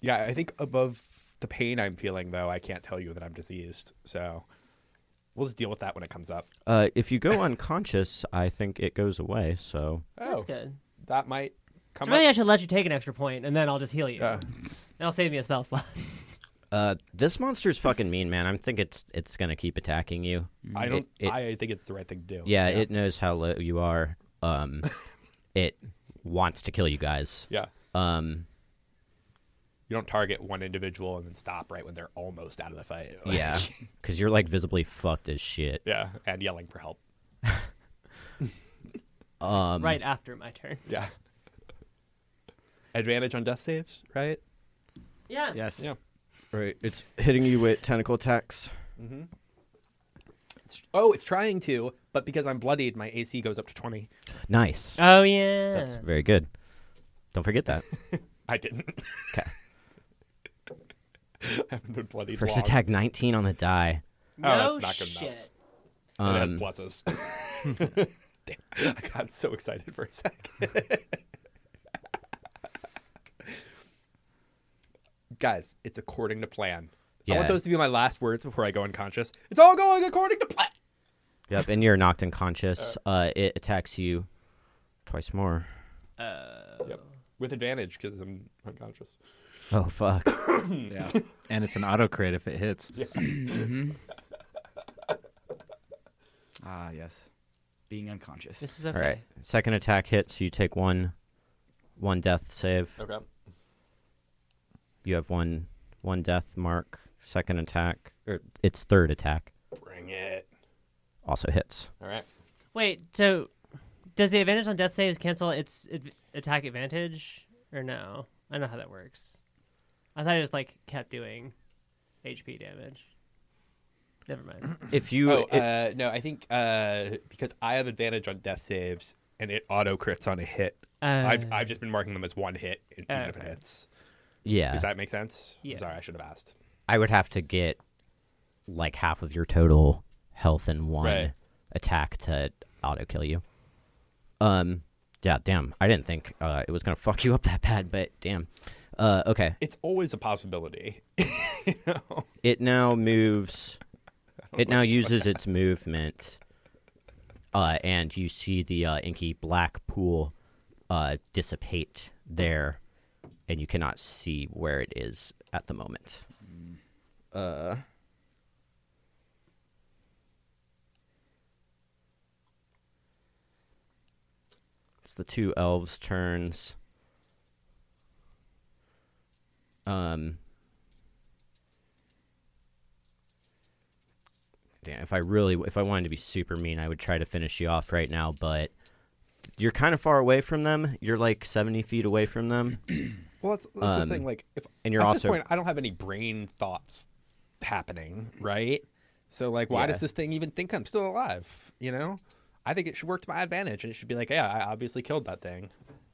Speaker 4: Yeah, I think above the pain I'm feeling though, I can't tell you that I'm diseased. So we'll just deal with that when it comes up.
Speaker 1: uh, if you go unconscious, I think it goes away. So
Speaker 3: That's good.
Speaker 4: Oh, that might
Speaker 3: So
Speaker 4: come
Speaker 3: really, I
Speaker 4: up. Uh,
Speaker 3: should let you take an extra point, and then I'll just heal you.
Speaker 4: Yeah.
Speaker 3: And I'll save me a spell slot.
Speaker 1: uh, this monster's fucking mean, man. I think it's it's gonna keep attacking you.
Speaker 4: I don't.
Speaker 1: it-
Speaker 4: I think it's the right thing to do.
Speaker 1: Yeah, it knows how low you are. Um, it wants to kill you guys.
Speaker 4: Yeah.
Speaker 1: Um,
Speaker 4: You don't target one individual and then stop right when they're almost out of the fight.
Speaker 1: Yeah, because you're like visibly fucked as shit.
Speaker 4: yeah. And yelling for help.
Speaker 1: Um,
Speaker 3: right after my turn.
Speaker 4: Yeah. Advantage on death saves, right?
Speaker 3: Yeah.
Speaker 2: Yes.
Speaker 4: Yeah.
Speaker 1: Right, it's hitting you with tentacle attacks.
Speaker 4: It's, oh, it's trying to, but because I'm bloodied, my AC goes up to 20.
Speaker 1: Nice.
Speaker 3: Oh yeah.
Speaker 1: That's very good. Don't forget that.
Speaker 4: I didn't.
Speaker 1: Okay.
Speaker 4: I haven't been bloodied
Speaker 1: First
Speaker 4: long.
Speaker 1: attack, 19 on the die.
Speaker 4: Oh, that's
Speaker 3: No
Speaker 4: not good enough.
Speaker 3: shit.
Speaker 1: Um,
Speaker 4: it has pluses. Damn, I got so excited for a second. Guys, it's according to plan. I
Speaker 1: Yeah.
Speaker 4: want those to be my last words before I go unconscious. It's all going according to plan.
Speaker 1: Yep, and you're knocked unconscious. Uh, it attacks you twice more.
Speaker 4: Yep. With advantage because I'm unconscious.
Speaker 1: Oh fuck.
Speaker 5: Yeah. and it's an auto crit if it hits.
Speaker 2: Ah, yes. Being unconscious.
Speaker 3: This is okay.
Speaker 1: All right. Second attack hits. You take one, one death save.
Speaker 4: Okay.
Speaker 1: You have one, one death mark. Second attack, or its third attack
Speaker 4: Bring it.
Speaker 1: also hits.
Speaker 4: All right.
Speaker 3: Wait. So, does the advantage on death saves cancel its ad- attack advantage, or no? I don't know how that works. I thought it just like kept doing HP damage. Never mind.
Speaker 1: If you,
Speaker 4: Oh,
Speaker 1: it-
Speaker 4: uh, no, I think uh, because I have advantage on death saves and it auto crits on a hit. I've,
Speaker 3: Uh.
Speaker 4: I've just been marking them as one hit, even if it
Speaker 3: Okay.
Speaker 4: hits.
Speaker 1: yeah.
Speaker 4: Does that make sense? I'm
Speaker 3: Yeah.
Speaker 4: sorry, I should have asked.
Speaker 1: I would have to get like half of your total health in one
Speaker 4: Right.
Speaker 1: attack to auto kill you. Um, yeah, damn. I didn't think uh, it was gonna fuck you up that bad, but damn. Uh, okay.
Speaker 4: It's always a possibility.
Speaker 1: It now moves. It now uses its movement. Uh, and you see the uh, inky black pool uh, dissipate there, and you cannot see where it is at the moment. the two elves' turns. Um. Damn, if I really, if I wanted to be super mean, I would try to finish you off right now, but you're kind of far away from them. You're like 70 feet away from them.
Speaker 4: Well, that's, that's
Speaker 1: Um,
Speaker 4: the thing. Like, if
Speaker 1: and you're
Speaker 4: at
Speaker 1: also-
Speaker 4: this point, I don't have any brain thoughts happening, right? So, like, why
Speaker 1: Yeah.
Speaker 4: does this thing even think I'm still alive? You know, I think it should work to my advantage, and it should be like, yeah, I obviously killed that thing.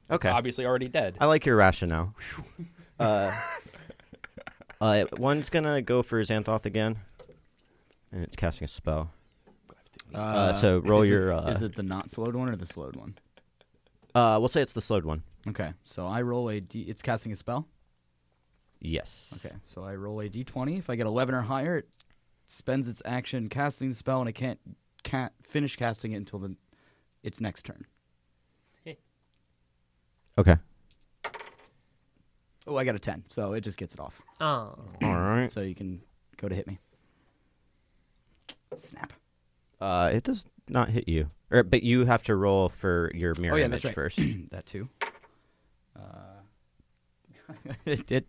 Speaker 1: Okay. Oh.
Speaker 4: obviously already dead.
Speaker 1: I like your rationale. Uh, uh, one's gonna go for Xanthoth again, and it's casting a spell. Uh, so roll
Speaker 2: is
Speaker 1: your.
Speaker 2: It,
Speaker 1: uh,
Speaker 2: is it the not slowed one or the slowed one?
Speaker 1: uh, we'll say it's the slowed one.
Speaker 2: Okay, so I roll a. D, it's casting a spell.
Speaker 1: Yes.
Speaker 2: Okay, so I roll a d20. If I get 11 or higher, it spends its action casting the spell, and it can't can't finish casting it until the its next turn.
Speaker 1: Okay.
Speaker 2: Oh, I got a 10, so it just gets it off.
Speaker 3: Oh,
Speaker 1: All right.
Speaker 2: So you can go to hit me. Snap.
Speaker 1: Uh, it does not hit you, or, but you have to roll for your mirror
Speaker 2: Oh, yeah,
Speaker 1: image
Speaker 2: that's right.
Speaker 1: first.
Speaker 2: that too. Uh, it did.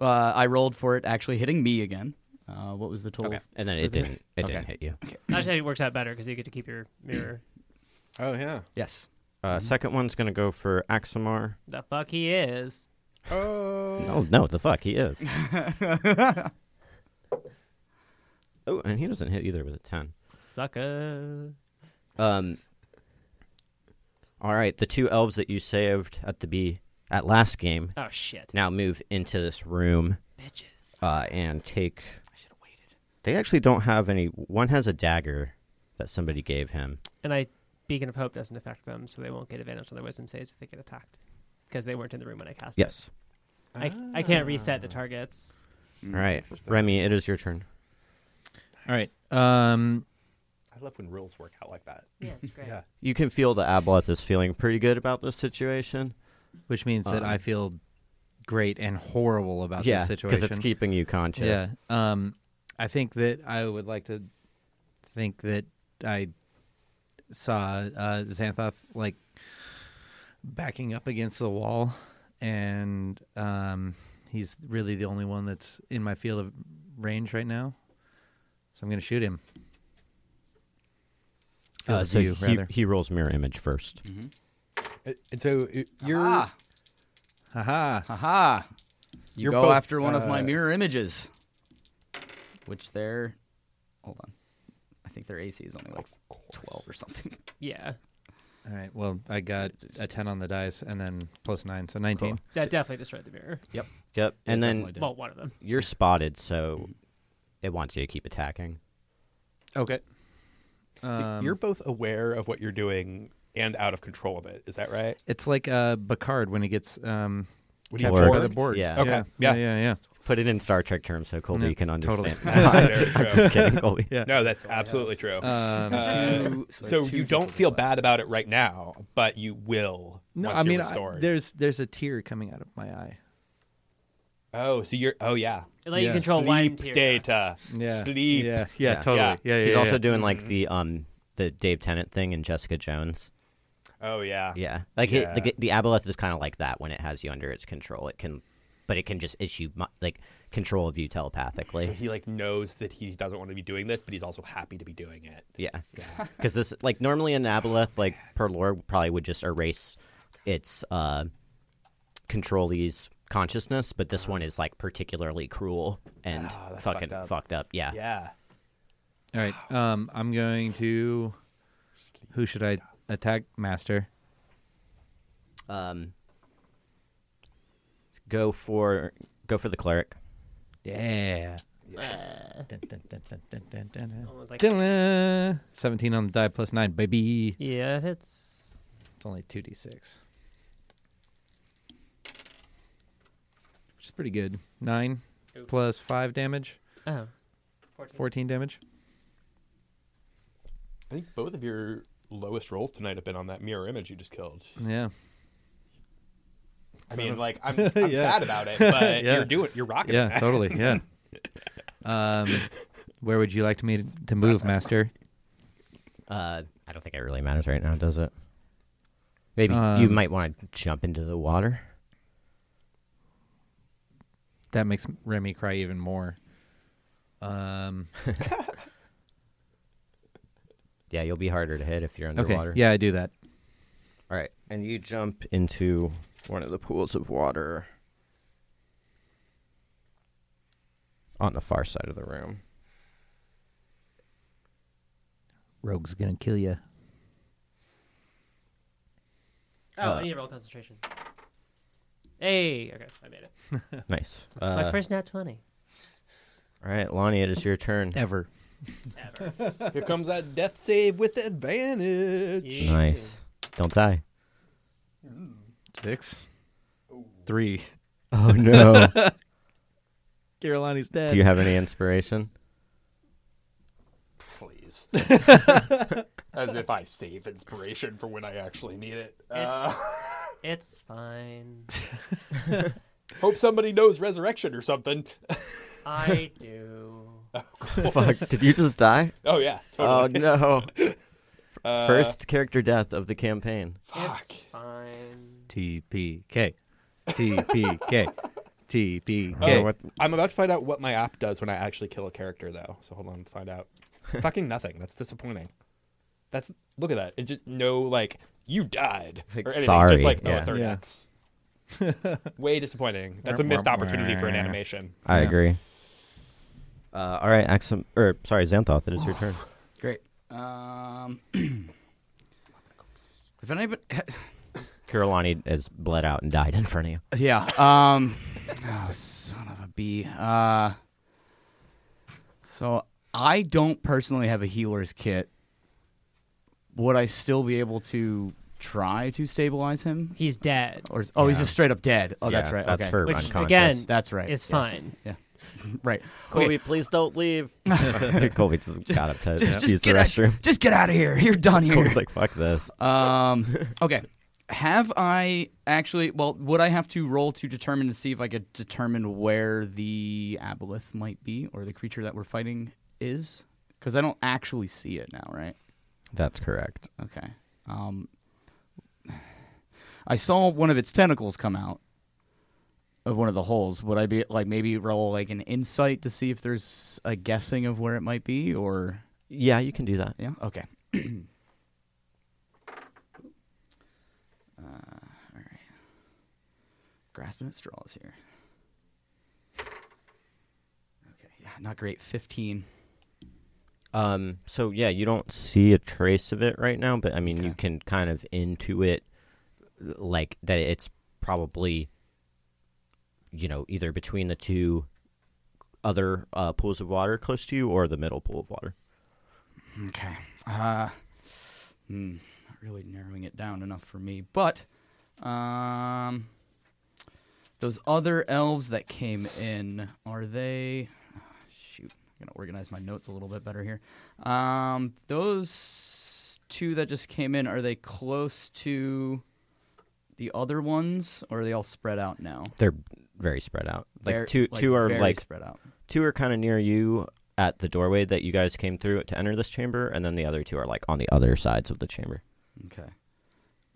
Speaker 2: Uh, I rolled for it actually hitting me again. Uh, what was the total?
Speaker 1: Okay. And then it didn't. It didn't
Speaker 2: Okay.
Speaker 1: hit you.
Speaker 3: actually, it works out better because you get to keep your mirror.
Speaker 4: Oh yeah.
Speaker 2: Yes.
Speaker 1: Uh, second one's gonna go for Axamar.
Speaker 3: the fuck he is.
Speaker 4: Oh.
Speaker 1: Oh no, the fuck he is. oh, and he doesn't hit either with a ten.
Speaker 3: Sucker.
Speaker 1: Um. All right, the two elves that you saved at the be at last game
Speaker 3: Oh shit.
Speaker 1: now move into this room
Speaker 3: Bitches.
Speaker 1: uh, and take.
Speaker 2: I should have waited.
Speaker 1: They actually don't have any. One has a dagger that somebody gave him.
Speaker 3: And I beacon of hope doesn't affect them, so they won't get advantage on their wisdom saves if they get attacked because they weren't in the room when I cast it.
Speaker 1: Yes.
Speaker 3: I I can't reset the targets.
Speaker 1: All right,
Speaker 2: Mm,
Speaker 1: Remy, it is your turn.
Speaker 5: All right. Um,
Speaker 4: I love when rules work out like that.
Speaker 3: Yeah, it's great.
Speaker 4: Yeah.
Speaker 1: You can feel that Aboleth is feeling pretty good about this situation.
Speaker 5: which means that I feel great and horrible about
Speaker 1: Um, yeah,
Speaker 5: this situation.
Speaker 1: it's keeping you conscious.
Speaker 5: yeah. Um, I think that I would like to think that I saw uh, Xanthoth like backing up against the wall, and um, he's really the only one that's in my field of range right now. So I'm going to shoot him. Field
Speaker 1: Uh,
Speaker 5: of
Speaker 1: so
Speaker 5: view,
Speaker 1: he,
Speaker 5: rather.
Speaker 1: he rolls mirror image first.
Speaker 4: And- And so uh, you're
Speaker 2: Ah,
Speaker 5: Haha.
Speaker 2: haha. You
Speaker 4: You're
Speaker 2: go
Speaker 4: both,
Speaker 2: after one of my
Speaker 4: uh,
Speaker 2: mirror images, which they're. Hold on. I think their AC is only like 12 or something.
Speaker 3: Yeah,
Speaker 5: All right. Well, I got a 10 on the dice and then plus 9, so 19.
Speaker 3: that definitely destroyed the mirror.
Speaker 1: Yep. And
Speaker 2: Yeah,
Speaker 1: then
Speaker 2: definitely did.
Speaker 3: Well, one of them.
Speaker 1: you're spotted, so it wants you to keep attacking.
Speaker 5: Okay.
Speaker 4: so
Speaker 5: Um,
Speaker 4: you're both aware of what you're doing and out of control of it. Is that right?
Speaker 5: It's like uh, Bacard when he gets um,
Speaker 4: When
Speaker 5: captured
Speaker 1: Borg.
Speaker 5: by the Borg.
Speaker 1: Yeah.
Speaker 4: Okay. Yeah.
Speaker 5: Yeah. Yeah. Yeah.
Speaker 1: Put it in Star Trek terms so Colby
Speaker 5: Yeah,
Speaker 1: can
Speaker 5: totally.
Speaker 1: understand.
Speaker 4: That's
Speaker 1: I'm
Speaker 4: very true.
Speaker 1: just kidding, Colby.
Speaker 5: Yeah.
Speaker 4: No, that's absolutely true.
Speaker 5: Um,
Speaker 4: Uh, so you don't feel bad about it right now, but you will.
Speaker 5: no,
Speaker 4: once
Speaker 5: I
Speaker 4: you're
Speaker 5: mean, I-
Speaker 4: restored.
Speaker 5: there's there's a tear coming out of my eye.
Speaker 4: Oh, so you're. Oh, yeah.
Speaker 3: It let you
Speaker 5: Yeah.
Speaker 3: control one
Speaker 4: Sleep
Speaker 3: tier.
Speaker 4: data.
Speaker 5: Yeah.
Speaker 4: Sleep.
Speaker 5: Yeah. Yeah.
Speaker 1: Yeah.
Speaker 5: Totally. Yeah.
Speaker 4: Yeah.
Speaker 5: Yeah.
Speaker 1: He's
Speaker 5: yeah,
Speaker 1: also
Speaker 5: yeah.
Speaker 1: doing like the um the Dave Tennant thing and Jessica Jones.
Speaker 4: Oh, yeah.
Speaker 1: Yeah. Like it-
Speaker 4: Yeah.
Speaker 1: the the Aboleth is kind of like that when it has you under its control. It can but it can just issue mu- like control of you telepathically.
Speaker 4: So he like knows that he doesn't want to be doing this, but he's also happy to be doing it.
Speaker 1: Yeah. Because this, like, normally an aboleth, like, per lore, probably would just erase its uh, controllee's consciousness, but this one is, like, particularly cruel and
Speaker 4: Ah, that's
Speaker 1: fucking
Speaker 4: fucked up.
Speaker 1: Yeah.
Speaker 4: Yeah.
Speaker 5: All right. Um, I'm going to. Who should I attack? Master.
Speaker 1: Um, go for go for the cleric.
Speaker 5: Yeah.
Speaker 3: Uh,
Speaker 5: Dun, dun, dun, dun, dun, dun, dun, dun.
Speaker 3: almost like-
Speaker 5: Dun-la. 17 on the die plus 9, baby.
Speaker 3: yeah, it hits.
Speaker 5: It's only 2d6. Which is pretty good. 9
Speaker 3: Oops.
Speaker 5: plus 5 damage,
Speaker 3: Oh,
Speaker 5: 14 damage.
Speaker 4: I think both of your lowest rolls tonight have been on that mirror image you just killed.
Speaker 5: Yeah.
Speaker 4: I
Speaker 5: Son
Speaker 4: mean,
Speaker 5: of-
Speaker 4: like I'm, I'm
Speaker 5: Yeah.
Speaker 4: sad about it, but
Speaker 5: Yeah.
Speaker 4: you're doing, you're rocking.
Speaker 5: Yeah,
Speaker 4: that.
Speaker 5: totally. Yeah. um, where would you like me to, to move, Master?
Speaker 1: Uh, I don't think it really matters right now, does it? Maybe you
Speaker 5: Um,
Speaker 1: might want to jump into the water.
Speaker 5: That makes Remy cry even more. Um,
Speaker 1: Yeah, you'll be harder to hit if you're
Speaker 5: okay.
Speaker 1: underwater.
Speaker 5: Yeah, I do that.
Speaker 1: All right. And you jump into one of the pools of water on the far side of the room.
Speaker 5: Rogue's gonna kill you.
Speaker 3: Oh, I need to roll concentration. Hey, okay, I made it.
Speaker 1: Nice.
Speaker 3: My
Speaker 1: Uh,
Speaker 3: first nat twenty.
Speaker 1: all right, Lonnie, it is your turn.
Speaker 5: Ever.
Speaker 3: Ever.
Speaker 4: Here comes that death save with advantage.
Speaker 3: Yeah.
Speaker 1: Nice. Don't die.
Speaker 5: Six. Three.
Speaker 1: Oh no.
Speaker 5: Carolini's dead.
Speaker 1: Do you have any inspiration?
Speaker 4: Please. As if I save inspiration for when I actually need it. Uh,
Speaker 3: It's fine.
Speaker 4: hope somebody knows resurrection or something.
Speaker 3: I do.
Speaker 1: Fuck. Did you just die?
Speaker 4: Oh yeah.
Speaker 1: Oh
Speaker 4: Totally.
Speaker 1: no.
Speaker 4: Uh,
Speaker 1: First character death of the campaign.
Speaker 4: Fuck.
Speaker 3: It's fine.
Speaker 5: TPK. TPK. TPK.
Speaker 4: Oh, I'm about to find out what my app does when I actually kill a character, though. So hold on, let's find out. Fucking nothing. That's disappointing. That's look at that. It just no like you died
Speaker 1: Like,
Speaker 4: or anything.
Speaker 1: sorry,
Speaker 4: Just like
Speaker 1: yeah.
Speaker 4: oh, third
Speaker 5: Yeah.
Speaker 4: X. Way disappointing. That's a missed opportunity for an animation.
Speaker 1: I
Speaker 5: Yeah.
Speaker 1: agree. Uh, all right, Axum, or sorry, Xanthoth, it is your turn.
Speaker 2: Great. Um, if anybody,
Speaker 1: Kirillani has bled out and died in front of you.
Speaker 2: yeah. Um, oh, son of a bee. Uh, so I don't personally have a healer's kit. Would I still be able to try to stabilize him?
Speaker 3: He's dead,
Speaker 2: Or is, oh, he's
Speaker 1: Yeah.
Speaker 2: just straight up dead. Oh, that's
Speaker 1: Yeah,
Speaker 2: right.
Speaker 1: That's
Speaker 2: okay.
Speaker 1: for
Speaker 3: which
Speaker 1: unconscious.
Speaker 3: again
Speaker 2: That's right.
Speaker 3: is
Speaker 2: yes.
Speaker 3: fine.
Speaker 2: Yeah. right.
Speaker 1: Colby, please don't leave. Colby just got up to use the
Speaker 2: get
Speaker 1: restroom.
Speaker 2: Out, just get out of here. You're done here.
Speaker 1: Colby's like, "Fuck this."
Speaker 2: Um, okay. Have I actually? Well, would I have to roll to determine to see if I could determine where the aboleth might be or the creature that we're fighting is? Because I don't actually see it now, right?
Speaker 1: That's correct.
Speaker 2: Okay. Um, I saw one of its tentacles come out of one of the holes. Would I be like maybe roll like an insight to see if there's a guessing of where it might be, or
Speaker 1: Yeah, you can do that.
Speaker 2: yeah? Okay. uh, all right. Grasping at straws here. Okay. Yeah, not great. Fifteen.
Speaker 1: Um, so yeah, you don't see a trace of it right now, but I mean, you
Speaker 2: Okay.
Speaker 1: can kind of intuit, like that it's probably, you know, either between the two other uh, pools of water close to you or the middle pool of water.
Speaker 2: Okay. Uh, hmm, not really narrowing it down enough for me, but um, those other elves that came in are they? ah, shoot, I'm gonna organize my notes a little bit better here. Um, those two that just came in are they close to the other ones, or are they all spread out now?
Speaker 1: They're very spread out. Like
Speaker 2: Ver-
Speaker 1: two, two are
Speaker 2: very
Speaker 1: like
Speaker 2: spread out.
Speaker 1: two are kind of near you at the doorway that you guys came through to enter this chamber, and then the other two are like on the other sides of the chamber.
Speaker 2: Okay.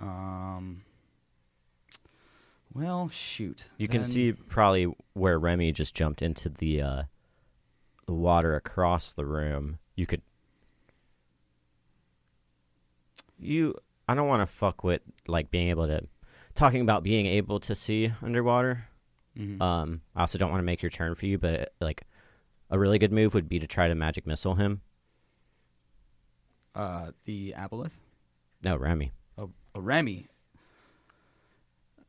Speaker 2: Um. Well, shoot.
Speaker 1: You can
Speaker 2: then-
Speaker 1: see probably where Remy just jumped into the uh, the water across the room. You could. You, I don't want to fuck with like being able to, talking about being able to see underwater.
Speaker 2: Mhm.
Speaker 1: Um, I also don't want to make your turn for you, but like, a really good move would be to try to magic missile him.
Speaker 2: Uh, the aboleth.
Speaker 1: No, Remy.
Speaker 2: A, a Oh, Remy.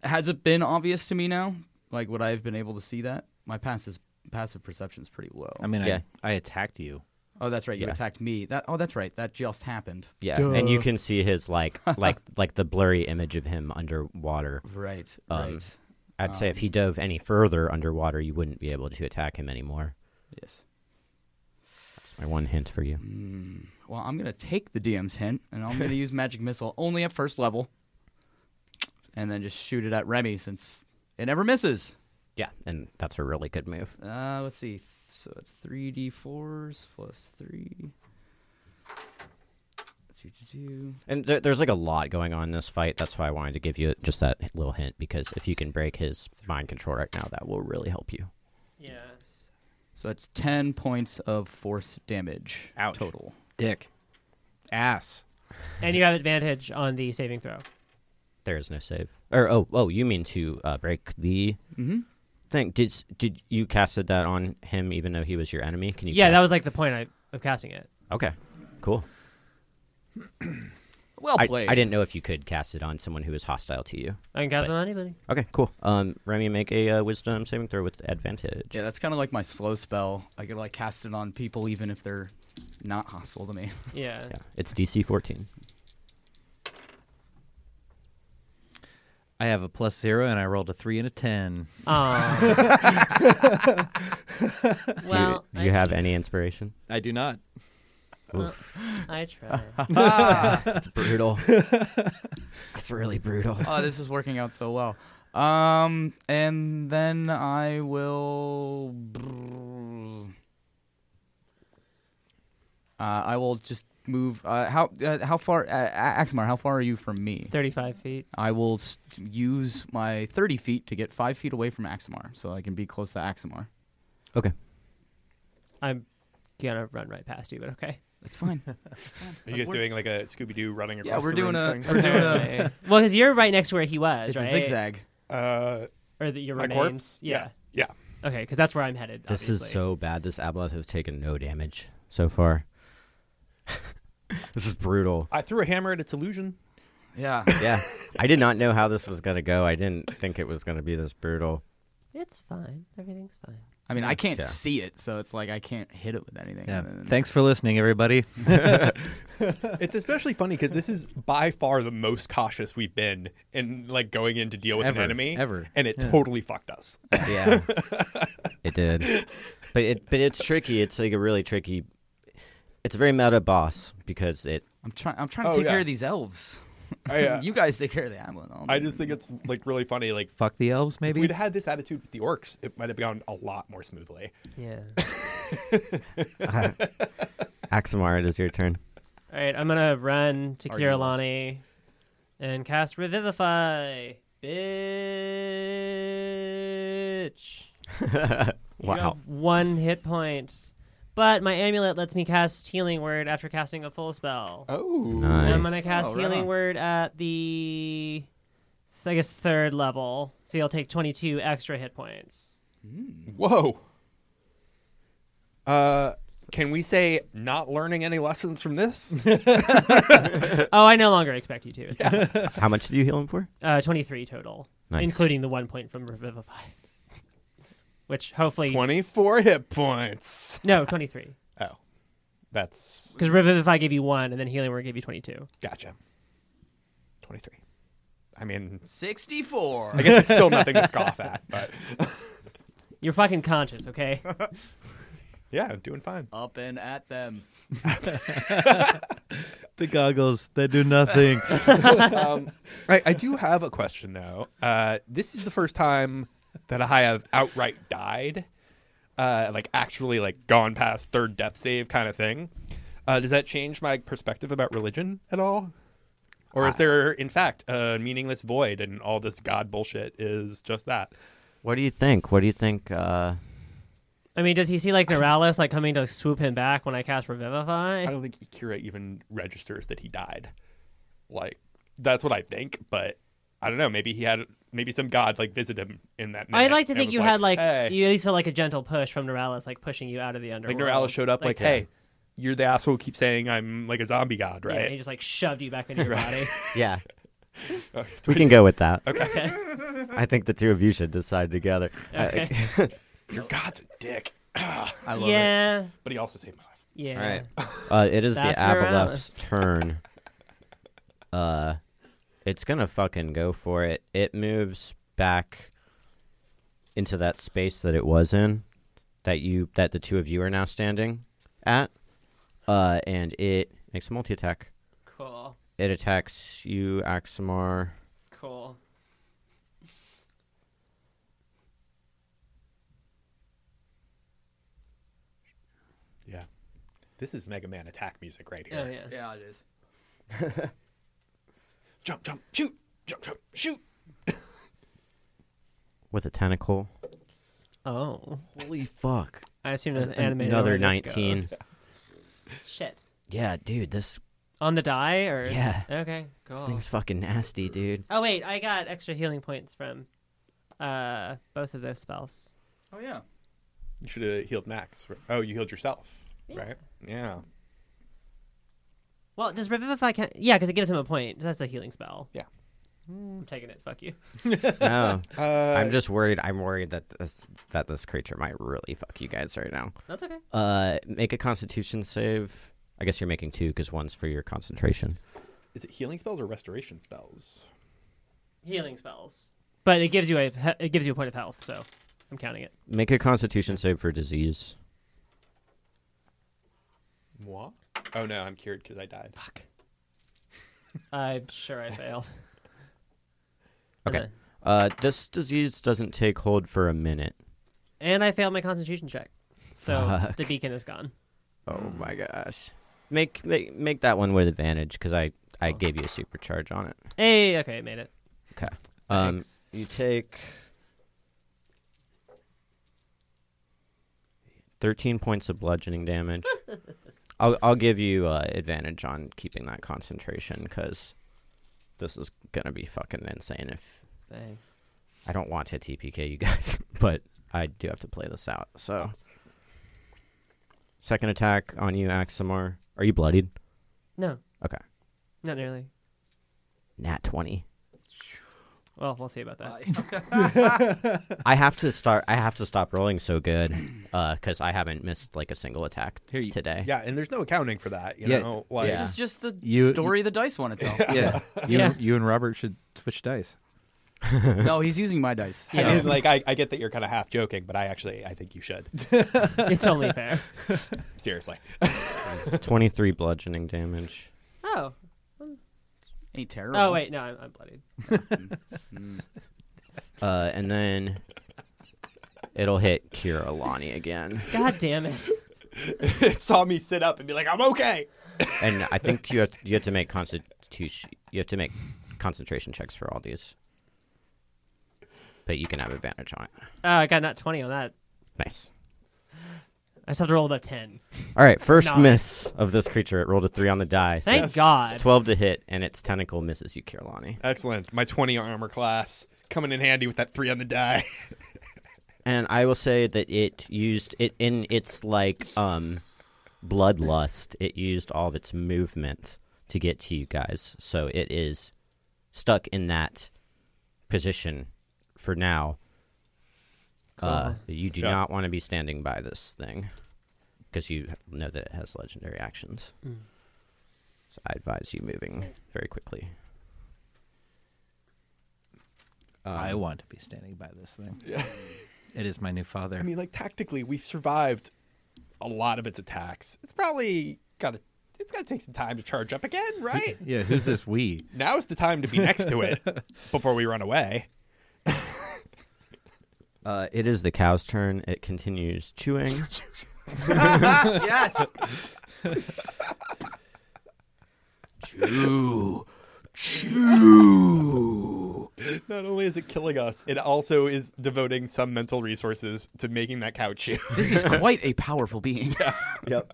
Speaker 2: Has it been obvious to me now? Like, would I have been able to see that? My pass is, passive perception is pretty low.
Speaker 5: I mean,
Speaker 1: Yeah.
Speaker 5: I, I attacked you.
Speaker 2: oh, that's right. You
Speaker 1: yeah.
Speaker 2: attacked me. That. Oh, that's right. That just happened.
Speaker 1: Yeah, and you can see his like, like, like the blurry image of him underwater.
Speaker 2: Right.
Speaker 1: Um,
Speaker 2: right.
Speaker 1: I'd say if he dove any further underwater, you wouldn't be able to attack him anymore.
Speaker 2: Yes.
Speaker 1: My one hint for you.
Speaker 2: Well, I'm gonna take the DM's hint, and I'm gonna use magic missile only at first level, and then just shoot it at Remy since it never misses.
Speaker 1: Yeah, and that's a really good move.
Speaker 2: Uh, let's see. So it's three d fours plus three. Do-do-do.
Speaker 1: And there, there's like a lot going on in this fight. That's why I wanted to give you just that little hint because if you can break his mind control right now, that will really help you.
Speaker 3: Yeah.
Speaker 2: So that's 10 points of force damage
Speaker 5: Ouch.
Speaker 2: total.
Speaker 5: Dick. Ass.
Speaker 3: And you have advantage on the saving throw.
Speaker 1: There is no save. Or oh oh, you mean to uh, break the
Speaker 2: Mhm.
Speaker 1: thing? Did s- did you casted that on him even though he was your enemy? Can you?
Speaker 3: yeah, that
Speaker 1: cast-
Speaker 3: was like the point I, of casting it.
Speaker 1: okay. Cool.
Speaker 2: Well
Speaker 1: I,
Speaker 2: played.
Speaker 1: I didn't know if you could cast it on someone who is hostile to you.
Speaker 3: I can cast
Speaker 1: But-
Speaker 3: it on anybody.
Speaker 1: Okay, cool. Um, Remy, make a uh, wisdom saving throw with advantage.
Speaker 2: Yeah, that's kind of like my slow spell. I could like cast it on people even if they're not hostile to me.
Speaker 3: Yeah.
Speaker 1: Yeah, it's DC 14.
Speaker 5: I have a plus zero and I rolled a three and a ten.
Speaker 1: Um,
Speaker 3: Aw.
Speaker 1: do you,
Speaker 3: well,
Speaker 1: do you have any inspiration?
Speaker 5: I do not.
Speaker 3: I, I try.
Speaker 1: It's brutal. it's really brutal.
Speaker 2: oh, this is working out so well. Um, and then I will. Uh, I will just move. Uh, how uh, how far, uh, Axmar? How far are you from me?
Speaker 3: Thirty-five feet.
Speaker 2: I will s use my thirty feet to get five feet away from Axmar, so I can be close to Axmar.
Speaker 1: Okay.
Speaker 3: I'm gonna run right past you, but okay.
Speaker 2: It's fine.
Speaker 4: Are you guys
Speaker 2: We're-
Speaker 4: doing like a Scooby Doo running across?
Speaker 2: yeah, we're
Speaker 4: the
Speaker 2: doing a
Speaker 4: room
Speaker 2: we're doing a
Speaker 3: well, because you're right next to where he was,
Speaker 2: it's
Speaker 3: right?
Speaker 2: a zigzag.
Speaker 4: thing? Uh,
Speaker 3: Or the, your
Speaker 4: My corpse?
Speaker 3: remains. Yeah.
Speaker 4: yeah.
Speaker 3: Okay, because that's where I'm headed.
Speaker 1: This is
Speaker 3: obviously.
Speaker 1: so bad. This Aboleth has taken no damage so far. this is brutal.
Speaker 4: I threw a hammer at its illusion.
Speaker 2: Yeah.
Speaker 1: Yeah. I did not know how this was going to go. I didn't think it was going to be this brutal.
Speaker 3: It's fine. Everything's fine.
Speaker 2: I mean, I can't
Speaker 1: Yeah.
Speaker 2: see it, so it's like I can't hit it with anything.
Speaker 5: Yeah.
Speaker 2: And then-
Speaker 5: Thanks for listening, everybody.
Speaker 4: It's especially funny because this is by far the most cautious we've been in like going in to deal with
Speaker 5: Ever.
Speaker 4: an enemy
Speaker 5: Ever.
Speaker 4: and it
Speaker 5: Yeah.
Speaker 4: totally fucked us.
Speaker 1: Yeah, it did. But it but it's tricky. It's like a really tricky. It's a very meta boss because it.
Speaker 2: I'm trying. I'm trying to
Speaker 4: Oh,
Speaker 2: take
Speaker 4: yeah.
Speaker 2: care of these elves.
Speaker 4: I, uh,
Speaker 2: you guys take care of the ambulance. I'll
Speaker 4: I
Speaker 2: do-
Speaker 4: just think it's like really funny. Like
Speaker 5: Fuck the elves,
Speaker 4: if
Speaker 5: maybe?
Speaker 4: we'd had this attitude with the orcs, it might have gone a lot more smoothly.
Speaker 3: Yeah.
Speaker 1: Axamar, it is your turn.
Speaker 3: All right, I'm gonna run to
Speaker 2: Are you-
Speaker 3: Kirillani and cast Revivify, bitch. You
Speaker 1: Wow.
Speaker 3: have one hit point, but my amulet lets me cast Healing Word after casting a full spell.
Speaker 4: Oh,
Speaker 1: Nice.
Speaker 3: And I'm gonna cast
Speaker 2: Oh, right
Speaker 3: Healing
Speaker 2: on.
Speaker 3: Word at the, I guess third level, so you'll take 22 extra hit points.
Speaker 4: whoa. Uh, can we say not learning any lessons from this?
Speaker 3: Oh, I no longer expect you to. It's fine.
Speaker 1: How much did you heal him for?
Speaker 3: uh, 23 total,
Speaker 1: Nice.
Speaker 3: including the one point from Revivify, which hopefully
Speaker 4: Twenty-four hit points.
Speaker 3: no 23.
Speaker 4: Oh, that's
Speaker 3: Because Revivify gave you one, and then Healing Word gave you 22.
Speaker 4: gotcha. Twenty-three. I mean,
Speaker 2: Sixty-four.
Speaker 4: I guess it's still nothing to scoff at, but
Speaker 3: You're fucking conscious, okay?
Speaker 4: yeah, I'm doing fine.
Speaker 2: Up and at them.
Speaker 5: the goggles, they do nothing.
Speaker 4: um, I, I do have a question though. Uh, this is the first time that I have outright died, uh, like actually like gone past third death save kind of thing. Uh, does that change my perspective about religion at all? Or is there, in fact, a meaningless void, and all this god bullshit is just that?
Speaker 1: What do you think? What do you think? Uh,
Speaker 3: I mean, does he see like Neuralis like coming to swoop him back when I cast
Speaker 4: I
Speaker 3: Revivify?
Speaker 4: don't think Ikira even registers that he died. Like, that's what I think, but I don't know. Maybe he had, maybe some god like visited him in that.
Speaker 3: I'd
Speaker 4: minute
Speaker 3: like to
Speaker 4: and
Speaker 3: think
Speaker 4: was
Speaker 3: you had like
Speaker 4: "Hey."
Speaker 3: you at least felt like a gentle push from Neuralis, like pushing you out of the
Speaker 4: Like
Speaker 3: underworld.
Speaker 4: Norala showed up like,
Speaker 3: yeah.
Speaker 4: hey, you're the asshole who keeps saying I'm like a zombie god,
Speaker 3: Yeah, and he
Speaker 4: right?
Speaker 3: just like shoved you back into your body.
Speaker 1: yeah,
Speaker 4: Okay.
Speaker 1: we can go with that.
Speaker 4: Okay.
Speaker 1: I think the two of you should decide together. Uh,
Speaker 3: Okay.
Speaker 4: Your god's a dick.
Speaker 2: I love it.
Speaker 3: yeah,
Speaker 4: But he also saved my life.
Speaker 3: yeah.
Speaker 1: All right. Uh, it is the
Speaker 3: That's
Speaker 1: Aboleth's turn. Uh, it's gonna fucking go for it. It moves back into that space that it was in, that you that the two of you are now standing at, uh, and it makes a multi attack.
Speaker 3: Cool.
Speaker 1: It attacks you, Axamar.
Speaker 3: Cool.
Speaker 4: Yeah. This is Mega Man attack music right
Speaker 3: Oh
Speaker 4: here.
Speaker 2: Yeah,
Speaker 3: yeah.
Speaker 2: it is.
Speaker 4: Jump, jump, shoot, jump, jump, shoot.
Speaker 1: with a tentacle.
Speaker 3: Oh,
Speaker 1: Holy fuck!
Speaker 3: I assumed it was animated.
Speaker 1: Another
Speaker 3: over this ago.
Speaker 1: nineteen.
Speaker 3: Shit.
Speaker 1: Yeah, dude, this
Speaker 3: On the die or
Speaker 1: Yeah.
Speaker 3: Okay, cool.
Speaker 1: thing's fucking nasty, dude.
Speaker 3: Oh wait, I got extra healing points from uh both of those spells.
Speaker 2: Oh yeah.
Speaker 4: You should have healed Max. r- Oh, you healed yourself,
Speaker 3: Yeah.
Speaker 4: right? Yeah.
Speaker 3: Well, does revivify count? Yeah, because it gives him a point. That's a healing spell.
Speaker 4: Yeah.
Speaker 3: Mm, I'm taking it. Fuck you.
Speaker 1: No,
Speaker 4: Uh,
Speaker 1: I'm just worried. I'm worried that this that this creature might really fuck you guys right now.
Speaker 3: That's okay.
Speaker 1: Uh, make a Constitution save. I guess you're making two because one's for your concentration.
Speaker 4: Is it healing spells or restoration spells?
Speaker 3: Healing spells, but it gives you a it gives you a point of health, so I'm counting it.
Speaker 1: Make a Constitution save for disease.
Speaker 4: Moi? Oh no, I'm cured because I died. Fuck.
Speaker 3: I'm sure I failed.
Speaker 1: Okay.
Speaker 3: And I-
Speaker 1: Uh, this disease doesn't take hold for a minute.
Speaker 3: And I failed my Constitution check, so
Speaker 1: Fuck.
Speaker 3: the beacon is gone.
Speaker 1: Oh my gosh. Make make make that one with advantage because I I gave you a supercharge on it.
Speaker 3: Hey, okay, I made it.
Speaker 1: Okay. Um,
Speaker 3: Thanks.
Speaker 1: you take thirteen points of bludgeoning damage. I'll I'll give you uh, advantage on keeping that concentration because this is gonna be fucking insane. If
Speaker 3: Thanks.
Speaker 1: I don't want to TPK you guys, but I do have to play this out. So, second attack on you, Axamar. Are you bloodied?
Speaker 3: No,
Speaker 1: Okay.
Speaker 3: not nearly.
Speaker 1: Nat twenty.
Speaker 3: Well, we'll see about that.
Speaker 1: I have to start. I have to stop rolling so good, because I haven't missed like a single attack
Speaker 5: Here you-
Speaker 1: today.
Speaker 4: Yeah, and there's no accounting for that. You
Speaker 5: Yeah,
Speaker 4: know, like
Speaker 5: yeah.
Speaker 2: This is just the
Speaker 5: You-
Speaker 2: story the dice want to tell.
Speaker 5: Yeah. You,
Speaker 3: Yeah.
Speaker 5: And, you and Robert should switch dice.
Speaker 2: no, he's using my dice.
Speaker 4: I mean, like I, I get that you're kind of half joking, but I actually I think you should
Speaker 3: it's only fair.
Speaker 4: seriously.
Speaker 1: Twenty-three bludgeoning damage.
Speaker 3: Oh.
Speaker 2: Ain't terrible.
Speaker 3: Oh wait, no, I'm, I'm bloodied.
Speaker 1: Uh, and then it'll hit Kira Alani again,
Speaker 3: God damn it.
Speaker 4: it saw me sit up and be like, I'm okay.
Speaker 1: and I think you have you have to make constitution. You have to make concentration checks for all these, but you can have advantage on it.
Speaker 3: Oh, I got not 20 on that.
Speaker 1: Nice.
Speaker 3: I just have to roll about 10.
Speaker 1: All right, first
Speaker 3: Nice.
Speaker 1: miss of this creature. It rolled a three on the die. so
Speaker 3: Thank
Speaker 1: that's
Speaker 3: God.
Speaker 1: Twelve to hit, and its tentacle misses you, Kirlani.
Speaker 4: Excellent. My 20 armor class coming in handy with that three on the die.
Speaker 1: and I will say that it used it in its like um bloodlust. It used all of its movement to get to you guys, so it is stuck in that position for now. Uh, you do
Speaker 4: Yeah.
Speaker 1: not want to be standing by this thing because you know that it has legendary actions. So I advise you moving very quickly.
Speaker 5: I want to be standing by this thing. Um, It is my new father.
Speaker 4: I mean, like tactically, we've survived a lot of its attacks. It's probably got to it's got to take some time to charge up again, right?
Speaker 5: yeah, who's this we?
Speaker 4: Now's the time to be next to it before we run away.
Speaker 1: Uh, it is the cow's turn. It continues chewing.
Speaker 2: yes.
Speaker 4: Not only is it killing us, it also is devoting some mental resources to making that cow chew.
Speaker 2: This is quite a powerful being.
Speaker 1: Yep.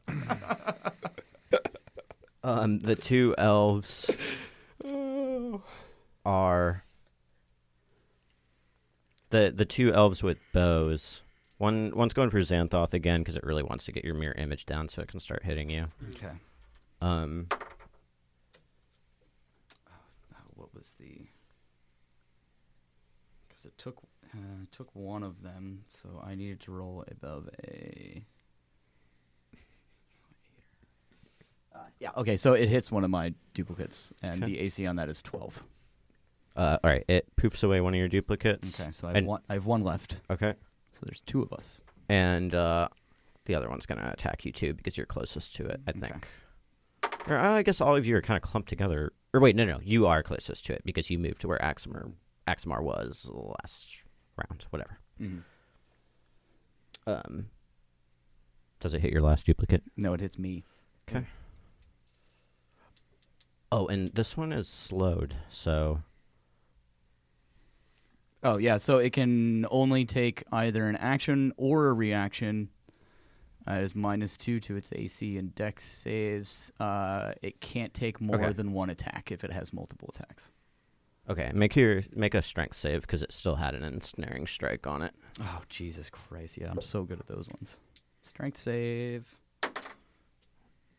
Speaker 1: um, the two elves are the the two elves with bows. One one's going for Xanthoth again because it really wants to get your mirror image down so it can start hitting you.
Speaker 2: Okay.
Speaker 1: Um,
Speaker 2: Oh, what was the? Because it took uh, it took one of them, so I needed to roll above a. Uh, yeah. Okay, so it hits one of my duplicates, and the AC on that is twelve.
Speaker 1: uh, all right, it poofs away one of your duplicates.
Speaker 2: Okay, so I have
Speaker 1: And-
Speaker 2: one. I have one left.
Speaker 1: Okay,
Speaker 2: So there's two of us.
Speaker 1: and uh, the other one's gonna attack you too because you're closest to it. I
Speaker 2: Okay.
Speaker 1: think. Or uh, I guess all of you are kind of clumped together. Or wait, no, no, you are closest to it because you moved to where Axmar Axmar was last round. Whatever.
Speaker 2: Mhm.
Speaker 1: Um, does it hit your last duplicate?
Speaker 2: No, it hits me.
Speaker 1: Okay. Oh, and this one is slowed, so
Speaker 2: Oh yeah, so it can only take either an action or a reaction. Uh, it is minus two to its AC and Dex saves. Uh, it can't take more
Speaker 1: Okay.
Speaker 2: than one attack if it has multiple attacks.
Speaker 1: okay. Make your make a strength save because it still had an ensnaring strike on it.
Speaker 2: Oh Jesus Christ! Yeah, I'm so good at those ones. Strength save.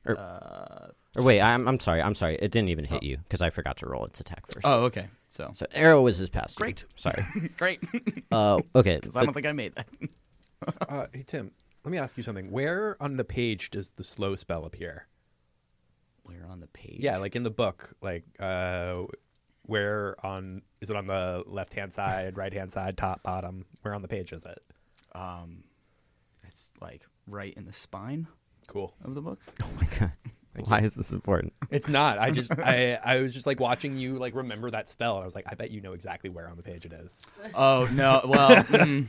Speaker 1: Er-
Speaker 2: uh,
Speaker 1: Or wait, I'm I'm sorry, I'm sorry. It didn't even hit you because I forgot to roll its attack first.
Speaker 2: oh, okay. So
Speaker 1: So arrow is his past. you.
Speaker 2: Great.
Speaker 1: Sorry.
Speaker 2: great.
Speaker 1: Uh, okay.
Speaker 2: Because I don't think I made that.
Speaker 4: Uh, hey Tim, let me ask you something. Where on the page does the slow spell appear?
Speaker 2: We're on the page.
Speaker 4: Yeah, like in the book, like uh, where on is it on the left hand side, right hand side, top, bottom? Where on the page is it?
Speaker 2: Um, it's like right in the spine
Speaker 4: Cool.
Speaker 2: of the book.
Speaker 1: oh my god. Why is this important?
Speaker 4: It's not. I just I I was just like watching you like remember that spell, and I was like, I bet you know exactly where on the page it is.
Speaker 2: Oh no! Well, mm,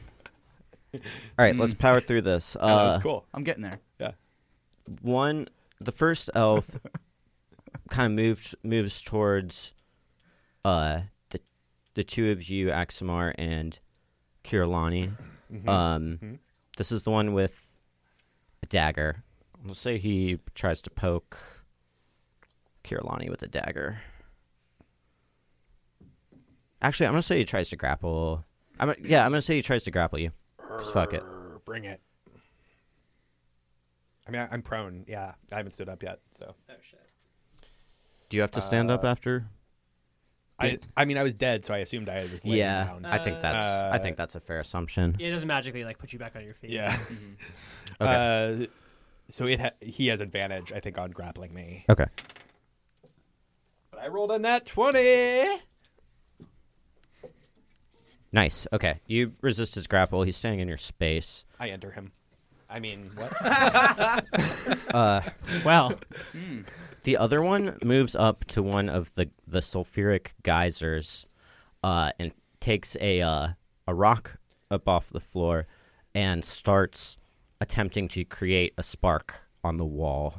Speaker 1: All right, let's power through this.
Speaker 4: No, that
Speaker 1: Uh,
Speaker 4: was cool.
Speaker 2: I'm getting there.
Speaker 4: Yeah.
Speaker 1: One, the first elf kind of moves moves towards uh, the the two of you, Axamar and Kirilani. Um, This is the one with a dagger. Let's say he tries to poke Kirilani with a dagger. Actually, I'm gonna say he tries to grapple. I'm yeah, I'm gonna say he tries to grapple you. Just fuck it.
Speaker 4: Bring it. I mean, I, I'm prone. Yeah, I haven't stood up yet, so
Speaker 3: Oh shit.
Speaker 1: Do you have to stand up after?
Speaker 4: I I mean, I was dead, so I assumed I was laying down.
Speaker 1: I think that's I think that's a fair assumption.
Speaker 3: Yeah, it doesn't magically like put you back on your feet.
Speaker 4: yeah.
Speaker 1: Okay.
Speaker 4: Uh, so it ha- he has advantage, I think, on grappling me.
Speaker 1: Okay.
Speaker 4: But I rolled a nat twenty.
Speaker 1: Nice. Okay. You resist his grapple. He's staying in your space.
Speaker 4: I enter him. I mean,
Speaker 5: Uh,
Speaker 4: what?
Speaker 3: Well,
Speaker 1: The other one moves up to one of the the sulfuric geysers, uh, and takes a uh, a rock up off the floor, and starts attempting to create a spark on the wall.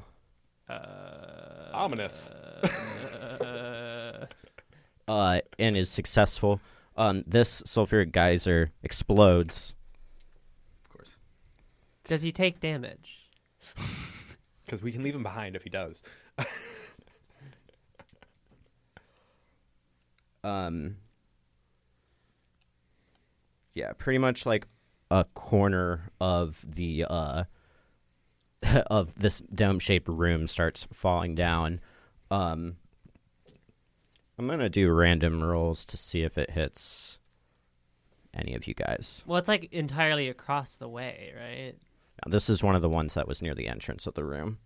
Speaker 4: Ominous.
Speaker 1: uh, and is successful. Um, this sulfuric geyser explodes.
Speaker 2: Of course.
Speaker 3: does he take damage?
Speaker 4: Because we can leave him behind if he does.
Speaker 1: Um, yeah, pretty much like a corner of the uh, of this dome-shaped room starts falling down. Um, I'm gonna do random rolls to see if it hits any of you guys.
Speaker 3: Well, it's like entirely across the way, right?
Speaker 1: Now, this is one of the ones that was near the entrance of the room.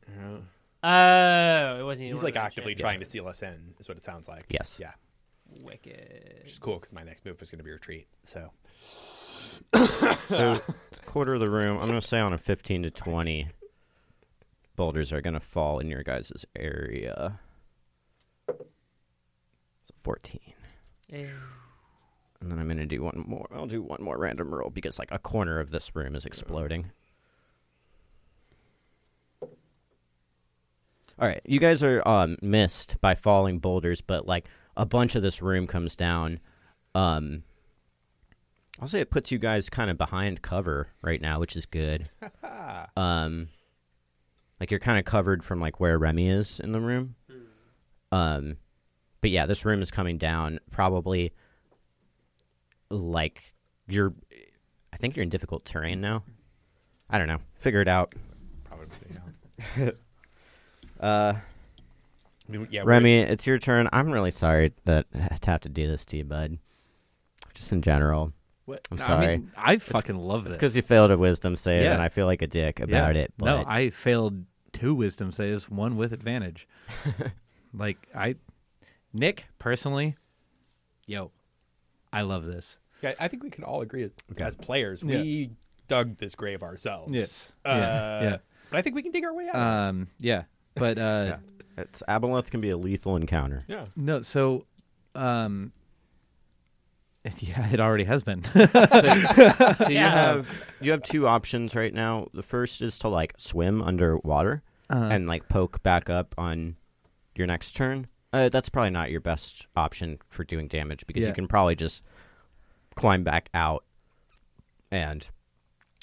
Speaker 3: Oh, it wasn't. even
Speaker 4: He's
Speaker 3: one of
Speaker 4: like
Speaker 3: my
Speaker 4: actively
Speaker 3: shit.
Speaker 4: trying to seal us in, is what it sounds like.
Speaker 1: Yes.
Speaker 4: Yeah.
Speaker 3: Wicked.
Speaker 4: Which is cool because my next move is going to be retreat. So
Speaker 1: So quarter of the room, I'm gonna say on a 15 to 20, boulders are gonna fall in your guys' area. So 14,
Speaker 3: Eh.
Speaker 1: and then I'm gonna do one more. I'll do one more random roll because like a corner of this room is exploding. All right, you guys are um, missed by falling boulders, but like a bunch of this room comes down. Um, I'll say it puts you guys kind of behind cover right now, which is good. um, like you're kind of covered from like where Remy is in the room. Um, but yeah, this room is coming down. Probably like you're. I think you're in difficult terrain now. I don't know. Figure it out.
Speaker 4: probably. Yeah.
Speaker 1: Uh,
Speaker 4: I mean, yeah, we're-
Speaker 1: Remy, it's your turn. I'm really sorry that I have to do this to you, bud. Just in general.
Speaker 5: What?
Speaker 1: I'm
Speaker 5: I
Speaker 1: sorry.
Speaker 5: mean, I fucking love this.
Speaker 1: Because you failed a wisdom save,
Speaker 5: Yeah.
Speaker 1: and I feel like a dick about it. But
Speaker 5: No, I failed two wisdom saves, one with advantage. like I, Nick personally, yo, I love this.
Speaker 4: Yeah, I think we can all agree as, as players,
Speaker 5: Yeah.
Speaker 4: we dug this grave ourselves.
Speaker 5: Yes.
Speaker 4: Uh,
Speaker 5: Yeah, yeah.
Speaker 4: But I think we can dig our way out. of
Speaker 5: Um, yeah, but uh,
Speaker 1: It's Aboleth can be a lethal encounter.
Speaker 4: it. yeah.
Speaker 5: no, so, um, yeah, it already has been.
Speaker 1: So you
Speaker 3: Yeah.
Speaker 1: have you have two options right now. The first is to like swim underwater and like poke back up on your next turn, Uh, that's probably not your best option for doing damage because
Speaker 5: Yeah.
Speaker 1: you can probably just climb back out and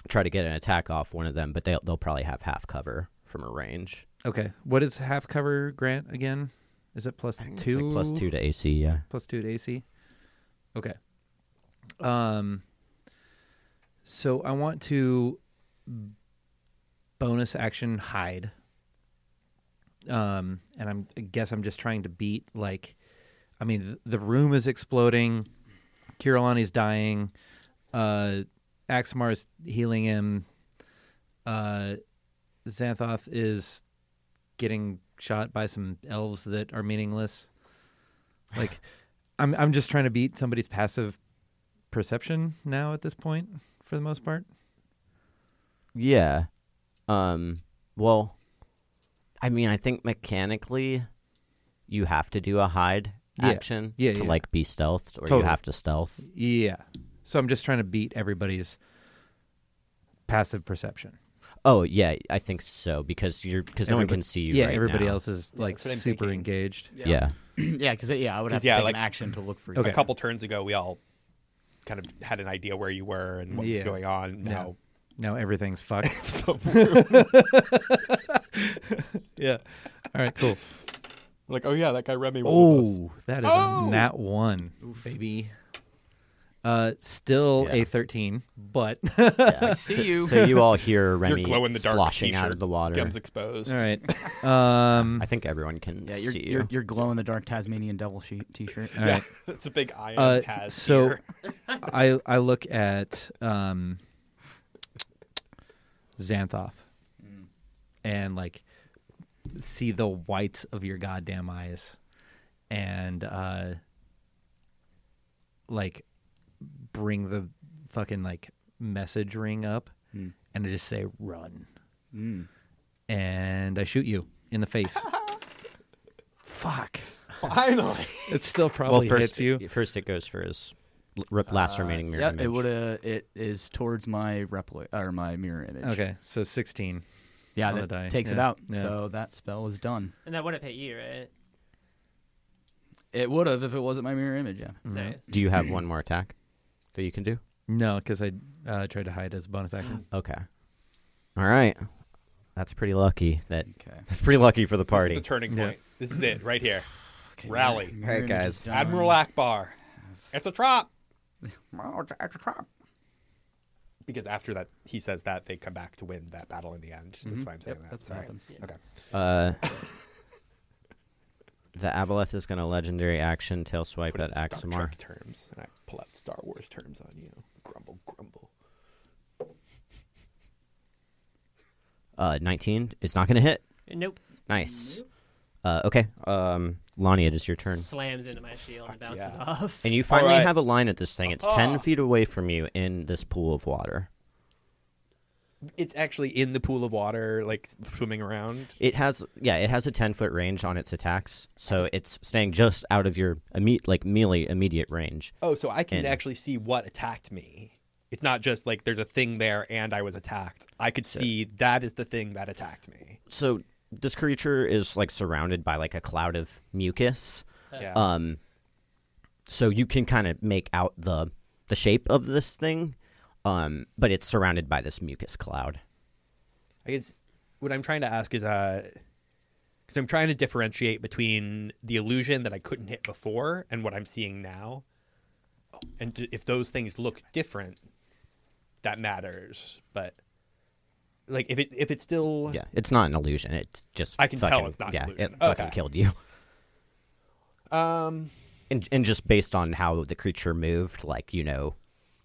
Speaker 1: try to get an attack off one of them, but they'll they'll probably have half cover from a range.
Speaker 5: Okay. What is half cover grant again? Is it plus
Speaker 1: It's
Speaker 5: two?
Speaker 1: like plus two to AC. Yeah.
Speaker 5: plus two to AC. Okay. Um. So I want to bonus action hide. Um, and I'm I guess I'm just trying to beat like, I mean th- the room is exploding, Kirillani's dying, uh, Axmar's healing him, uh, Xanthoth is getting shot by some elves that are meaningless. Like, I'm I'm just trying to beat somebody's passive perception now at this point, for the most part.
Speaker 1: Yeah. Um well I mean I think mechanically you have to do a hide
Speaker 5: Yeah.
Speaker 1: action
Speaker 5: Yeah,
Speaker 1: to
Speaker 5: yeah.
Speaker 1: like be stealthed or
Speaker 5: Totally.
Speaker 1: you have to stealth.
Speaker 5: Yeah. So I'm just trying to beat everybody's passive perception.
Speaker 1: Oh yeah, I think so because you're because no one
Speaker 5: Everybody-
Speaker 1: can see you
Speaker 5: yeah,
Speaker 1: right
Speaker 5: everybody
Speaker 1: now.
Speaker 5: else is like
Speaker 4: that's what I'm
Speaker 5: super
Speaker 4: thinking.
Speaker 5: engaged.
Speaker 1: Yeah.
Speaker 2: yeah, because yeah, I would
Speaker 4: 'Cause,
Speaker 2: have to
Speaker 4: yeah,
Speaker 2: take
Speaker 4: like-
Speaker 2: an action to look for you.
Speaker 5: Okay.
Speaker 4: a couple turns ago we all kind of had an idea where you were and what was
Speaker 5: Yeah.
Speaker 4: going on
Speaker 5: Yeah.
Speaker 4: now
Speaker 5: Now everything's fucked. yeah. All right, cool.
Speaker 4: like oh yeah that guy remy was with us.
Speaker 5: Oh, that is
Speaker 4: Oh!
Speaker 5: a nat one, baby. Uh, still a thirteen, but
Speaker 1: I
Speaker 2: see you.
Speaker 1: So you all hear
Speaker 4: your
Speaker 1: Remy
Speaker 4: glow in the dark
Speaker 1: splashing out
Speaker 4: t-shirt
Speaker 1: of the water.
Speaker 4: gums exposed
Speaker 5: all right. Um,
Speaker 1: I think everyone can
Speaker 2: Yeah, your
Speaker 1: see
Speaker 2: your,
Speaker 1: you.
Speaker 2: your glow in the dark Tasmanian devil sheet T-shirt.
Speaker 5: all right.
Speaker 4: it's a big iron
Speaker 5: Uh,
Speaker 4: Taz
Speaker 5: so
Speaker 4: here.
Speaker 5: I I look at um, Xanthoff
Speaker 1: Mm.
Speaker 5: and like see the whites of your goddamn eyes and uh like bring the fucking like message ring up
Speaker 1: Mm.
Speaker 5: and I just say run. And I shoot you in the face. Fuck.
Speaker 4: finally
Speaker 5: It still
Speaker 1: well,
Speaker 5: probably
Speaker 1: first
Speaker 5: hits you.
Speaker 1: First, it goes for his l- r- last remaining mirror
Speaker 2: yeah,
Speaker 1: image.
Speaker 2: it would uh, it is towards my replica or my mirror image.
Speaker 5: Okay, so 16.
Speaker 2: Yeah,
Speaker 5: on the
Speaker 2: that
Speaker 5: die.
Speaker 2: takes it
Speaker 5: Yeah,
Speaker 2: out.
Speaker 5: yeah.
Speaker 2: So that spell is done.
Speaker 3: And that would have hit you, right?
Speaker 2: It would have if it wasn't my mirror image. Yeah.
Speaker 4: Mm-hmm.
Speaker 3: Nice.
Speaker 1: Do you have one more attack that you can do?
Speaker 5: No, because I uh, tried to hide as a bonus action.
Speaker 1: Okay. All right. That's pretty lucky. That
Speaker 2: Okay.
Speaker 1: that's pretty lucky for the
Speaker 4: This
Speaker 1: party.
Speaker 4: is the turning
Speaker 5: Yeah.
Speaker 4: point. This is it right here. Rally.
Speaker 2: Mirror image
Speaker 1: guys.
Speaker 2: is done.
Speaker 4: Admiral Akbar. It's a trap. Because after that, he says that they come back to win that battle in the end.
Speaker 1: Mm-hmm.
Speaker 4: That's why I'm saying that.
Speaker 2: That's what
Speaker 4: Sorry.
Speaker 2: happens.
Speaker 4: Okay.
Speaker 1: uh, the Aboleth is going to legendary action tail swipe
Speaker 4: Put it
Speaker 1: at
Speaker 4: in Star
Speaker 1: Axamar.
Speaker 4: Trek terms, and I pull out Star Wars terms on you. Grumble, grumble.
Speaker 1: Uh, 19. It's not going to hit.
Speaker 3: Nope.
Speaker 1: Nice. Uh, okay. Um, Lonnie, it is your turn.
Speaker 3: Slams into my shield and
Speaker 4: Fuck
Speaker 3: bounces
Speaker 4: yeah.
Speaker 3: off.
Speaker 1: And you finally
Speaker 4: right.
Speaker 1: have a line at this thing. It's
Speaker 4: Ah.
Speaker 1: 10 feet away from you in this pool of water.
Speaker 4: It's actually in the pool of water, like swimming around.
Speaker 1: It has yeah, it has a ten foot range on its attacks, so it's staying just out of your immediate like melee immediate range.
Speaker 4: Oh, so I can
Speaker 1: And-
Speaker 4: actually see what attacked me. It's not just like there's a thing there and I was attacked. I could see that is the thing that attacked me.
Speaker 1: So this creature is like surrounded by like a cloud of mucus.
Speaker 4: Yeah.
Speaker 1: Um, so you can kind of make out the the shape of this thing, um, but it's surrounded by this mucus cloud.
Speaker 4: I guess what I'm trying to ask is, uh, because I'm trying to differentiate between the illusion that I couldn't hit before and what I'm seeing now, and d- if those things look different, that matters. But like, if it if it's still
Speaker 1: Yeah, it's not an illusion. It's just
Speaker 4: I can tell
Speaker 1: fucking,
Speaker 4: it's not an
Speaker 1: yeah,
Speaker 4: illusion.
Speaker 1: it fucking
Speaker 4: Okay.
Speaker 1: killed you.
Speaker 4: um
Speaker 1: and and just based on how the creature moved, like you know,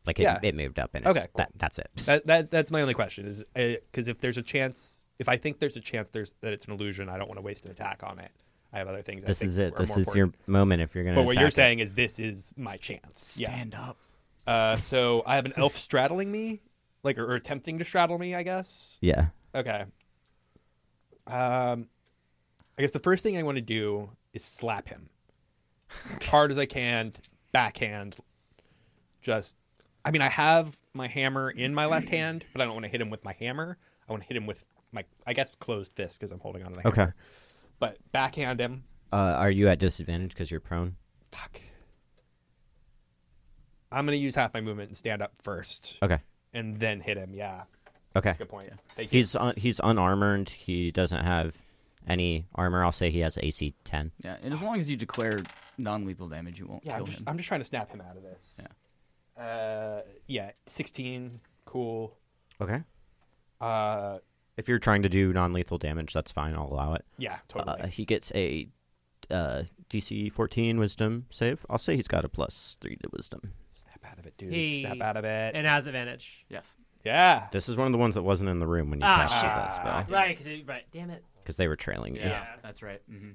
Speaker 1: like it,
Speaker 4: Yeah.
Speaker 1: it moved up and
Speaker 4: Okay,
Speaker 1: it's,
Speaker 4: cool.
Speaker 1: that, that's it.
Speaker 4: that, that that's my only question is because if there's a chance, if I think there's a chance there's that it's an illusion, I don't want to waste an attack on it. I have other things. I
Speaker 1: this
Speaker 4: think
Speaker 1: is it.
Speaker 4: are
Speaker 1: This
Speaker 4: more
Speaker 1: is your
Speaker 4: important.
Speaker 1: moment. If you're gonna,
Speaker 4: But what
Speaker 1: attack
Speaker 4: you're
Speaker 1: it.
Speaker 4: saying is this is my chance. Yeah.
Speaker 2: Stand up.
Speaker 4: Uh, so I have an elf straddling me, like or, or attempting to straddle me, I guess.
Speaker 1: yeah,
Speaker 4: Okay. Um, I guess the first thing I want to do is slap him as hard as I can, backhand. Just, I mean, I have my hammer in my left hand, but I don't want to hit him with my hammer. I want to hit him with my, I guess, closed fist because I'm holding on to the hammer.
Speaker 1: okay,
Speaker 4: But backhand him,
Speaker 1: Uh, are you at disadvantage because you're prone?
Speaker 4: Fuck. I'm gonna use half my movement and stand up first,
Speaker 1: Okay.
Speaker 4: and then hit him. Yeah,
Speaker 1: Okay.
Speaker 4: that's a good point. Thank you.
Speaker 1: He's un- he's unarmored. He doesn't have any armor. I'll say he has AC 10.
Speaker 2: Yeah, and as long as you declare non-lethal damage, you won't
Speaker 4: yeah,
Speaker 2: kill
Speaker 4: I'm just,
Speaker 2: him.
Speaker 4: I'm just trying to snap him out of this. Yeah. Uh, yeah, 16, cool.
Speaker 1: Okay.
Speaker 4: Uh,
Speaker 1: If you're trying to do non-lethal damage, that's fine. I'll allow it.
Speaker 4: yeah,
Speaker 1: Uh,
Speaker 4: totally.
Speaker 1: he gets a uh, DC 14 Wisdom save. I'll say he's got a plus three to Wisdom.
Speaker 4: snap out of it, dude.
Speaker 3: He-
Speaker 4: Snap out of it.
Speaker 3: and has advantage.
Speaker 2: Yes.
Speaker 4: yeah.
Speaker 1: This is one of the ones that wasn't in the room when you
Speaker 3: Ah,
Speaker 1: cast
Speaker 3: shit.
Speaker 1: that spell
Speaker 3: Right, because right, damn it.
Speaker 1: because they were trailing you.
Speaker 3: Yeah.
Speaker 2: That's right. hmm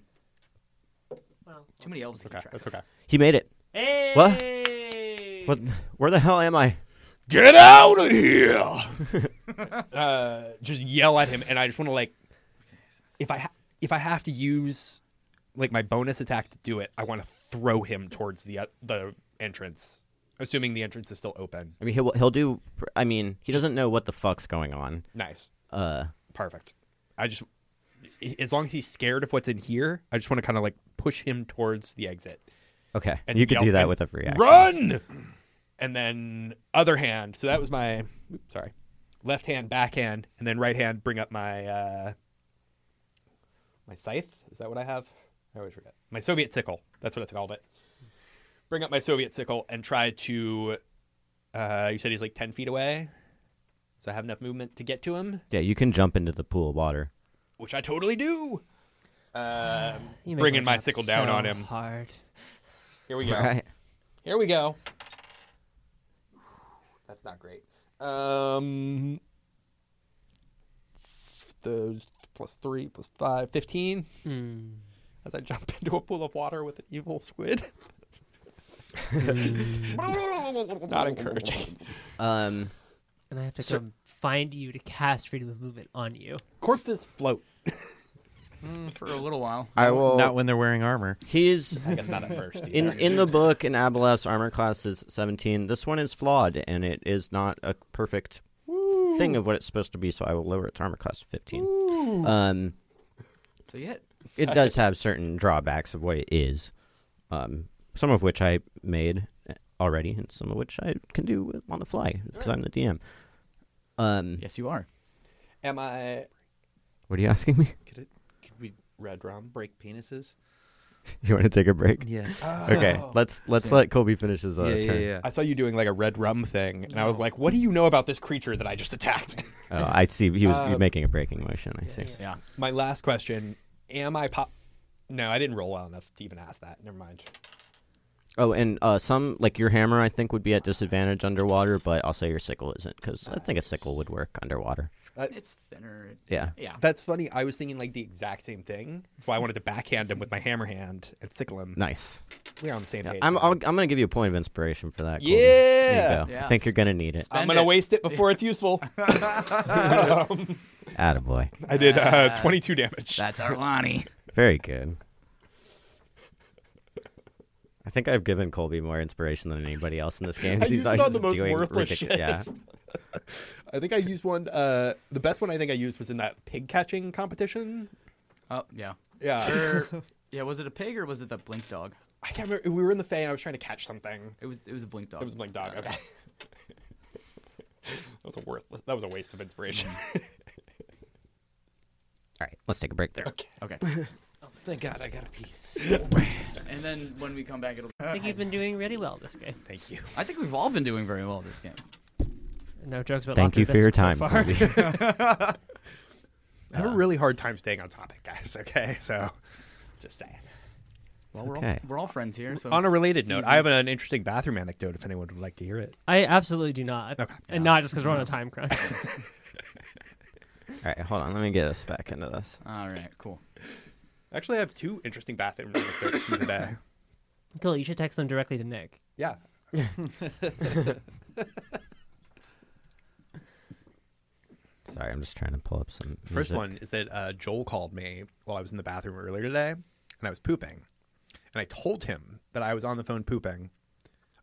Speaker 3: Well,
Speaker 2: Too many elves to
Speaker 4: Okay,
Speaker 2: keep track.
Speaker 4: that's okay.
Speaker 1: He made it.
Speaker 3: hey.
Speaker 1: What? What? Where the hell am I?
Speaker 4: Get out of here! uh, just yell at him, and I just want to like, if I ha- if I have to use like my bonus attack to do it, I want to throw him towards the uh, the entrance, assuming the entrance is still open.
Speaker 1: I mean, he'll he'll do. I mean, he doesn't know what the fuck's going on.
Speaker 4: Nice,
Speaker 1: Uh,
Speaker 4: perfect. I just as long as he's scared of what's in here, I just want to kind of like push him towards the exit.
Speaker 1: okay.
Speaker 4: And
Speaker 1: you could
Speaker 4: yell-
Speaker 1: do that
Speaker 4: and
Speaker 1: with a free action.
Speaker 4: Run! And then other hand. So that was my oops, sorry. Left hand, backhand, and then right hand bring up my uh my scythe. Is that what I have? I always forget. My Soviet sickle. That's what it's called it. Bring up my Soviet sickle and try to uh you said he's like ten feet away. So I have enough movement to get to him,
Speaker 1: Yeah, you can jump into the pool of water.
Speaker 4: which I totally do. Um,
Speaker 3: You make
Speaker 4: Bringing my
Speaker 3: job
Speaker 4: sickle down
Speaker 3: so
Speaker 4: on him.
Speaker 3: Hard.
Speaker 4: Here we go.
Speaker 1: Right.
Speaker 4: Here we go. That's not great. Um, s- the plus three, plus five, 15.
Speaker 1: Hmm.
Speaker 4: As I jump into a pool of water with an evil squid.
Speaker 1: Hmm.
Speaker 4: not encouraging.
Speaker 1: Um,
Speaker 3: And I have to come find you to cast freedom of movement on you.
Speaker 4: Corpses float.
Speaker 2: For a little while.
Speaker 1: I will.
Speaker 5: Not when they're wearing armor.
Speaker 1: He's
Speaker 4: I guess not at first.
Speaker 1: in
Speaker 4: either.
Speaker 1: in the book in Abelas armor class is 17. This one is flawed and it is not a perfect thing of what it's supposed to be, so I will lower its armor class to 15. Um,
Speaker 2: So you hit.
Speaker 1: it does have certain drawbacks of what it is, um, some of which I made already, and some of which I can do on the fly because I'm the DM. Um,
Speaker 2: Yes, you are.
Speaker 4: Am I.
Speaker 1: What are you asking me?
Speaker 5: Could, it, could we
Speaker 4: Red rum?
Speaker 5: break penises?
Speaker 1: You want to take a break?
Speaker 5: Yes.
Speaker 1: Okay, let's let's let Colby finish his uh,
Speaker 5: Ah. yeah, yeah,
Speaker 1: turn.
Speaker 5: yeah.
Speaker 4: I saw you doing like a red rum thing, and I was like, what do you know about this creature that I just attacked?
Speaker 1: Oh, I see. He was
Speaker 5: Uh,
Speaker 4: Um,
Speaker 1: making a breaking motion. I see.
Speaker 2: Yeah.
Speaker 4: My last question: Am I pop? No, I didn't roll well enough to even ask that. Never mind.
Speaker 1: Oh, and uh, some like your hammer, I think, would be at disadvantage underwater, but I'll say your sickle isn't because I think a sickle would work underwater.
Speaker 2: It's thinner. It-
Speaker 1: Yeah.
Speaker 2: Yeah.
Speaker 4: That's funny. I was thinking like the exact same thing. That's why I wanted to backhand him with my hammer hand and sickle him.
Speaker 1: Nice.
Speaker 4: We're on the same page.
Speaker 1: I'm
Speaker 4: man.
Speaker 1: I'll, I'm gonna give you a point of inspiration for that. Colby.
Speaker 4: Yeah!
Speaker 1: There you go.
Speaker 2: Yeah.
Speaker 1: I think you're gonna need it.
Speaker 4: I'm
Speaker 2: Spend
Speaker 4: gonna
Speaker 2: it.
Speaker 4: waste it before it's useful.
Speaker 1: Attaboy.
Speaker 4: I did uh, 22 damage.
Speaker 2: That's Arlani.
Speaker 1: Very good. I think I've given Colby more inspiration than anybody else in this game. 'cause
Speaker 4: I
Speaker 1: he's
Speaker 4: used it on
Speaker 1: always
Speaker 4: the most
Speaker 1: doing
Speaker 4: worthless
Speaker 1: ridic-
Speaker 4: shit.
Speaker 1: Yeah.
Speaker 4: I think I used one. Uh, the best one I think I used was in that pig catching competition.
Speaker 2: Oh yeah.
Speaker 4: Yeah,
Speaker 2: Or- yeah. Was it a pig or was it the blink dog?
Speaker 4: I can't remember. We were in the Fey, and I was trying to catch something.
Speaker 2: It was. It was a blink dog.
Speaker 4: It was a blank dog. Okay. that was a worthless. That was a waste of inspiration.
Speaker 1: All right, let's take a break there.
Speaker 2: Okay.
Speaker 4: Thank God I got a piece.
Speaker 2: and then when we come back, it'll.
Speaker 3: I think you've been doing really well this game.
Speaker 4: Thank you.
Speaker 2: I think we've all been doing very well this game.
Speaker 3: No jokes about
Speaker 1: Thank
Speaker 3: Lock
Speaker 1: you
Speaker 3: and
Speaker 1: for your
Speaker 3: Biscuit so
Speaker 1: time,
Speaker 3: far.
Speaker 1: Colby.
Speaker 4: I have a really hard time staying on topic, guys. Okay, so just saying.
Speaker 2: Well, we're
Speaker 1: Okay.
Speaker 2: all we're all friends here. So
Speaker 4: On a
Speaker 2: it's-
Speaker 4: related
Speaker 2: it's
Speaker 4: note,
Speaker 2: easy.
Speaker 4: I have an interesting bathroom anecdote. If anyone would like to hear it,
Speaker 3: I absolutely do not,
Speaker 4: Okay.
Speaker 3: and not just because we're on a time crunch.
Speaker 1: All right, hold on. Let me get us back into this.
Speaker 2: All right. Cool.
Speaker 4: actually, I have two interesting bathroom anecdotes for today.
Speaker 3: cool. You should text them directly to Nick.
Speaker 4: Yeah.
Speaker 1: Sorry, I'm just trying to pull up some.
Speaker 4: First
Speaker 1: music.
Speaker 4: one is that uh, Joel called me while I was in the bathroom earlier today, and I was pooping, and I told him that I was on the phone pooping.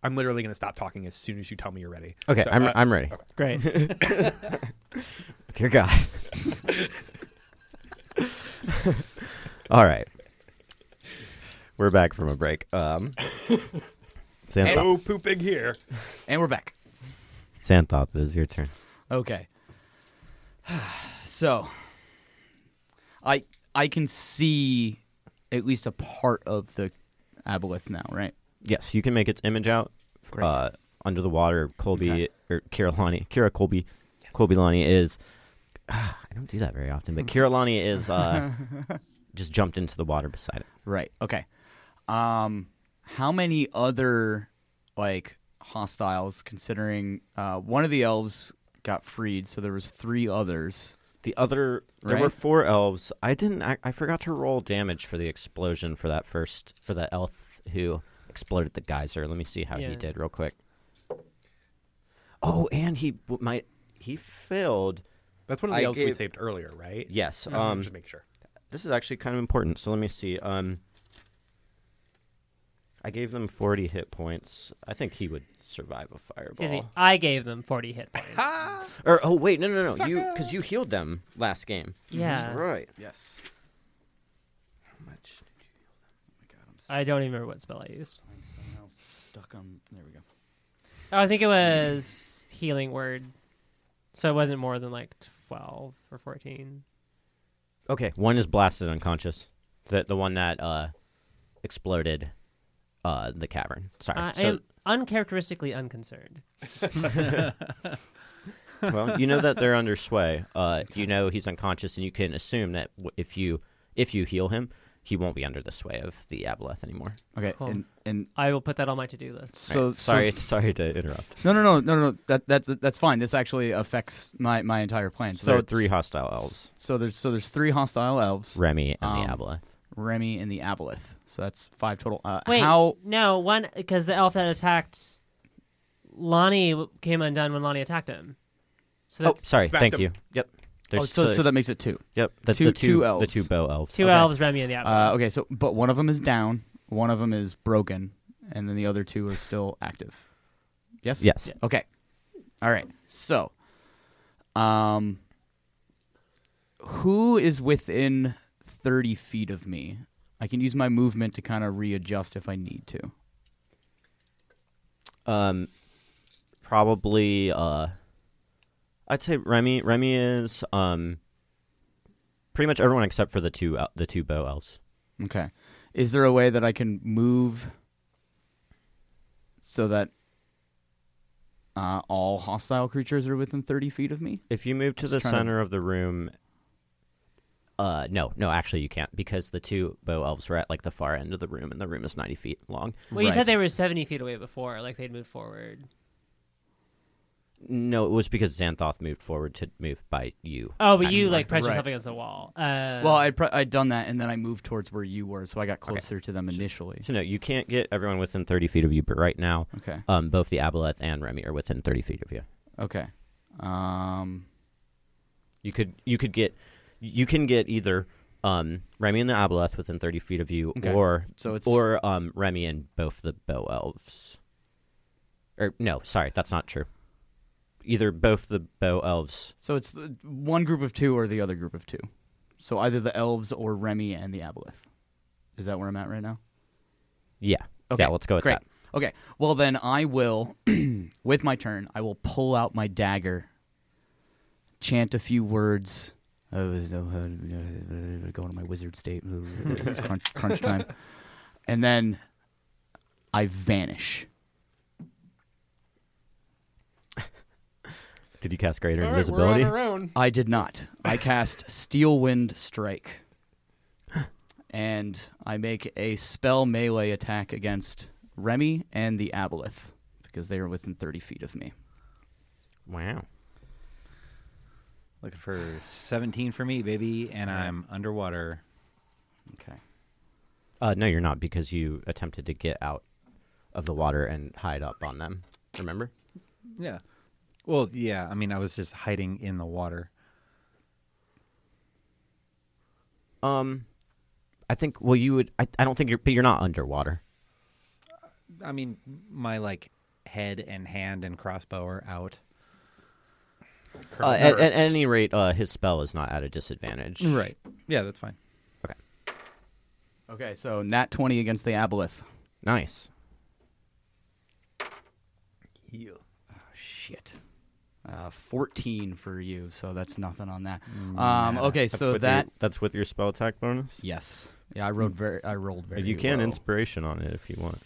Speaker 4: I'm literally going to stop talking as soon as you tell me you're ready.
Speaker 1: Okay,
Speaker 4: So,
Speaker 1: I'm
Speaker 4: uh,
Speaker 1: I'm ready.
Speaker 3: Great.
Speaker 1: Dear God. All right. We're back from a break. Um, Sam,
Speaker 2: And-
Speaker 1: thought,
Speaker 4: No pooping here.
Speaker 2: And we're back.
Speaker 1: Sam thought it was your turn.
Speaker 2: Okay. So I I can see at least a part of the aboleth now, right?
Speaker 1: Yes, you can make its image out.
Speaker 2: Great.
Speaker 1: Uh, under the water, Colby or Kirillani, Kira Colby, Colbilani is. Ah, I don't do that very often, but Kirillani is uh, just jumped into the water beside it.
Speaker 2: Right. Okay. Um how many other like hostiles considering uh one of the elves got freed, so there was three others.
Speaker 1: The other, there were
Speaker 2: Right.
Speaker 1: four elves. I didn't. I, I forgot to roll damage for the explosion for that first for the elf who exploded the geyser. Let me see how
Speaker 3: Yeah.
Speaker 1: he did real quick. Oh, and he w- might he failed.
Speaker 4: That's one of the
Speaker 1: I
Speaker 4: elves we
Speaker 1: gave-
Speaker 4: saved earlier, right?
Speaker 1: Yes.
Speaker 4: Um,
Speaker 1: Um,
Speaker 4: just make sure.
Speaker 1: this is actually kind of important. So let me see. Um, I gave them forty hit points. I think he would survive a
Speaker 3: Excuse me.
Speaker 1: fireball.
Speaker 3: I gave them 40 hit points.
Speaker 1: Or oh wait, no no no, you because you healed them last game.
Speaker 3: yeah.
Speaker 1: Right.
Speaker 2: Yes. How much
Speaker 3: I don't even remember what spell I used.
Speaker 2: did you I'm somehow stuck on there we go.
Speaker 3: Oh, I think it was healing word. So it wasn't more than like 12 or 14.
Speaker 1: Okay, one is blasted unconscious. The the one that uh, exploded uh, the cavern. Sorry.
Speaker 3: I I
Speaker 1: so,
Speaker 3: am uncharacteristically unconcerned.
Speaker 1: well, you know that they're under sway. Uh, you know he's unconscious, and you can assume that w- if you if you heal him, he won't be under the sway of the aboleth anymore.
Speaker 2: Okay.
Speaker 3: Cool.
Speaker 2: And and
Speaker 3: I will put that on my to-do list.
Speaker 2: so
Speaker 1: Right. sorry, sorry to interrupt.
Speaker 2: No, no, no, no, no. That that's that's fine. This actually affects my my entire plan.
Speaker 1: So, there are
Speaker 2: it's-
Speaker 1: three hostile elves:
Speaker 2: So there's so there's three hostile elves,
Speaker 1: Remy and the
Speaker 2: Um,
Speaker 1: aboleth.
Speaker 2: Remy and the Aboleth. So that's five total. Uh,
Speaker 3: Wait,
Speaker 2: how?
Speaker 3: no, one because the elf that attacked Lonnie w- came undone when Lonnie attacked him. So
Speaker 1: Oh,
Speaker 3: that's
Speaker 1: sorry.
Speaker 4: smacked
Speaker 1: Thank
Speaker 4: him.
Speaker 1: you. Yep.
Speaker 2: Oh, so, so that makes it two.
Speaker 1: yep. That's
Speaker 2: two-
Speaker 1: the
Speaker 2: two
Speaker 1: two, the
Speaker 2: elves.
Speaker 1: two bow elves.
Speaker 3: two
Speaker 2: okay.
Speaker 3: elves, Remy, and the elf.
Speaker 2: Uh, okay, so but one of them is down, one of them is broken, and then the other two are still active. Yes.
Speaker 1: Yes.
Speaker 3: Yeah.
Speaker 2: Okay. All right. So, um, who is within thirty feet of me? I can use my movement to kind of readjust if I need to.
Speaker 1: Um, probably. Uh, I'd say Remy. Remy is um. Pretty much everyone except for the two el- the two bow elves.
Speaker 2: Okay. Is there a way that I can move so that uh, all hostile creatures are within 30 feet of me?
Speaker 1: If you move to the
Speaker 2: Just trying to-
Speaker 1: center of the room. Uh, no, no, actually you can't because the two bow elves were at like the far end of the room, and the room is ninety feet long.
Speaker 3: well, you
Speaker 2: right.
Speaker 3: said they were seventy feet away before, like they'd moved forward.
Speaker 1: No, it was because Xanthoth moved forward to move by you.
Speaker 3: Oh, but you
Speaker 1: actually.
Speaker 3: like pressed
Speaker 2: Right.
Speaker 3: yourself against the wall. Uh,
Speaker 2: Well, I'd, pr- I'd done that, and then I moved towards where you were, so I got closer to them initially.
Speaker 1: So no, you can't get everyone within thirty feet of you. But right now,
Speaker 2: Okay.
Speaker 1: um, both the Aboleth and Remy are within thirty feet of you.
Speaker 2: Okay. Um,
Speaker 1: You could you could get you can get either um, Remy and the Aboleth within thirty feet of you,
Speaker 2: Okay.
Speaker 1: or
Speaker 2: So it's-
Speaker 1: or um, Remy and both the bow elves. Or no, sorry, that's not true. Either both the bow elves.
Speaker 2: so it's the- one group of two or the other group of two. So either the elves or Remy and the Aboleth. Is that where I'm at right now?
Speaker 1: Yeah,
Speaker 2: Okay,
Speaker 1: yeah. Let's go with
Speaker 2: Great.
Speaker 1: that.
Speaker 2: Okay. Well, then I will, with my turn, I will pull out my dagger, chant a few words. uh, Go into my wizard state. It's crunch, crunch time. And then I vanish.
Speaker 1: Did you cast greater
Speaker 4: All right, we're on
Speaker 1: invisibility?
Speaker 4: our own.
Speaker 2: I did not. I cast Steel Wind Strike. And I make a spell melee attack against Remy and the Aboleth because they are within 30 feet of me.
Speaker 1: Wow.
Speaker 5: Looking for 17 for me, baby, and I'm underwater.
Speaker 2: Okay.
Speaker 1: Uh, no, you're not because you attempted to get out of the water and hide up on them. Remember?
Speaker 5: Yeah. Well, yeah. I mean, I was just hiding in the water.
Speaker 1: Um, I think. Well, you would. I, I don't think you're. But you're not underwater.
Speaker 5: I mean, my like head and hand and crossbow are out.
Speaker 1: Uh, at, at any rate, uh, his spell is not at a disadvantage.
Speaker 5: Right. Yeah, that's fine.
Speaker 2: Okay, so nat 20 against the aboleth.
Speaker 1: Nice.
Speaker 4: Yeah.
Speaker 2: Shit. Uh, 14 for you, so that's nothing on that. Um, okay, so
Speaker 1: with
Speaker 2: that
Speaker 1: your, that's with your spell attack bonus.
Speaker 2: yes. Yeah, I rolled very I rolled very
Speaker 1: you can
Speaker 2: low.
Speaker 1: inspiration on it if you want.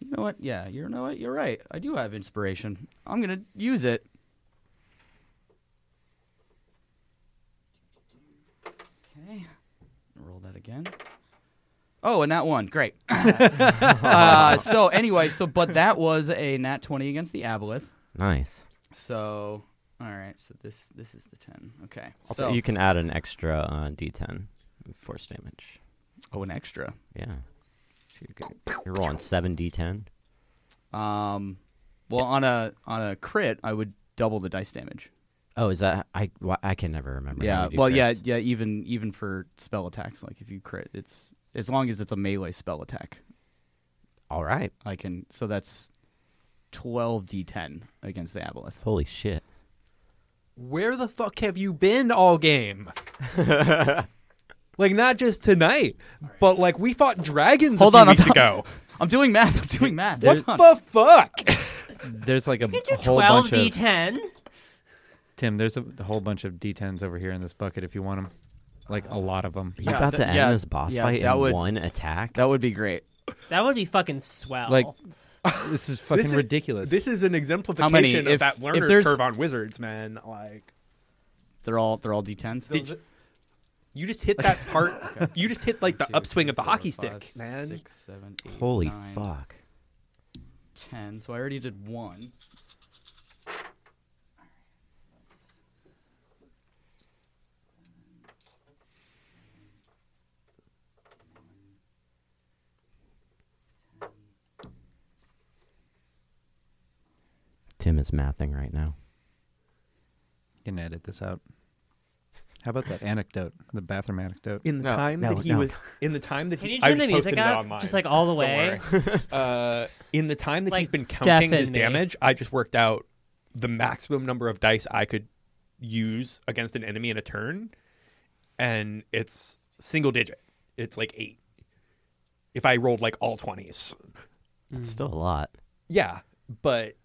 Speaker 2: You know what? Yeah, you know what? You're right. I do have inspiration. I'm going to use it. Okay. Roll that again. Oh, and that one. Great. uh, so, anyway, so, but that was a nat 20 against the Aboleth.
Speaker 1: Nice.
Speaker 2: So, all right. So, this this is the 10. Okay.
Speaker 1: So
Speaker 2: So,
Speaker 1: you can add an extra uh, D10 force damage.
Speaker 2: oh, an extra.
Speaker 1: Yeah. So you're, good. you're rolling seven D10.
Speaker 2: Um, well, on a on a crit, I would double the dice damage.
Speaker 1: Oh, is that I? wh- I can never remember. how
Speaker 2: Yeah.
Speaker 1: you do
Speaker 2: Well,
Speaker 1: crits.
Speaker 2: yeah, yeah. Even even for spell attacks, like if you crit, it's as long as it's a melee spell attack,
Speaker 1: All right.
Speaker 2: I can. So that's twelve d10 against the aboleth.
Speaker 1: Holy shit.
Speaker 4: Where the fuck have you been all game? like not just tonight, but like we fought dragons
Speaker 2: Hold
Speaker 4: a few
Speaker 2: on, I'm
Speaker 4: weeks
Speaker 2: t-
Speaker 4: ago.
Speaker 2: I'm doing math. I'm doing math.
Speaker 4: What
Speaker 2: Hold
Speaker 4: the fuck?
Speaker 5: There's like a whole
Speaker 3: Twelve
Speaker 5: bunch
Speaker 3: d
Speaker 5: of
Speaker 3: ten.
Speaker 5: Tim. There's a, a whole bunch of D10s over here in this bucket if you want them. Like a lot of them.
Speaker 1: You're about
Speaker 2: th-
Speaker 1: to end
Speaker 2: yeah,
Speaker 1: this boss
Speaker 2: yeah,
Speaker 1: fight
Speaker 2: that
Speaker 1: in
Speaker 2: would-
Speaker 1: one attack.
Speaker 2: That would be great.
Speaker 3: That would be fucking swell.
Speaker 5: Like this is fucking
Speaker 4: This is-
Speaker 5: ridiculous.
Speaker 4: This is an exemplification
Speaker 2: many?
Speaker 4: of
Speaker 2: If-
Speaker 4: that
Speaker 2: if
Speaker 4: learner's
Speaker 2: there's-
Speaker 4: curve on wizards, man. Like
Speaker 2: They're all they're all d10s.
Speaker 4: Did you- you just hit that part. You just hit like the upswing of the hockey stick, man.
Speaker 2: Six, seven, eight,
Speaker 1: Holy
Speaker 2: nine,
Speaker 1: fuck.
Speaker 2: Ten. So I already did one.
Speaker 1: Tim is mathing right now.
Speaker 5: You can edit this out. How about that anecdote? The bathroom anecdote.
Speaker 4: In the
Speaker 1: No,
Speaker 4: time
Speaker 1: no,
Speaker 4: that he
Speaker 1: no.
Speaker 4: was, in the time that
Speaker 3: Can
Speaker 4: he,
Speaker 3: you
Speaker 4: I
Speaker 3: turn the
Speaker 4: just
Speaker 3: music
Speaker 4: posted it
Speaker 3: up
Speaker 4: online.
Speaker 3: just like all the way?
Speaker 4: Don't worry. uh, in the time that
Speaker 3: Like,
Speaker 4: he's been counting his
Speaker 3: deafen me.
Speaker 4: damage, I just worked out the maximum number of dice I could use against an enemy in a turn, and it's single digit. It's like eight. If I rolled like all twenties,
Speaker 1: That's still a lot.
Speaker 4: yeah, but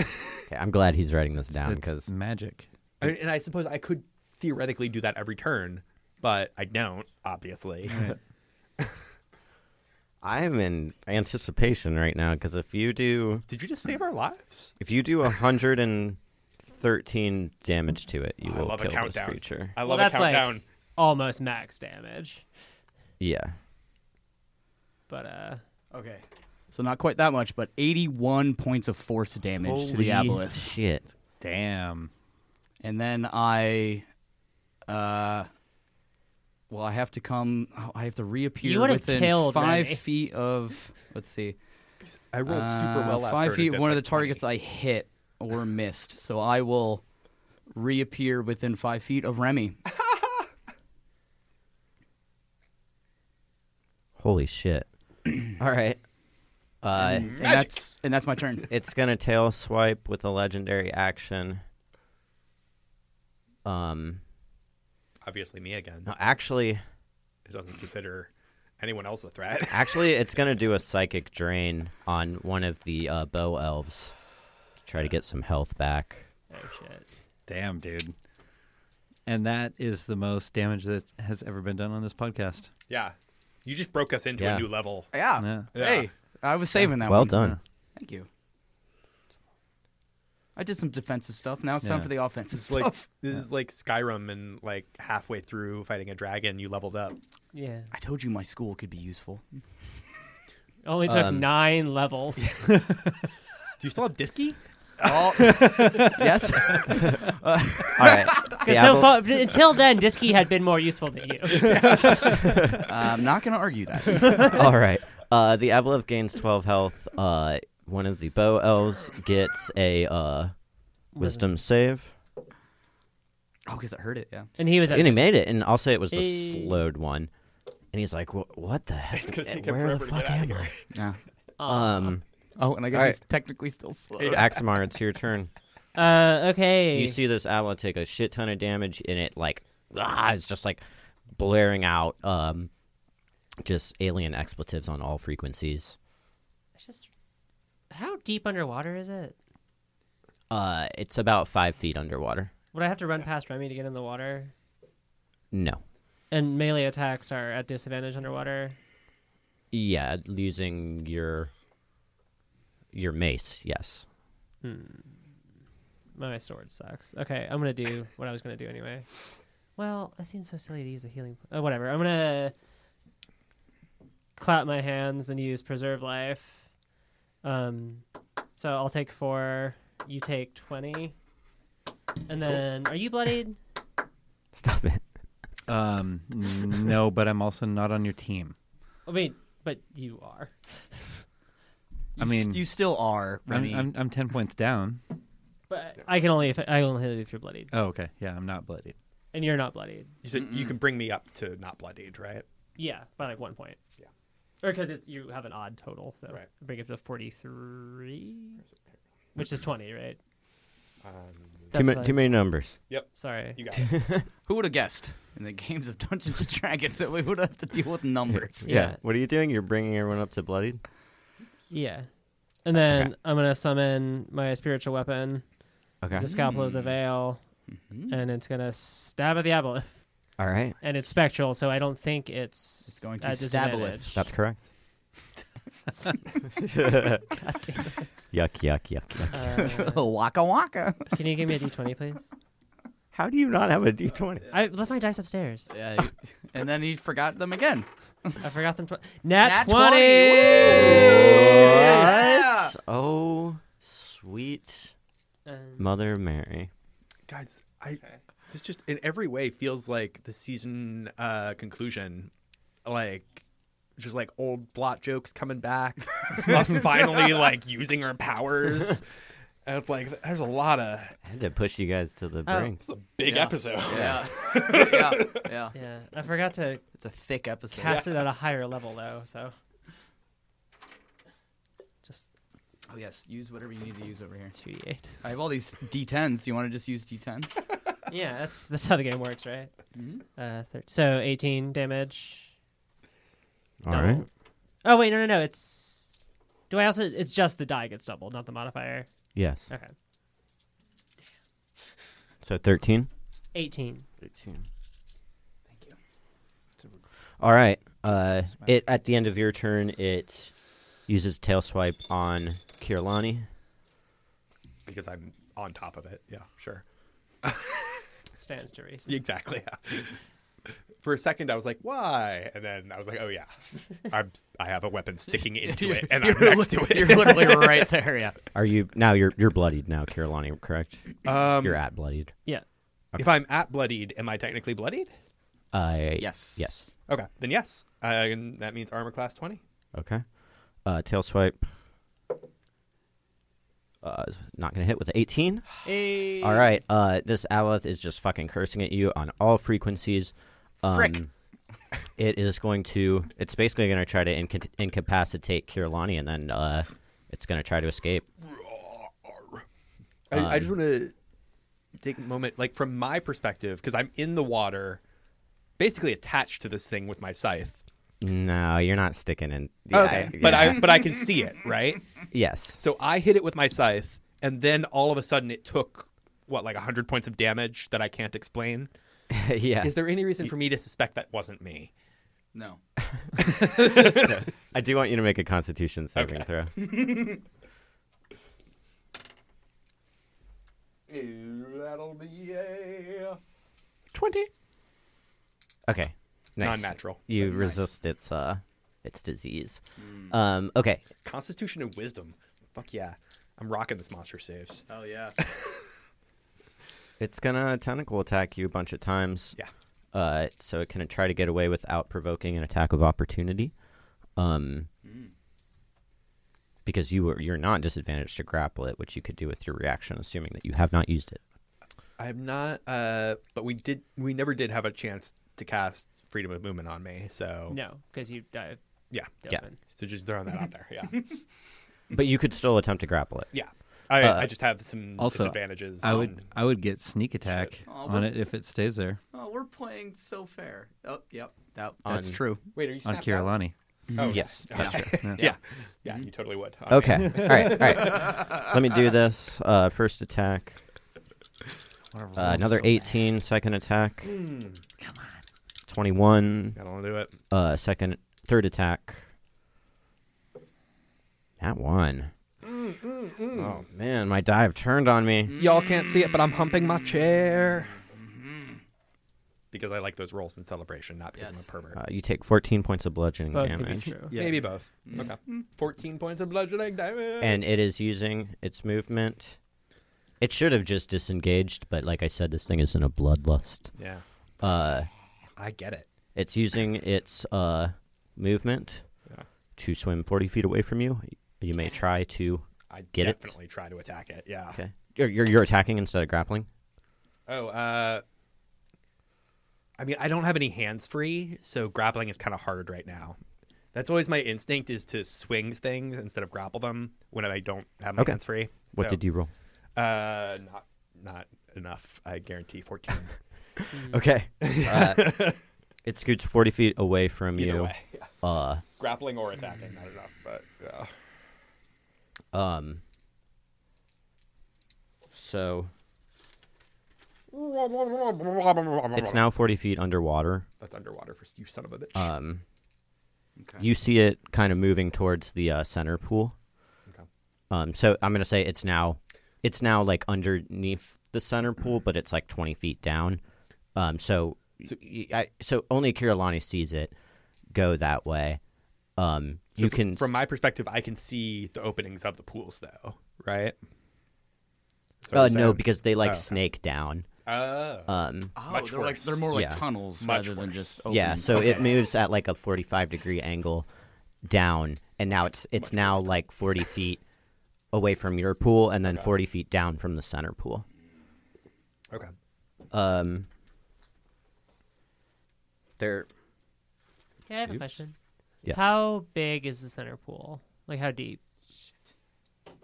Speaker 1: Okay, I'm glad he's writing this down
Speaker 5: It's
Speaker 1: because
Speaker 5: magic.
Speaker 4: and and I suppose I could theoretically do that every turn, but I don't, obviously.
Speaker 1: I'm in anticipation right now. Because if you do,
Speaker 4: Did you just save our lives?
Speaker 1: if you do 113 damage to it, you
Speaker 4: I
Speaker 1: will
Speaker 4: love a
Speaker 1: kill this
Speaker 4: countdown. Uh,
Speaker 1: creature.
Speaker 4: I love
Speaker 3: Well,
Speaker 4: a
Speaker 3: that's like
Speaker 4: countdown.
Speaker 3: almost max damage,
Speaker 1: Yeah.
Speaker 3: but uh,
Speaker 2: Okay. So not quite that much, but 81 points of force damage to the
Speaker 1: Holy
Speaker 2: aboleth.
Speaker 1: shit.
Speaker 5: Damn.
Speaker 2: and then I, uh, well, I have to come. oh, I have to reappear
Speaker 3: You would've
Speaker 2: within
Speaker 3: killed
Speaker 2: five
Speaker 3: Remy.
Speaker 2: feet of. Let's see,
Speaker 4: I rolled super
Speaker 2: uh,
Speaker 4: well last
Speaker 2: Five
Speaker 4: turn.
Speaker 2: feet
Speaker 4: It's
Speaker 2: of one
Speaker 4: at,
Speaker 2: of the
Speaker 4: like,
Speaker 2: targets
Speaker 4: 20.
Speaker 2: I hit or missed, so I will reappear within five feet of Remy.
Speaker 1: Holy shit. All right. Uh,
Speaker 2: and that's and that's my turn.
Speaker 1: It's gonna tail swipe with a legendary action. Um,
Speaker 4: Obviously, me again.
Speaker 1: no, actually,
Speaker 4: It doesn't consider anyone else a threat.
Speaker 1: actually, it's gonna do a psychic drain on one of the uh, bow elves. Try to get some health back.
Speaker 3: oh shit.
Speaker 5: Damn, dude. And that is the most damage that has ever been done on this podcast.
Speaker 4: Yeah. You just broke us into
Speaker 1: Yeah.
Speaker 4: a new level.
Speaker 2: Yeah.
Speaker 5: Yeah.
Speaker 2: Hey, I was saving that
Speaker 1: well
Speaker 2: one.
Speaker 1: done.
Speaker 2: Thank you. I did some defensive stuff. Now it's time
Speaker 5: Yeah.
Speaker 2: for the offensive
Speaker 4: It's
Speaker 2: stuff.
Speaker 4: like this is like Skyrim and like halfway through fighting a dragon you leveled up.
Speaker 3: Yeah,
Speaker 2: I told you my school could be useful.
Speaker 3: only took
Speaker 1: Um,
Speaker 3: nine levels.
Speaker 4: Do you still have Disky?
Speaker 2: Oh, yes.
Speaker 1: All right. The
Speaker 3: so
Speaker 1: abol-
Speaker 3: far, until then, Disky had been more useful than you.
Speaker 2: I'm not going to argue that.
Speaker 1: All right. Uh, the Abeloth gains 12 health. Uh, one of the bow elves gets a uh, wisdom save.
Speaker 2: Oh, because it hurt it, yeah.
Speaker 3: And he was at
Speaker 1: And he made it, and I'll say it was the
Speaker 3: Hey.
Speaker 1: slowed one. And he's like, "Wha- "What the heck?
Speaker 4: It's gonna take him
Speaker 1: Where the
Speaker 4: forever to get
Speaker 1: fuck
Speaker 4: out of
Speaker 1: am I?"
Speaker 2: Yeah.
Speaker 1: Um,
Speaker 2: Oh, and I guess
Speaker 1: All
Speaker 2: he's technically still slow.
Speaker 1: Axamar, it's your turn.
Speaker 3: Uh, okay.
Speaker 1: You see this owl take a shit ton of damage, and it like ah, it's just like blaring out. Um, just alien expletives on all frequencies.
Speaker 3: It's just how deep underwater is it?
Speaker 1: Uh, it's about five feet underwater.
Speaker 3: Would I have to run past Remy to get in the water?
Speaker 1: No.
Speaker 3: And melee attacks are at disadvantage underwater.
Speaker 1: Yeah, using your your mace. Yes.
Speaker 3: My sword sucks. Okay, I'm gonna do what I was gonna do anyway. Well, that seems so silly to use a healing. Uh, whatever. I'm gonna clap my hands and use preserve life. Um, so I'll take four. You take twenty. And then, are you bloodied?
Speaker 1: Stop it.
Speaker 5: Um, no, but I'm also not on your team.
Speaker 3: I mean, but you are.
Speaker 5: I mean,
Speaker 2: you still are.
Speaker 5: I'm,
Speaker 2: Remy.
Speaker 5: I'm, I'm 10 points down.
Speaker 3: But I can only if I only hit it if you're bloodied,
Speaker 5: Oh, okay. Yeah, I'm not bloodied.
Speaker 3: and you're not bloodied.
Speaker 4: You said you can bring me up to not bloodied, right?
Speaker 3: Yeah, by like one point.
Speaker 4: Yeah.
Speaker 3: Or because you have an odd total, so
Speaker 4: Right.
Speaker 3: bring it to forty-three, which is twenty, right?
Speaker 4: Um,
Speaker 1: Too,
Speaker 3: That's
Speaker 1: ma-
Speaker 3: fine.
Speaker 1: too many numbers.
Speaker 3: Sorry.
Speaker 4: you got it.
Speaker 2: Who would have guessed in the games of Dungeons and Dragons that we would have to deal with numbers?
Speaker 3: Yeah.
Speaker 1: What are you doing? You're bringing everyone up to bloodied.
Speaker 3: Yeah. And then I'm gonna summon my spiritual weapon,
Speaker 1: Okay.
Speaker 3: the scalpel of the veil,
Speaker 2: Mm-hmm.
Speaker 3: and it's gonna stab at the aboleth.
Speaker 1: All right.
Speaker 3: And it's spectral, so I don't think it's
Speaker 2: It's going to
Speaker 3: at
Speaker 2: stab-oleth.
Speaker 3: disadvantage.
Speaker 1: That's correct. yuck! Yuck! Yuck! Yuck!
Speaker 3: Uh,
Speaker 2: waka waka.
Speaker 3: can you give me a d20, please?
Speaker 1: How do you not have a D twenty?
Speaker 3: I left my dice upstairs.
Speaker 2: Yeah, and then he forgot them again.
Speaker 3: I forgot them. Tw- Nat,
Speaker 2: Nat
Speaker 3: 20!
Speaker 2: 20! Woo! Yeah.
Speaker 1: What? Oh, sweet
Speaker 3: Um,
Speaker 1: Mother Mary.
Speaker 4: Guys, I this just in every way feels like the season uh conclusion, like just like old blot jokes coming back, us finally like using our powers. And it's like there's a lot of
Speaker 1: I had to push you guys to the
Speaker 3: Oh.
Speaker 1: brink.
Speaker 4: it's a big
Speaker 2: Yeah.
Speaker 4: episode.
Speaker 2: Yeah, yeah, yeah.
Speaker 3: yeah, I forgot to
Speaker 2: It's a thick episode.
Speaker 3: cast it at a higher level though, so just
Speaker 2: Oh yes, use whatever you need to use over here.
Speaker 3: two d eight.
Speaker 2: I have all these D10s. Do you want to just use D10s?
Speaker 3: Yeah, that's that's how the game works, right? Uh, thir- so eighteen damage.
Speaker 1: All right.
Speaker 3: Double. Oh wait, no, no, no. It's do I also? It's just the die gets doubled, not the modifier.
Speaker 1: Yes.
Speaker 3: Okay,
Speaker 1: So thirteen.
Speaker 3: eighteen.
Speaker 1: Thank you. All right. Uh, it at the end of your turn, it uses tail swipe on Kirlani.
Speaker 4: Because I'm on top of it. Yeah, sure.
Speaker 3: Stands to reason.
Speaker 4: Exactly. Yeah. For a second, I was like, "Why?" And then I was like, "Oh yeah, I'm. I have a weapon sticking into it, and I'm next to
Speaker 2: You're
Speaker 4: it."
Speaker 2: literally right there. Yeah.
Speaker 1: Are you now? You're you're bloodied now, Kirlani. Correct.
Speaker 4: Um,
Speaker 1: you're at bloodied.
Speaker 3: Yeah.
Speaker 4: if I'm at bloodied, am I technically bloodied?
Speaker 1: I
Speaker 2: Yes.
Speaker 1: Yes.
Speaker 4: Okay, then yes. Uh, and that means armor class twenty.
Speaker 1: Okay. Uh, tail swipe. Uh, not gonna hit with an 18.
Speaker 3: Hey.
Speaker 1: All right. Uh, this Aleth is just fucking cursing at you on all frequencies. Um,
Speaker 2: Frick.
Speaker 1: It is going to. It's basically going to try to inca- incapacitate Kirlani, and then uh, it's going to try to escape.
Speaker 4: I, I just want to take a moment, like from my perspective, because I'm in the water, basically attached to this thing with my scythe.
Speaker 1: No, you're not sticking in.
Speaker 4: okay, but I but I can see it, right?
Speaker 1: yes.
Speaker 4: So I hit it with my scythe, and then all of a sudden it took what like hundred points of damage that I can't explain.
Speaker 1: yeah.
Speaker 4: Is there any reason for me to suspect that wasn't me?
Speaker 2: No.
Speaker 1: I do want you to make a Constitution saving throw.
Speaker 4: That'll be a twenty.
Speaker 1: Okay. Nice.
Speaker 4: Non-natural.
Speaker 1: You resist its uh, its disease.
Speaker 4: Mm.
Speaker 1: Um. Okay.
Speaker 4: Constitution and wisdom. Fuck yeah, I'm rocking this monster saves.
Speaker 2: Oh yeah.
Speaker 1: It's gonna tentacle attack you a bunch of times.
Speaker 4: Yeah.
Speaker 1: Uh, so it can try to get away without provoking an attack of opportunity. Um,
Speaker 4: Hmm.
Speaker 1: because you are you're not disadvantaged to grapple it, which you could do with your reaction, assuming that you have not used it.
Speaker 4: I'm not. Uh, but we did. We never did have a chance to cast freedom of movement on me. So
Speaker 3: No, because you dive.
Speaker 4: yeah.
Speaker 1: Oh. Yeah. Mm-hmm.
Speaker 3: Open.
Speaker 4: So just throwing that out there. Yeah.
Speaker 1: But you could still attempt to grapple it.
Speaker 4: yeah. I,
Speaker 1: Uh,
Speaker 4: I just have some
Speaker 5: also,
Speaker 4: disadvantages.
Speaker 5: I would
Speaker 4: on-
Speaker 5: I would get sneak attack
Speaker 2: Aw,
Speaker 5: on
Speaker 2: but-
Speaker 5: it if it stays there.
Speaker 2: Oh, we're playing so fair. Oh, yep. That, that's
Speaker 1: On-
Speaker 2: true.
Speaker 4: Wait, are you
Speaker 5: on
Speaker 4: snapped out?
Speaker 5: Kirillani.
Speaker 4: Oh,
Speaker 1: Yes, that's
Speaker 4: okay.
Speaker 5: true.
Speaker 4: yeah, yeah, you totally would. I mean,
Speaker 1: Okay. all right. All right. Let me do this. Uh, first attack.
Speaker 4: Oh,
Speaker 1: Uh, another 18. Second attack.
Speaker 5: Come on.
Speaker 1: 21.
Speaker 4: I don't want to Hmm. do it.
Speaker 1: Uh, second. Third attack. That one.
Speaker 3: Mm-hmm.
Speaker 1: Oh man, my dive turned on me.
Speaker 4: Y'all can't see it, but I'm humping my chair. Mm-hmm. Because I like those rolls in celebration, not because
Speaker 2: Yes.
Speaker 4: I'm a pervert.
Speaker 1: Uh, you take 14 points of bludgeoning
Speaker 3: Both could be
Speaker 1: damage,
Speaker 3: true.
Speaker 5: Yeah.
Speaker 4: Maybe both. Okay. 14 points of bludgeoning damage.
Speaker 1: and it is using its movement. It should have just disengaged, but like I said, this thing is in a bloodlust.
Speaker 4: yeah,
Speaker 1: Uh,
Speaker 4: I get it.
Speaker 1: It's using its uh, movement
Speaker 4: Yeah.
Speaker 1: to swim 40 feet away from you. You may try to.
Speaker 4: I
Speaker 1: Get it?
Speaker 4: definitely try to attack it. Yeah.
Speaker 1: Okay. You're, you're, you're attacking instead of grappling?
Speaker 4: Oh, uh, I mean, I don't have any hands free, so grappling is kind of hard right now. That's always my instinct is to swing things instead of grapple them when I don't have my
Speaker 1: Okay.
Speaker 4: hands free.
Speaker 1: What
Speaker 4: So,
Speaker 1: did you roll?
Speaker 4: Uh, not not enough. I guarantee fourteen. Mm-hmm.
Speaker 1: Okay. Uh, it scoots 40 feet away from
Speaker 4: Either
Speaker 1: you.
Speaker 4: way, yeah.
Speaker 1: Uh,
Speaker 4: grappling or attacking, not enough. But uh,
Speaker 1: um, so it's now 40 feet underwater.
Speaker 4: that's underwater for you, son of a bitch.
Speaker 1: Um,
Speaker 2: Okay.
Speaker 1: You see it kind of moving towards the uh, center pool.
Speaker 4: okay.
Speaker 1: Um, so I'm gonna say it's now, it's now like underneath the center pool, but it's like 20 feet down. Um, so so, I, so only Kirilani sees it go that way. Um,
Speaker 4: So
Speaker 1: you
Speaker 4: fr-
Speaker 1: can
Speaker 4: from my perspective, I can see the openings of the pools, though, right? Is that what
Speaker 1: uh,
Speaker 4: I'm
Speaker 1: no
Speaker 4: saying?
Speaker 1: because they like
Speaker 4: Oh.
Speaker 1: snake down.
Speaker 4: Oh.
Speaker 1: Um,
Speaker 2: Oh,
Speaker 4: Much
Speaker 2: they're like they're
Speaker 4: worse.
Speaker 2: more like
Speaker 1: Yeah.
Speaker 2: tunnels
Speaker 4: Much
Speaker 2: rather than
Speaker 4: worse.
Speaker 2: just
Speaker 1: yeah,
Speaker 2: openings.
Speaker 1: so it moves at like a 45 degree angle down, and now it's it's now like 40 feet away from your pool, and then 40 feet down from the center pool.
Speaker 4: okay.
Speaker 1: Um, they're
Speaker 3: Yeah, I have a question.
Speaker 1: Yes.
Speaker 3: How big is the center pool? Like how deep?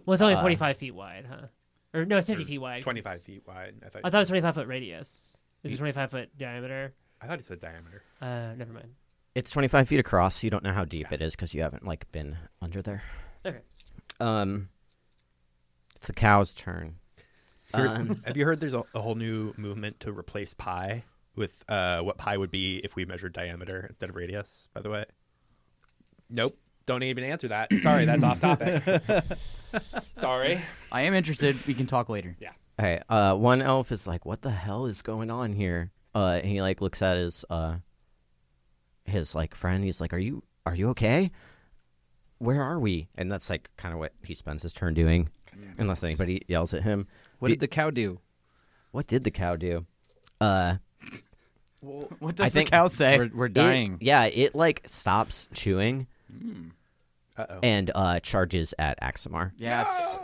Speaker 3: Well, it's only
Speaker 1: Uh,
Speaker 3: 45 feet wide, huh? Or no, it's 50 feet wide. 'cause
Speaker 4: Twenty-five
Speaker 3: it's-
Speaker 4: feet wide. I thought.
Speaker 3: I
Speaker 4: you
Speaker 3: thought it was
Speaker 4: said-
Speaker 3: 25 foot radius. Is it 25 foot diameter?
Speaker 4: I thought it said diameter.
Speaker 3: Uh, never mind.
Speaker 1: it's 25 feet across. So you don't know how deep it is because you haven't like been under there.
Speaker 3: Okay.
Speaker 1: Um, it's the cow's turn. Um,
Speaker 4: Have you heard? There's a, a whole new movement to replace pi with uh, what pi would be if we measured diameter instead of radius. By the way. Nope. Don't even answer that. Sorry, that's off topic. Sorry.
Speaker 2: I am interested. We can talk later.
Speaker 1: hey, uh, one elf is like, "What the hell is going on here?" Uh, and he like looks at his uh, his like friend. He's like, "Are you are you okay? Where are we?" And that's like kind of what he spends his turn doing, unless anybody yells at him.
Speaker 5: What did the cow do?
Speaker 1: What did the cow do? Uh,
Speaker 2: What does
Speaker 1: think-
Speaker 2: the cow say?
Speaker 5: We're, we're
Speaker 1: it-
Speaker 5: dying.
Speaker 1: yeah, it like stops chewing
Speaker 2: Hmm.
Speaker 4: Uh oh.
Speaker 1: and uh, charges at Axamar.
Speaker 2: Yes.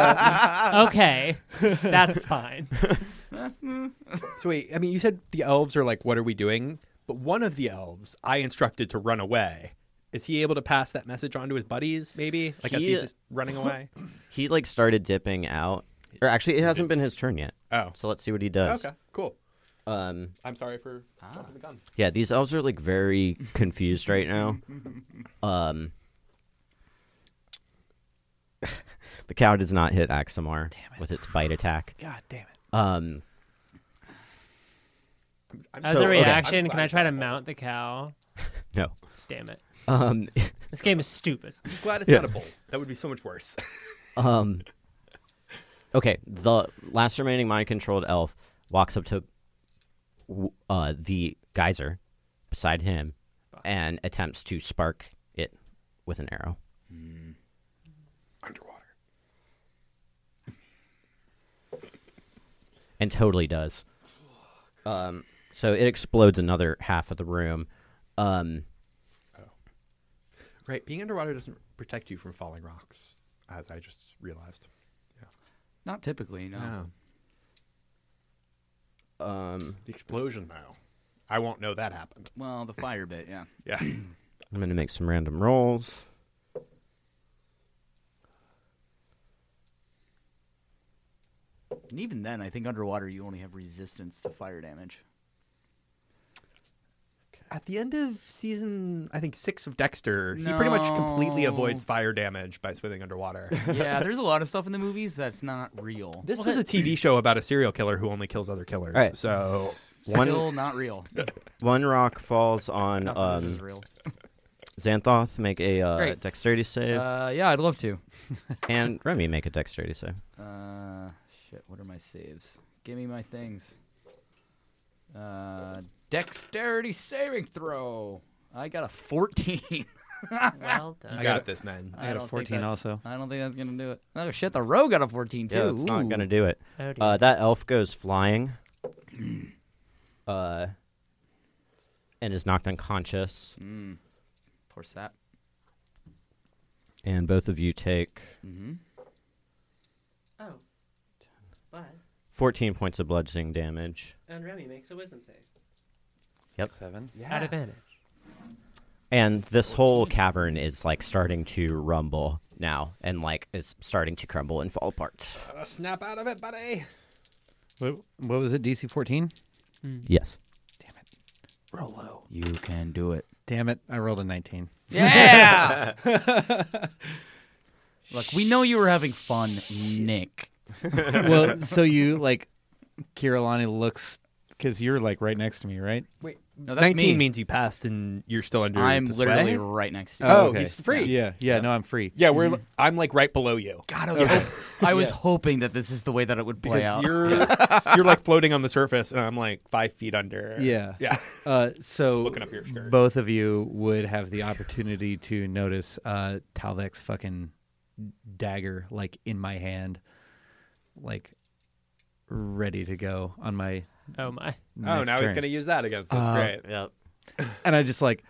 Speaker 3: okay. That's fine.
Speaker 4: So wait, I mean, you said the elves are like, "What are we doing?" But one of the elves I instructed to run away. Is he able to pass that message on to his buddies? Maybe like as
Speaker 1: He-
Speaker 4: he's just running away.
Speaker 1: He like started dipping out, or actually, it hasn't been his turn yet.
Speaker 4: Oh.
Speaker 1: So let's see what he does.
Speaker 4: Okay. Cool.
Speaker 1: Um,
Speaker 4: I'm sorry for jumping the gun.
Speaker 1: yeah, these elves are like very confused right now. Um, the cow does not hit Axamar with its bite attack.
Speaker 5: God damn it.
Speaker 1: Um,
Speaker 4: I'm
Speaker 3: As
Speaker 4: so-
Speaker 3: a
Speaker 4: okay.
Speaker 3: reaction,
Speaker 4: I'm
Speaker 3: can I
Speaker 4: glad
Speaker 3: try to
Speaker 4: it's not-
Speaker 3: mount the cow?
Speaker 1: no.
Speaker 3: Damn it.
Speaker 1: Um,
Speaker 3: This game is stupid.
Speaker 4: I'm just glad it's
Speaker 1: Yeah.
Speaker 4: not a bull. That would be so much worse.
Speaker 1: Um. Okay, the last remaining mind-controlled elf walks up to w- uh, the geyser beside him and attempts to spark it with an arrow.
Speaker 4: Underwater.
Speaker 1: and totally does. Um, so it explodes another half of the room. Um,
Speaker 4: Right. Being underwater doesn't protect you from falling rocks, as I just realized.
Speaker 2: Not typically,
Speaker 4: Oh.
Speaker 2: no.
Speaker 1: um,
Speaker 4: The explosion now. I won't know that happened.
Speaker 2: Well, the fire bit, yeah.
Speaker 4: Yeah.
Speaker 1: I'm going to make some random rolls.
Speaker 2: And even then, I think underwater you only have resistance to fire damage.
Speaker 4: At the end of season, I think six of Dexter, he pretty much completely
Speaker 2: No.
Speaker 4: avoids fire damage by swimming underwater.
Speaker 2: yeah, there's a lot of stuff in the movies that's not real.
Speaker 4: This was a TV show about a serial killer who only kills other killers.
Speaker 1: All right.
Speaker 4: So
Speaker 1: One-
Speaker 2: Still not real.
Speaker 1: One rock falls on
Speaker 2: Nothing
Speaker 1: um,
Speaker 2: this is real.
Speaker 1: Xanthoth. Make a uh,
Speaker 2: Great.
Speaker 1: dexterity save,
Speaker 2: Uh, yeah, I'd love to.
Speaker 1: and Remy make a dexterity save.
Speaker 2: Uh, shit. What are my saves? Give me my things. Uh, dexterity saving throw. I got a 14.
Speaker 3: Well done.
Speaker 4: you got this, man.
Speaker 5: I got a
Speaker 2: don't think
Speaker 5: 14
Speaker 2: that's-
Speaker 5: also.
Speaker 2: I don't think that's gonna do it. Oh shit! The rogue got a 14 too.
Speaker 1: Yeah, it's not
Speaker 2: Ooh.
Speaker 1: gonna do it.
Speaker 3: Oh, dear.
Speaker 1: Uh, that elf goes flying, uh, and is knocked unconscious.
Speaker 2: Mm. Poor sap.
Speaker 1: And both of you take
Speaker 2: Mm-hmm.
Speaker 3: oh. But
Speaker 1: 14 points of bludgeoning damage,
Speaker 3: and Remy makes a wisdom save.
Speaker 1: Yep.
Speaker 5: Seven.
Speaker 3: At advantage.
Speaker 1: and this whole cavern is like starting to rumble now, and like is starting to crumble and fall apart.
Speaker 4: Gotta Uh, snap out of it, buddy.
Speaker 5: What, what was it? DC 14?
Speaker 1: Yes.
Speaker 5: Roll low.
Speaker 2: You can do it.
Speaker 5: Damn it. I rolled a 19.
Speaker 2: Yeah. Look, we know you were having fun, Nick.
Speaker 5: well, so you, like, Kirilani looks, because you're, like, right next to me, right?
Speaker 4: Wait,
Speaker 2: No, that's
Speaker 4: 19
Speaker 2: me.
Speaker 4: means you passed and you're still under.
Speaker 2: I'm
Speaker 4: the
Speaker 2: literally
Speaker 4: sway.
Speaker 2: right next to you.
Speaker 4: Oh, he's free.
Speaker 5: Yeah. Yeah. No, I'm free.
Speaker 4: Yeah, Mm. we're. I'm like right below you.
Speaker 2: God, I was, hop- I was hoping that this is the way that it would play
Speaker 4: Because
Speaker 2: out.
Speaker 4: you're you're like floating on the surface, and I'm like five feet under.
Speaker 5: Yeah.
Speaker 4: yeah.
Speaker 5: Uh, so
Speaker 4: Looking up your skirt.
Speaker 5: both of you would have the opportunity to notice uh, Talvek's fucking dagger, like in my hand, like ready to go on my.
Speaker 3: Oh my.
Speaker 4: Oh,
Speaker 5: next
Speaker 4: now he's
Speaker 5: turn.
Speaker 4: gonna use that against us.
Speaker 5: Uh,
Speaker 4: Great.
Speaker 1: Yep.
Speaker 5: And I just like,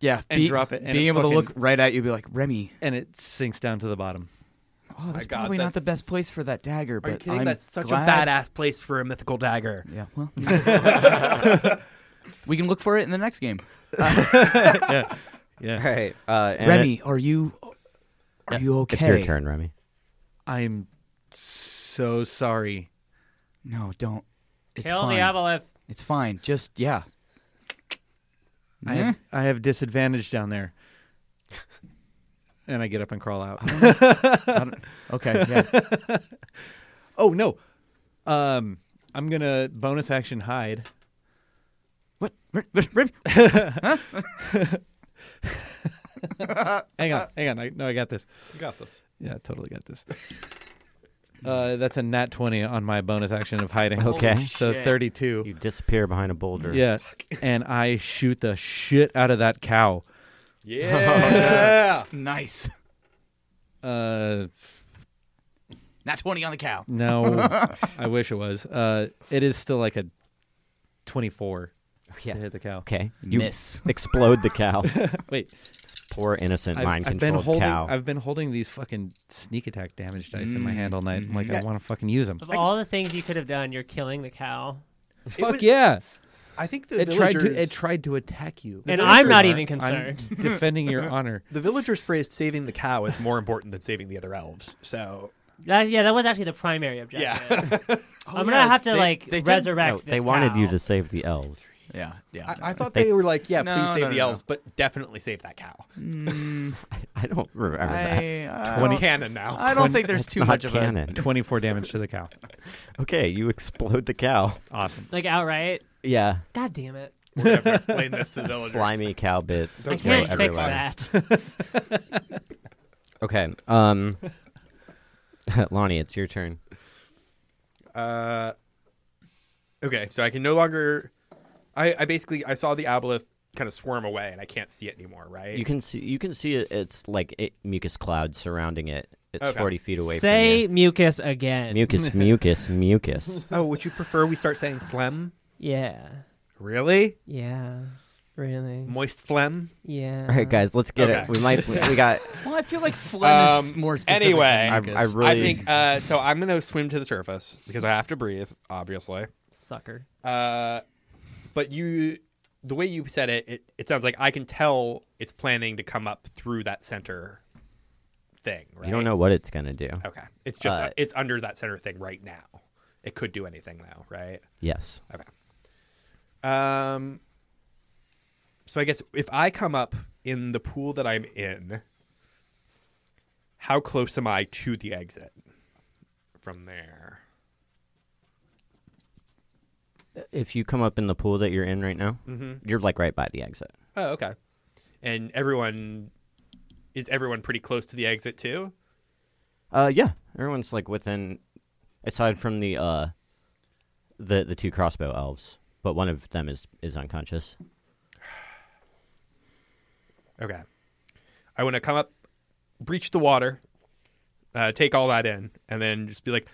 Speaker 2: yeah,
Speaker 5: and drop it, and
Speaker 2: being
Speaker 5: it
Speaker 2: able to look
Speaker 5: fucking-
Speaker 2: right at you, be like Remy.
Speaker 5: and it sinks down to the bottom.
Speaker 2: Oh, that's
Speaker 4: God,
Speaker 2: probably not the
Speaker 4: that's-
Speaker 2: best place for that dagger. But
Speaker 4: Are you kidding?
Speaker 2: I'm
Speaker 4: That's such
Speaker 2: glad-
Speaker 4: a badass place for a mythical dagger.
Speaker 2: Yeah, well, we can look for it in the next game.
Speaker 5: yeah. Yeah.
Speaker 1: All right. Uh, and
Speaker 2: Remy,
Speaker 1: it-
Speaker 2: are you are you okay?
Speaker 1: it's your turn, Remy.
Speaker 5: I'm so sorry.
Speaker 2: No, don't. It's
Speaker 6: Kill
Speaker 2: fine.
Speaker 6: the aboleth.
Speaker 2: It's fine. Just yeah.
Speaker 5: I have I have disadvantage down there. And I get up and crawl out.
Speaker 2: Okay. Yeah.
Speaker 5: oh no. Um I'm gonna bonus action hide.
Speaker 2: what? R- R- Remy?
Speaker 5: Hang on, hang on. I, no, I got this.
Speaker 4: You got this.
Speaker 5: Yeah, I totally got this. Uh, that's a nat 20 on my bonus action of hiding.
Speaker 1: Okay. Holy
Speaker 5: So
Speaker 2: shit.
Speaker 5: 32.
Speaker 1: You disappear behind a boulder.
Speaker 5: yeah. And I shoot the shit out of that cow.
Speaker 4: Yeah.
Speaker 2: Nice.
Speaker 5: Uh,
Speaker 2: Not twenty on the cow.
Speaker 5: no, I wish it was. Uh, it is still like a 24
Speaker 1: Yeah.
Speaker 5: to hit the cow.
Speaker 1: Okay. You
Speaker 2: Miss.
Speaker 1: explode the cow.
Speaker 5: Wait,
Speaker 1: Poor innocent
Speaker 5: I've,
Speaker 1: mind
Speaker 5: I've been
Speaker 1: controlled
Speaker 5: holding.
Speaker 1: cow.
Speaker 5: I've been holding these fucking sneak attack damage dice in my
Speaker 2: Mm.
Speaker 5: hand all night. I'm like, I
Speaker 4: Yeah.
Speaker 5: want to fucking use them.
Speaker 3: Of all the things you could have done, you're killing the cow.
Speaker 5: Fuck yeah!
Speaker 4: I think the
Speaker 5: It tried
Speaker 4: villagers.
Speaker 5: to. It tried to attack you.
Speaker 3: And
Speaker 4: villagers
Speaker 3: I'm not
Speaker 4: are-
Speaker 3: even
Speaker 5: I'm
Speaker 3: concerned.
Speaker 5: defending your honor.
Speaker 4: the villagers phrased saving the cow as more important than saving the other elves. So
Speaker 3: That, yeah, that was actually the primary objective. I'm gonna have to
Speaker 2: Oh, They-
Speaker 3: like
Speaker 2: they did-
Speaker 1: No,
Speaker 3: resurrect.
Speaker 1: they
Speaker 3: this
Speaker 1: wanted you
Speaker 3: cow.
Speaker 1: to save the elves.
Speaker 2: Yeah. Yeah.
Speaker 4: I, I thought
Speaker 1: They-
Speaker 4: they, were like, yeah,
Speaker 2: No,
Speaker 4: please save
Speaker 2: no, no,
Speaker 4: the
Speaker 2: no.
Speaker 4: elves, but definitely save that cow.
Speaker 2: Mm,
Speaker 1: I don't remember that.
Speaker 2: I, I
Speaker 4: It's
Speaker 2: don't-
Speaker 4: canon now.
Speaker 2: I don't think there's
Speaker 1: It's
Speaker 2: too
Speaker 1: not
Speaker 2: much of a.
Speaker 1: canon.
Speaker 5: Twenty-four damage to the cow.
Speaker 1: Okay, you explode the cow.
Speaker 5: Awesome.
Speaker 3: like outright.
Speaker 1: Yeah.
Speaker 3: God damn it!
Speaker 4: We're gonna have to explain this to the villagers.
Speaker 1: Slimy cow bits. go
Speaker 3: I can't fix
Speaker 1: everywhere.
Speaker 3: that.
Speaker 1: Okay. Um Lonnie, it's your turn.
Speaker 4: Uh, okay, so I can no longer. I, I basically I saw the aboleth kind of swarm away, and I can't see it anymore. Right?
Speaker 1: You can see you can see it, it's like it, mucus cloud surrounding it. It's
Speaker 4: Okay.
Speaker 1: 40 feet away
Speaker 3: Say
Speaker 1: from
Speaker 3: mucus again.
Speaker 1: you. Mucus, mucus, mucus.
Speaker 4: oh, would you prefer we start saying phlegm?
Speaker 3: yeah,
Speaker 4: Really?
Speaker 3: yeah, really,
Speaker 4: Moist phlegm?
Speaker 3: yeah.
Speaker 1: All right, guys, Uh, let's get
Speaker 4: Okay.
Speaker 1: it. We might we got
Speaker 2: Well, I feel like phlegm is
Speaker 4: Um,
Speaker 2: more specific.
Speaker 4: anyway,
Speaker 2: than
Speaker 1: I,
Speaker 2: mucus.
Speaker 1: I really
Speaker 4: I think uh, so. I'm gonna swim to the surface because I have to breathe, obviously.
Speaker 3: Sucker.
Speaker 4: Uh, but you, the way you said it, it, it sounds like I can tell it's planning to come up through that center thing. Right?
Speaker 1: You don't know what it's gonna do.
Speaker 4: Okay, it's just
Speaker 1: Uh,
Speaker 4: it's under that center thing right now. It could do anything now, right?
Speaker 1: Yes.
Speaker 4: Okay. Um. So I guess if I come up in the pool that I'm in, how close am I to the exit from there?
Speaker 1: If you come up in the pool that you're in right now,
Speaker 4: Mm-hmm.
Speaker 1: you're like right by the exit.
Speaker 4: Oh, okay. And everyone is everyone pretty close to the exit too?
Speaker 1: Uh, yeah, everyone's like within, aside from the uh, the the two crossbow elves, but one of them is is unconscious.
Speaker 4: Okay. I want to come up, breach the water, uh, take all that in, and then just be like,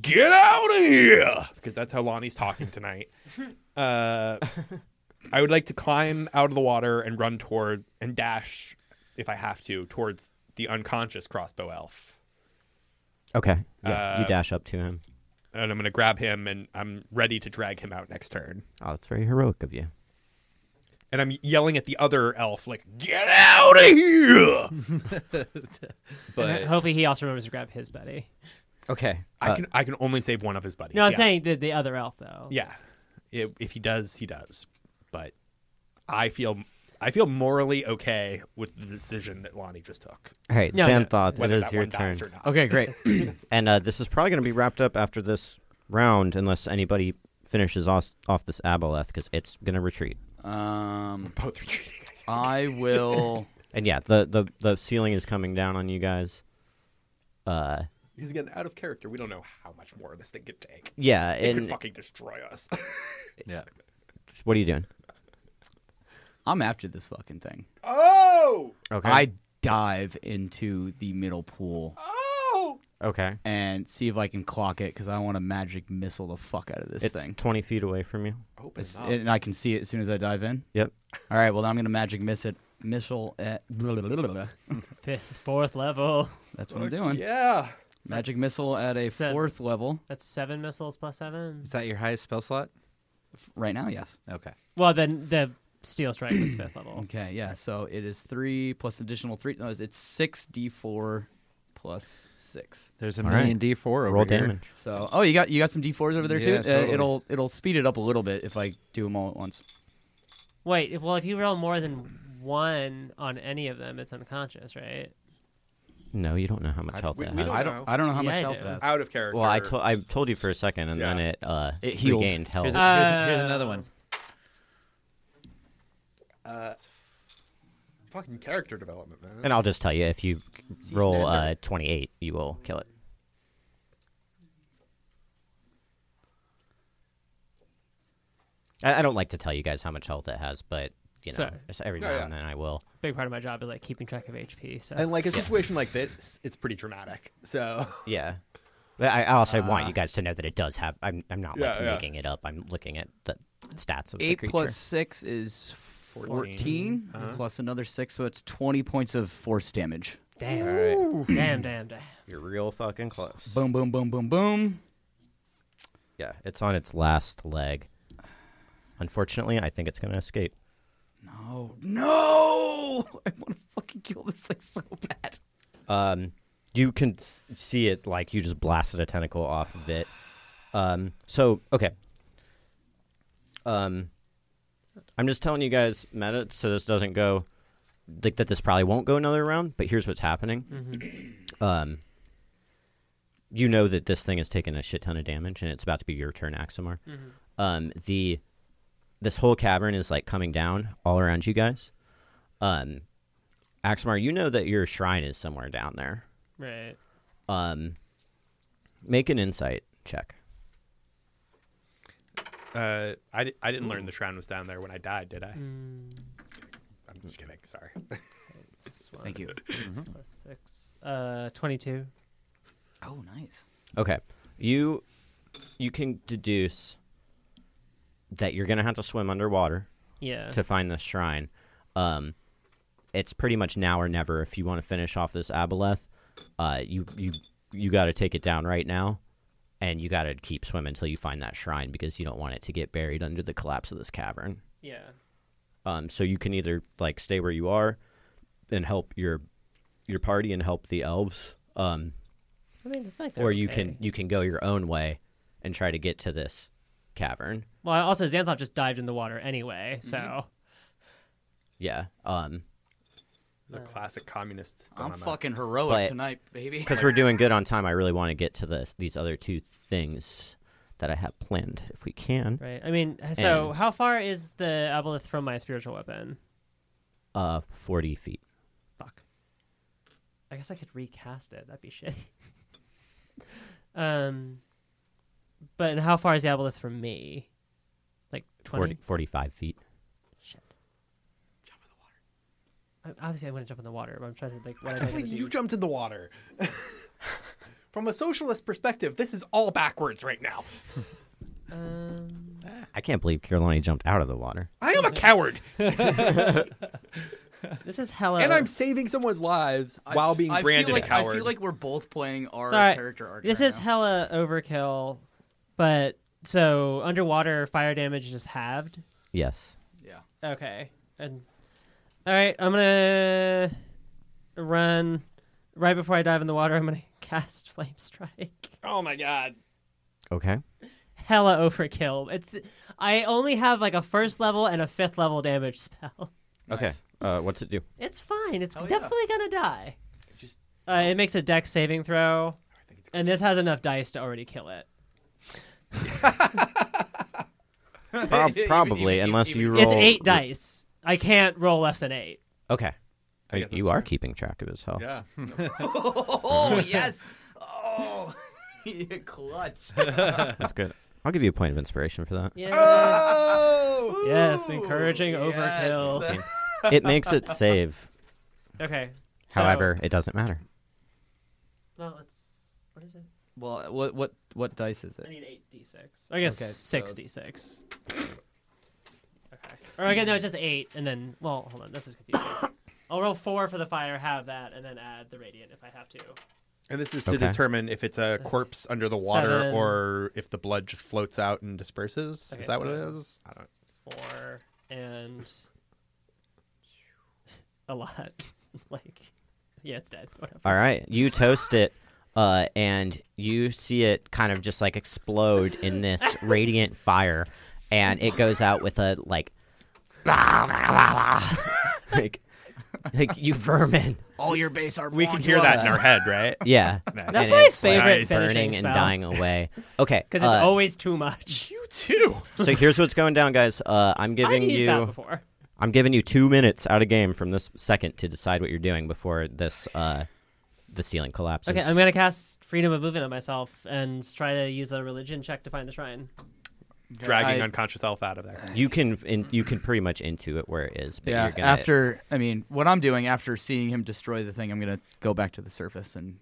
Speaker 4: "Get out of here!" Because that's how Lonnie's talking tonight. uh, I would like to climb out of the water and run toward and dash, if I have to, towards the unconscious crossbow elf.
Speaker 1: Okay. Yeah, you
Speaker 4: Uh,
Speaker 1: dash up to him.
Speaker 4: And I'm going to grab him, and I'm ready to drag him out next turn.
Speaker 1: Oh, that's very heroic of you.
Speaker 4: And I'm yelling at the other elf, like, "Get out of here!"
Speaker 3: And
Speaker 4: but
Speaker 3: Hopefully, he also remembers to grab his buddy.
Speaker 1: Okay.
Speaker 4: I can I can only save one of his buddies.
Speaker 3: No, I'm
Speaker 4: yeah.
Speaker 3: saying the, the other elf though.
Speaker 4: Yeah, if if he does, he does. But I feel I feel morally okay with the decision that Lonnie just took,
Speaker 1: all right,
Speaker 3: No, no,
Speaker 1: Xanthoth, it
Speaker 4: whether
Speaker 1: is
Speaker 4: that
Speaker 1: your
Speaker 4: one
Speaker 1: turn.
Speaker 4: dies or not.
Speaker 2: Okay, great.
Speaker 1: And uh, this is probably going to be wrapped up after this round, unless anybody finishes off, off this aboleth, because it's going to retreat.
Speaker 2: um,
Speaker 4: Both retreating.
Speaker 2: I will.
Speaker 1: And yeah, the, the, the ceiling is coming down on you guys. Uh,
Speaker 4: He's getting out of character. We don't know how much more this thing could take.
Speaker 1: yeah,
Speaker 4: It could
Speaker 1: and
Speaker 4: fucking destroy us.
Speaker 5: Yeah.
Speaker 1: what are you doing?
Speaker 2: I'm after this fucking thing.
Speaker 4: oh,
Speaker 1: Okay.
Speaker 2: I dive into the middle pool
Speaker 4: oh!
Speaker 1: okay.
Speaker 2: and see if I can clock it because I want a magic missile the fuck out of this
Speaker 1: It's
Speaker 2: thing.
Speaker 1: 20 feet away from you.
Speaker 4: Open
Speaker 2: It's-
Speaker 4: up.
Speaker 2: and I can see it as soon as I dive in.
Speaker 1: Yep.
Speaker 2: All right, well, now I'm going to magic miss it. Missile at. Blah, blah, blah, blah, blah.
Speaker 3: Fifth, fourth level.
Speaker 2: That's what I'm doing.
Speaker 4: Yeah.
Speaker 2: Magic missile at a
Speaker 3: Seven.
Speaker 2: fourth level.
Speaker 3: That's seven missiles plus seven.
Speaker 5: Is that your highest spell slot?
Speaker 2: Right now, yes.
Speaker 5: Okay.
Speaker 3: Well, then the steel strike was fifth level.
Speaker 2: Okay, yeah. So it is three plus additional three. No, it's six d4 plus six.
Speaker 5: There's a
Speaker 1: All
Speaker 5: million
Speaker 1: right.
Speaker 5: D4 over
Speaker 1: Roll
Speaker 5: here.
Speaker 1: damage.
Speaker 2: So oh, you got you got some d4s over there too.
Speaker 5: Yeah, totally.
Speaker 2: Uh, it'll it'll speed it up a little bit if I do them all at once.
Speaker 3: Wait, if- well, if you roll more than one on any of them, it's unconscious, right?
Speaker 1: No, you don't know how much
Speaker 4: I-
Speaker 1: health
Speaker 4: we-
Speaker 1: it
Speaker 4: we
Speaker 1: has.
Speaker 4: don't-
Speaker 2: I
Speaker 4: know.
Speaker 2: don't I don't know how
Speaker 3: Yeah, I
Speaker 2: much health
Speaker 3: do.
Speaker 2: it has.
Speaker 4: Out of character.
Speaker 1: Well, I, to- I told you for a second, and then
Speaker 4: Yeah.
Speaker 1: it uh,
Speaker 2: It healed.
Speaker 1: regained health.
Speaker 5: Here's, a-
Speaker 3: Uh,
Speaker 5: here's a- here's another one.
Speaker 4: Uh, fucking character development, man.
Speaker 1: and I'll just tell you, if you
Speaker 4: Season
Speaker 1: roll
Speaker 4: ender.
Speaker 1: uh, 28, you will kill it. I, I don't like to tell you guys how much health it has, but you know,
Speaker 3: Sorry.
Speaker 1: just every
Speaker 4: No,
Speaker 1: now
Speaker 4: yeah.
Speaker 1: and then I will.
Speaker 3: Big part of my job is like keeping track of HP. So
Speaker 4: And like a situation like this, it's pretty dramatic. So
Speaker 1: Yeah. But I I also want you guys to know that it does have. I'm, I'm not
Speaker 4: Yeah,
Speaker 1: like
Speaker 4: yeah.
Speaker 1: making it up. I'm looking at the stats of the
Speaker 2: Eight
Speaker 1: creature.
Speaker 2: plus six is 14 plus another six, so it's 20 points of force damage.
Speaker 3: damn, damn, damn, damn.
Speaker 1: You're real fucking close.
Speaker 2: Boom, boom, boom, boom, boom.
Speaker 1: Yeah, it's on its last leg. Unfortunately, I think it's going to escape.
Speaker 2: No, Oh, no! I want to fucking kill this thing so bad.
Speaker 1: Um, you can s- see it like you just blasted a tentacle off of it. Um, so okay. Um, I'm just telling you guys meta, so this doesn't go like that. This probably won't go another round, but here's what's happening. Um, you know that this thing has taken a shit ton of damage, and it's about to be your turn, Axamar. Um, the this whole cavern is like coming down all around you guys. Um, Axmar, you know that your shrine is somewhere down there.
Speaker 3: Right.
Speaker 1: Um, make an insight check.
Speaker 4: uh, I, di- I didn't
Speaker 2: Mm.
Speaker 4: learn the shrine was down there when I died, did I? I'm just kidding. Sorry.
Speaker 2: Thank you.
Speaker 3: Plus six. Uh, twenty-two.
Speaker 2: Oh, nice.
Speaker 1: Okay, you you can deduce that you're gonna have to swim underwater
Speaker 3: Yeah.
Speaker 1: to find the shrine. Um, it's pretty much now or never if you want to finish off this aboleth. Uh, you you you got to take it down right now, and you got to keep swimming until you find that shrine because you don't want it to get buried under the collapse of this cavern.
Speaker 3: yeah.
Speaker 1: Um, so you can either like stay where you are and help your your party and help the elves, um,
Speaker 3: I mean, I feel like they're
Speaker 1: or you
Speaker 3: okay.
Speaker 1: can you can go your own way and try to get to this cavern.
Speaker 3: Well, also Xanthop just dived in the water anyway, so
Speaker 1: Yeah, um,
Speaker 4: It's a classic communist.
Speaker 2: I'm
Speaker 4: dilemma.
Speaker 2: fucking heroic
Speaker 1: But-
Speaker 2: tonight, baby.
Speaker 1: because we're doing good on time. I really want to get to the these other two things that I have planned if we can.
Speaker 3: right. I mean, so
Speaker 1: And-
Speaker 3: how far is the aboleth from my spiritual weapon?
Speaker 1: Uh, forty feet.
Speaker 3: Fuck. I guess I could recast it. That'd be shitty. um, but how far is the aboleth from me? Like
Speaker 1: 40,
Speaker 3: twenty.
Speaker 1: 45 feet.
Speaker 3: Shit. Jump in the water. I, obviously, I wouldn't jump in the water. But I'm trying to think like what I
Speaker 4: Wait,
Speaker 3: do.
Speaker 4: you jumped in the water. From a socialist perspective, this is all backwards right now.
Speaker 3: Um,
Speaker 1: I can't believe Carolina jumped out of the water.
Speaker 4: I am a coward,
Speaker 3: this is hella.
Speaker 4: and I'm saving someone's lives
Speaker 2: Um, I-
Speaker 4: while being
Speaker 2: I
Speaker 4: branded
Speaker 2: feel like,
Speaker 4: a coward.
Speaker 2: I feel like we're both playing our
Speaker 3: Sorry,
Speaker 2: character arc.
Speaker 3: This
Speaker 2: right
Speaker 3: is
Speaker 2: now.
Speaker 3: hella overkill, but so underwater fire damage is just halved.
Speaker 1: Yes.
Speaker 2: Yeah.
Speaker 3: Okay. And all right, I'm gonna run right before I dive in the water. I'm gonna cast flame strike.
Speaker 4: oh my god!
Speaker 1: Okay.
Speaker 3: Hella overkill. It's I only have like a first level and a fifth level damage spell.
Speaker 1: Okay.
Speaker 2: Nice.
Speaker 1: Uh, what's it do?
Speaker 3: It's fine. It's
Speaker 2: Hell yeah.
Speaker 3: definitely gonna die.
Speaker 4: Just-
Speaker 3: Uh, it makes a deck saving throw,
Speaker 4: I think it's
Speaker 3: and this has enough dice to already kill it.
Speaker 1: Prob- probably, unless you roll.
Speaker 3: It's eight dice. I can't roll less than eight.
Speaker 1: Okay.
Speaker 4: I guess
Speaker 1: You
Speaker 4: that's
Speaker 1: are
Speaker 4: true.
Speaker 1: keeping track of his health.
Speaker 4: Yeah.
Speaker 2: Oh yes. Oh, clutch.
Speaker 1: That's good. I'll give you a point of inspiration for that.
Speaker 3: Yeah.
Speaker 4: oh!
Speaker 3: Yes,
Speaker 2: Ooh,
Speaker 3: encouraging
Speaker 2: yes.
Speaker 3: overkill.
Speaker 1: It makes it save.
Speaker 3: Okay. so-
Speaker 1: However, it doesn't matter.
Speaker 3: well, it's what is it?
Speaker 2: Well, what what what dice is
Speaker 3: I
Speaker 2: it?
Speaker 3: need eight d six. I guess
Speaker 2: Okay,
Speaker 3: six
Speaker 2: so-
Speaker 3: d six. Okay. Or I guess no, it's just eight, and then well, hold on, this is confusing. I'll roll four for the fire, have that, and then add the radiant if I have to.
Speaker 4: And this is to
Speaker 1: Okay.
Speaker 4: determine if it's a corpse under the water
Speaker 3: Seven.
Speaker 4: or if the blood just floats out and disperses.
Speaker 3: Okay,
Speaker 4: is that what it
Speaker 3: so-
Speaker 4: is? I don't.
Speaker 3: Four and a lot. like, yeah, it's dead. Whatever.
Speaker 1: All right. You toast it, uh, and you see it kind of just like explode in this radiant fire, and it goes out with a like, like, like you vermin.
Speaker 2: All your base are.
Speaker 4: We can hear that in our head, right?
Speaker 1: Yeah.
Speaker 3: That's
Speaker 1: And
Speaker 3: my
Speaker 1: it's, like,
Speaker 3: favorite
Speaker 4: nice.
Speaker 1: burning
Speaker 3: finishing
Speaker 1: and
Speaker 3: spell.
Speaker 1: dying away. Okay.
Speaker 3: because
Speaker 1: uh,
Speaker 3: it's always too much.
Speaker 4: You too.
Speaker 1: so here's what's going down, guys. Uh, I'm
Speaker 3: I've
Speaker 1: giving
Speaker 3: used that
Speaker 1: you.
Speaker 3: before.
Speaker 1: I'm giving you two minutes out of game from this second to decide what you're doing before this uh, the ceiling collapses.
Speaker 3: Okay, I'm gonna cast freedom of movement on myself and try to use a religion check to find the shrine.
Speaker 4: Dragging
Speaker 2: I-
Speaker 4: unconscious elf out of there.
Speaker 1: you can in, you can pretty much intuit where it is. But
Speaker 2: Yeah.
Speaker 1: you're gonna,
Speaker 2: After I mean, what I'm doing after seeing him destroy the thing, I'm gonna go back to the surface and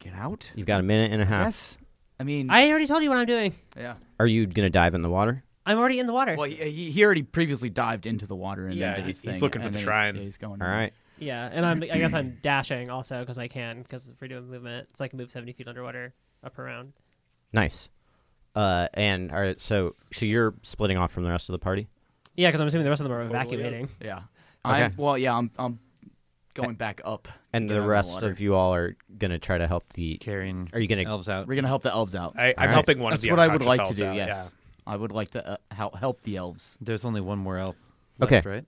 Speaker 2: get out.
Speaker 1: you've got a minute and a half.
Speaker 2: Yes. I mean,
Speaker 3: I already told you what I'm doing.
Speaker 2: yeah.
Speaker 1: Are you gonna dive in the water?
Speaker 3: I'm already in the water.
Speaker 2: Well, he, he he already previously dived into the water and
Speaker 4: Yeah,
Speaker 2: then did his
Speaker 4: he's- he's
Speaker 2: thing,
Speaker 4: looking for
Speaker 2: and
Speaker 4: the
Speaker 2: then
Speaker 4: shrine.
Speaker 2: He's, he's going.
Speaker 1: All right.
Speaker 3: Yeah, and I'm I guess I'm dashing also because I can because of freedom of movement. So I can move 70 feet underwater up around.
Speaker 1: Nice. Uh, and all right, so so you're splitting off from the rest of the party.
Speaker 3: Yeah, because I'm assuming the rest of them are evacuating.
Speaker 2: Yeah. I
Speaker 1: Okay.
Speaker 2: well, yeah. I'm I'm going back up. to
Speaker 1: And
Speaker 2: get
Speaker 1: the
Speaker 2: out
Speaker 1: rest
Speaker 2: water.
Speaker 1: of you all are gonna try to help the.
Speaker 5: Carrying
Speaker 1: Are you gonna?
Speaker 5: elves out.
Speaker 2: We're gonna help the elves out.
Speaker 4: I,
Speaker 1: right.
Speaker 4: I'm helping one
Speaker 2: That's
Speaker 4: of the
Speaker 2: what I would
Speaker 4: unconscious
Speaker 2: like to
Speaker 4: elves
Speaker 2: do.
Speaker 4: out,
Speaker 2: yes, I would like to uh, help help the elves.
Speaker 5: There's only one more elf.
Speaker 1: Okay.
Speaker 5: left, right?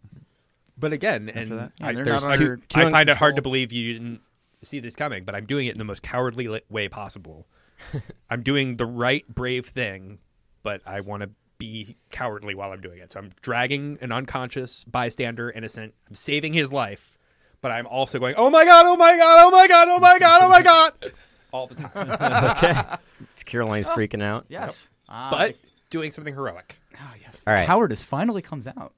Speaker 4: But again, and
Speaker 5: that?
Speaker 2: Yeah,
Speaker 4: I,
Speaker 2: they're
Speaker 4: there's-
Speaker 2: not
Speaker 4: I-
Speaker 2: under
Speaker 4: I
Speaker 1: two
Speaker 4: find it
Speaker 2: control.
Speaker 4: hard to believe you didn't see this coming, but I'm doing it in the most cowardly li- way possible. I'm doing the right brave thing, but I want to be cowardly while I'm doing it. So I'm dragging an unconscious bystander, innocent. I'm saving his life, but I'm also going, "Oh my god! Oh my god! Oh my god! Oh my god! Oh my god!" all the time,
Speaker 1: okay. Caroline's freaking out.
Speaker 2: Oh, Yes. Ah,
Speaker 4: but doing something heroic.
Speaker 2: oh, yes.
Speaker 1: All right.
Speaker 2: Cowardice finally comes out.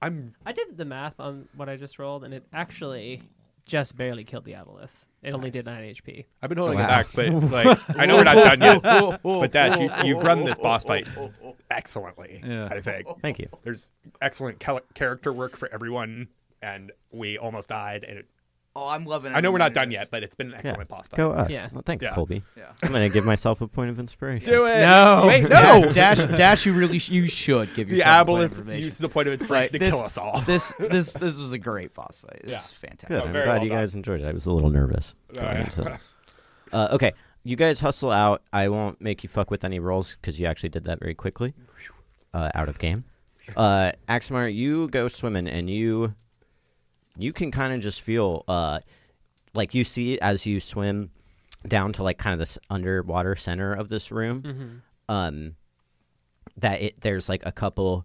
Speaker 4: I'm
Speaker 3: I did the math on what I just rolled, and it actually just barely killed the aboleth. It only did 9 HP.
Speaker 4: I've been holding
Speaker 1: Wow.
Speaker 4: it back, but like I know we're not done yet. but Dash, you, you've run this boss fight excellently.
Speaker 5: Yeah.
Speaker 4: I think
Speaker 1: Thank you.
Speaker 4: there's excellent cal- character work for everyone, and we almost died, and it
Speaker 2: Oh, I'm loving it.
Speaker 4: I know we're not done yet, but it's been an excellent pause.
Speaker 1: Go uh, us.
Speaker 3: Yeah.
Speaker 1: Well, thanks,
Speaker 4: Yeah.
Speaker 1: Colby.
Speaker 2: Yeah.
Speaker 1: I'm gonna give myself a point of inspiration.
Speaker 4: Do it.
Speaker 3: No.
Speaker 4: Oh, Wait, no.
Speaker 2: Dash, Dash, you really sh- you should give
Speaker 4: The
Speaker 2: yourself a point of
Speaker 4: aboleth
Speaker 2: information.
Speaker 4: uses the point of inspiration
Speaker 2: Right,
Speaker 4: to
Speaker 2: this-
Speaker 4: kill us all.
Speaker 2: this this this was a great boss fight. It
Speaker 4: Yeah.
Speaker 2: was fantastic.
Speaker 1: Good.
Speaker 4: Oh,
Speaker 1: I'm
Speaker 4: very
Speaker 1: glad
Speaker 4: well
Speaker 1: you
Speaker 4: done.
Speaker 1: guys enjoyed it. I was a little nervous.
Speaker 4: All
Speaker 1: going
Speaker 4: right.
Speaker 1: into this. Uh, okay, you guys hustle out. I won't make you fuck with any rolls because you actually did that very quickly, uh, out of game. Uh, Axmar, you go swimming and you, you can kind of just feel, uh, like you see as you swim down to like kind of this underwater center of this room,
Speaker 4: Mm-hmm.
Speaker 1: um, that it there's like a couple,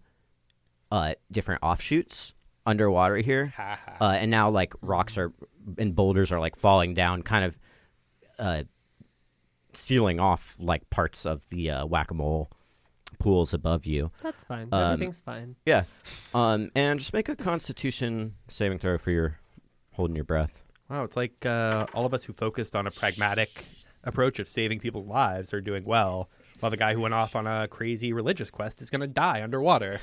Speaker 1: uh, different offshoots underwater here,
Speaker 4: Ha, ha.
Speaker 1: uh, and now like rocks are and boulders are like falling down, kind of uh, sealing off like parts of the uh, whack-a-mole pools above you.
Speaker 3: That's fine.
Speaker 1: Um,
Speaker 3: Everything's fine.
Speaker 1: Yeah, um, and just make a Constitution saving throw for your holding your breath.
Speaker 4: Wow, it's like uh, all of us who focused on a pragmatic approach of saving people's lives are doing well, while the guy who went off on a crazy religious quest is going to die underwater.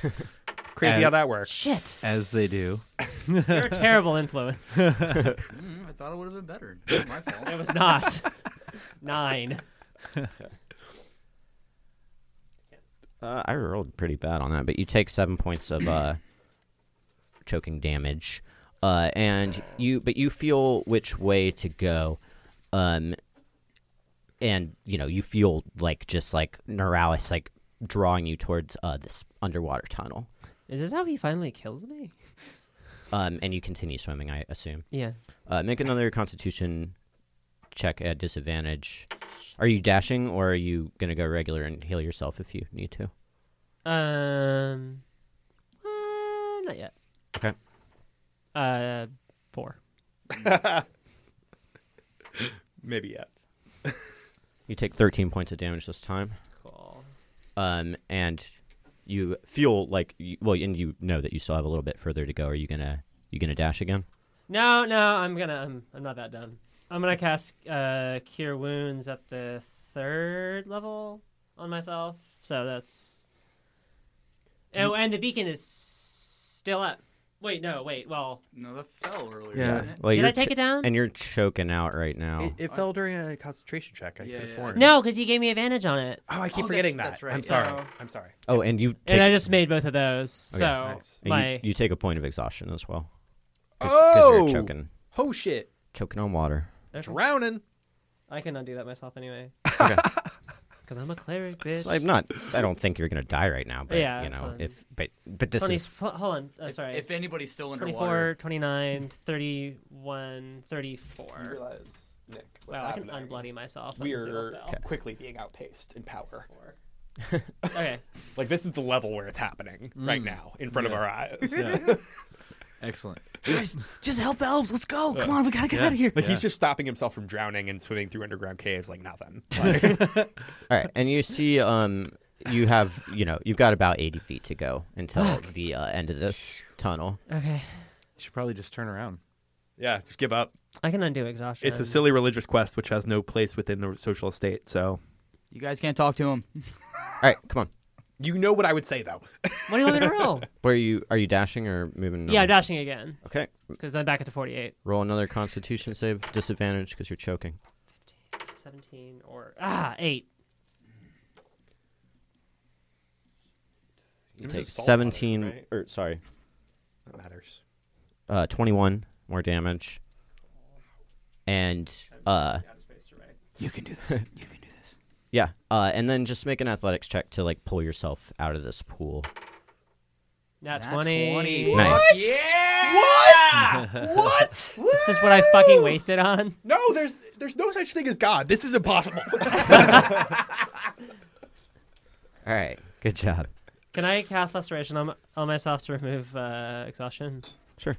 Speaker 4: crazy
Speaker 5: And-
Speaker 4: how that works.
Speaker 3: Shit.
Speaker 5: as they do.
Speaker 3: You're a terrible influence.
Speaker 2: Mm, I thought it would have been better. It's my fault.
Speaker 3: It was not. Nine.
Speaker 1: Uh, I rolled pretty bad on that, but you take seven points of uh, choking damage, uh, and you but you feel which way to go, um, and you know you feel like just like Neuralis like drawing you towards uh, this underwater tunnel,
Speaker 3: Is this how he finally kills me?
Speaker 1: um, and you continue swimming. I assume.
Speaker 3: Yeah.
Speaker 1: Uh, make another Constitution check at disadvantage. Are you dashing, or are you gonna go regular and heal yourself if you need to?
Speaker 3: Um. uh, not yet.
Speaker 1: Okay.
Speaker 3: Uh, four.
Speaker 4: Maybe yet.
Speaker 1: You take 13 points of damage this time.
Speaker 3: Cool.
Speaker 1: um, and you feel like you, well, and you know that you still have a little bit further to go. Are you gonna you gonna dash again?
Speaker 3: No, no, I'm gonna. I'm, I'm not that dumb. I'm gonna cast uh, Cure Wounds at the third level on myself. So that's. Oh, and the beacon is still up. Wait, no, wait. Well,
Speaker 2: No, that fell earlier.
Speaker 4: Yeah.
Speaker 2: Didn't it?
Speaker 1: Well,
Speaker 3: did
Speaker 1: you're
Speaker 3: I take
Speaker 1: ch-
Speaker 3: it down?
Speaker 1: And you're choking out right now.
Speaker 4: It, it fell during a concentration check. I
Speaker 2: Yeah,
Speaker 4: could have
Speaker 2: yeah.
Speaker 4: sworn.
Speaker 3: No, because you gave me advantage on it,
Speaker 4: Oh, I
Speaker 2: Oh,
Speaker 4: keep
Speaker 2: that's-
Speaker 4: forgetting that.
Speaker 2: that's right.
Speaker 4: I'm sorry.
Speaker 3: Yeah.
Speaker 4: I'm sorry.
Speaker 1: oh, and you take,
Speaker 3: and I just made both of those.
Speaker 1: Okay,
Speaker 3: so
Speaker 4: nice.
Speaker 1: and you-
Speaker 3: my
Speaker 1: you, take a point of exhaustion as well.
Speaker 4: oh,
Speaker 1: you're choking,
Speaker 4: oh shit!
Speaker 1: choking on water.
Speaker 3: Okay.
Speaker 4: Drowning.
Speaker 3: I can undo that myself anyway.
Speaker 1: Okay.
Speaker 3: Because I'm a cleric, bitch.
Speaker 1: So I'm not. I don't think you're gonna die right now, but
Speaker 3: Yeah,
Speaker 1: you know,
Speaker 3: fine.
Speaker 1: if but but this
Speaker 3: 20,
Speaker 1: is
Speaker 3: fo- hold on. Uh,
Speaker 2: If-
Speaker 3: sorry.
Speaker 2: If anybody's still
Speaker 3: 24,
Speaker 2: underwater,
Speaker 3: 29, 31, 34.
Speaker 4: realize, Nick?
Speaker 3: Wow, I can unbloody myself. with a single spell.
Speaker 4: quickly being outpaced in power.
Speaker 3: Okay.
Speaker 4: Like this is the level where it's happening right now in front of our eyes.
Speaker 5: Excellent.
Speaker 2: guys, just help the elves. Let's go. Come on, we gotta get out of here.
Speaker 4: Like he's just stopping himself from drowning and swimming through underground caves like nothing.
Speaker 1: all right. And you see, um, you have you know, you've got about 80 feet to go until the uh, end of this tunnel.
Speaker 3: Okay.
Speaker 5: Should probably just turn around.
Speaker 4: yeah, just give up.
Speaker 3: I can undo exhaustion.
Speaker 4: It's a silly religious quest which has no place within the social estate. So
Speaker 2: You guys can't talk to him.
Speaker 1: All right, come on.
Speaker 4: you know what I would say though.
Speaker 3: What do you want me to roll?
Speaker 1: Where are you? Are you dashing or moving?
Speaker 3: Yeah,
Speaker 1: on?
Speaker 3: dashing again.
Speaker 1: Okay.
Speaker 3: Because I'm back at the 48.
Speaker 1: Roll another Constitution save, disadvantage because you're choking.
Speaker 3: 17 or. Ah, 8.
Speaker 1: You take 17, or sorry,
Speaker 4: That matters.
Speaker 1: uh, 21 more damage, and uh,
Speaker 2: You can do this. You can do this.
Speaker 1: yeah, uh, and then just make an athletics check to like pull yourself out of this pool.
Speaker 3: Not
Speaker 2: Nat
Speaker 3: 20.
Speaker 2: 20.
Speaker 1: Nice.
Speaker 4: Yeah. What? what?
Speaker 3: This is what I fucking wasted on.
Speaker 4: No, there's there's no such thing as God. This is impossible.
Speaker 1: All right, good job.
Speaker 3: Can I cast Restoration on, on myself to remove uh, exhaustion?
Speaker 1: Sure.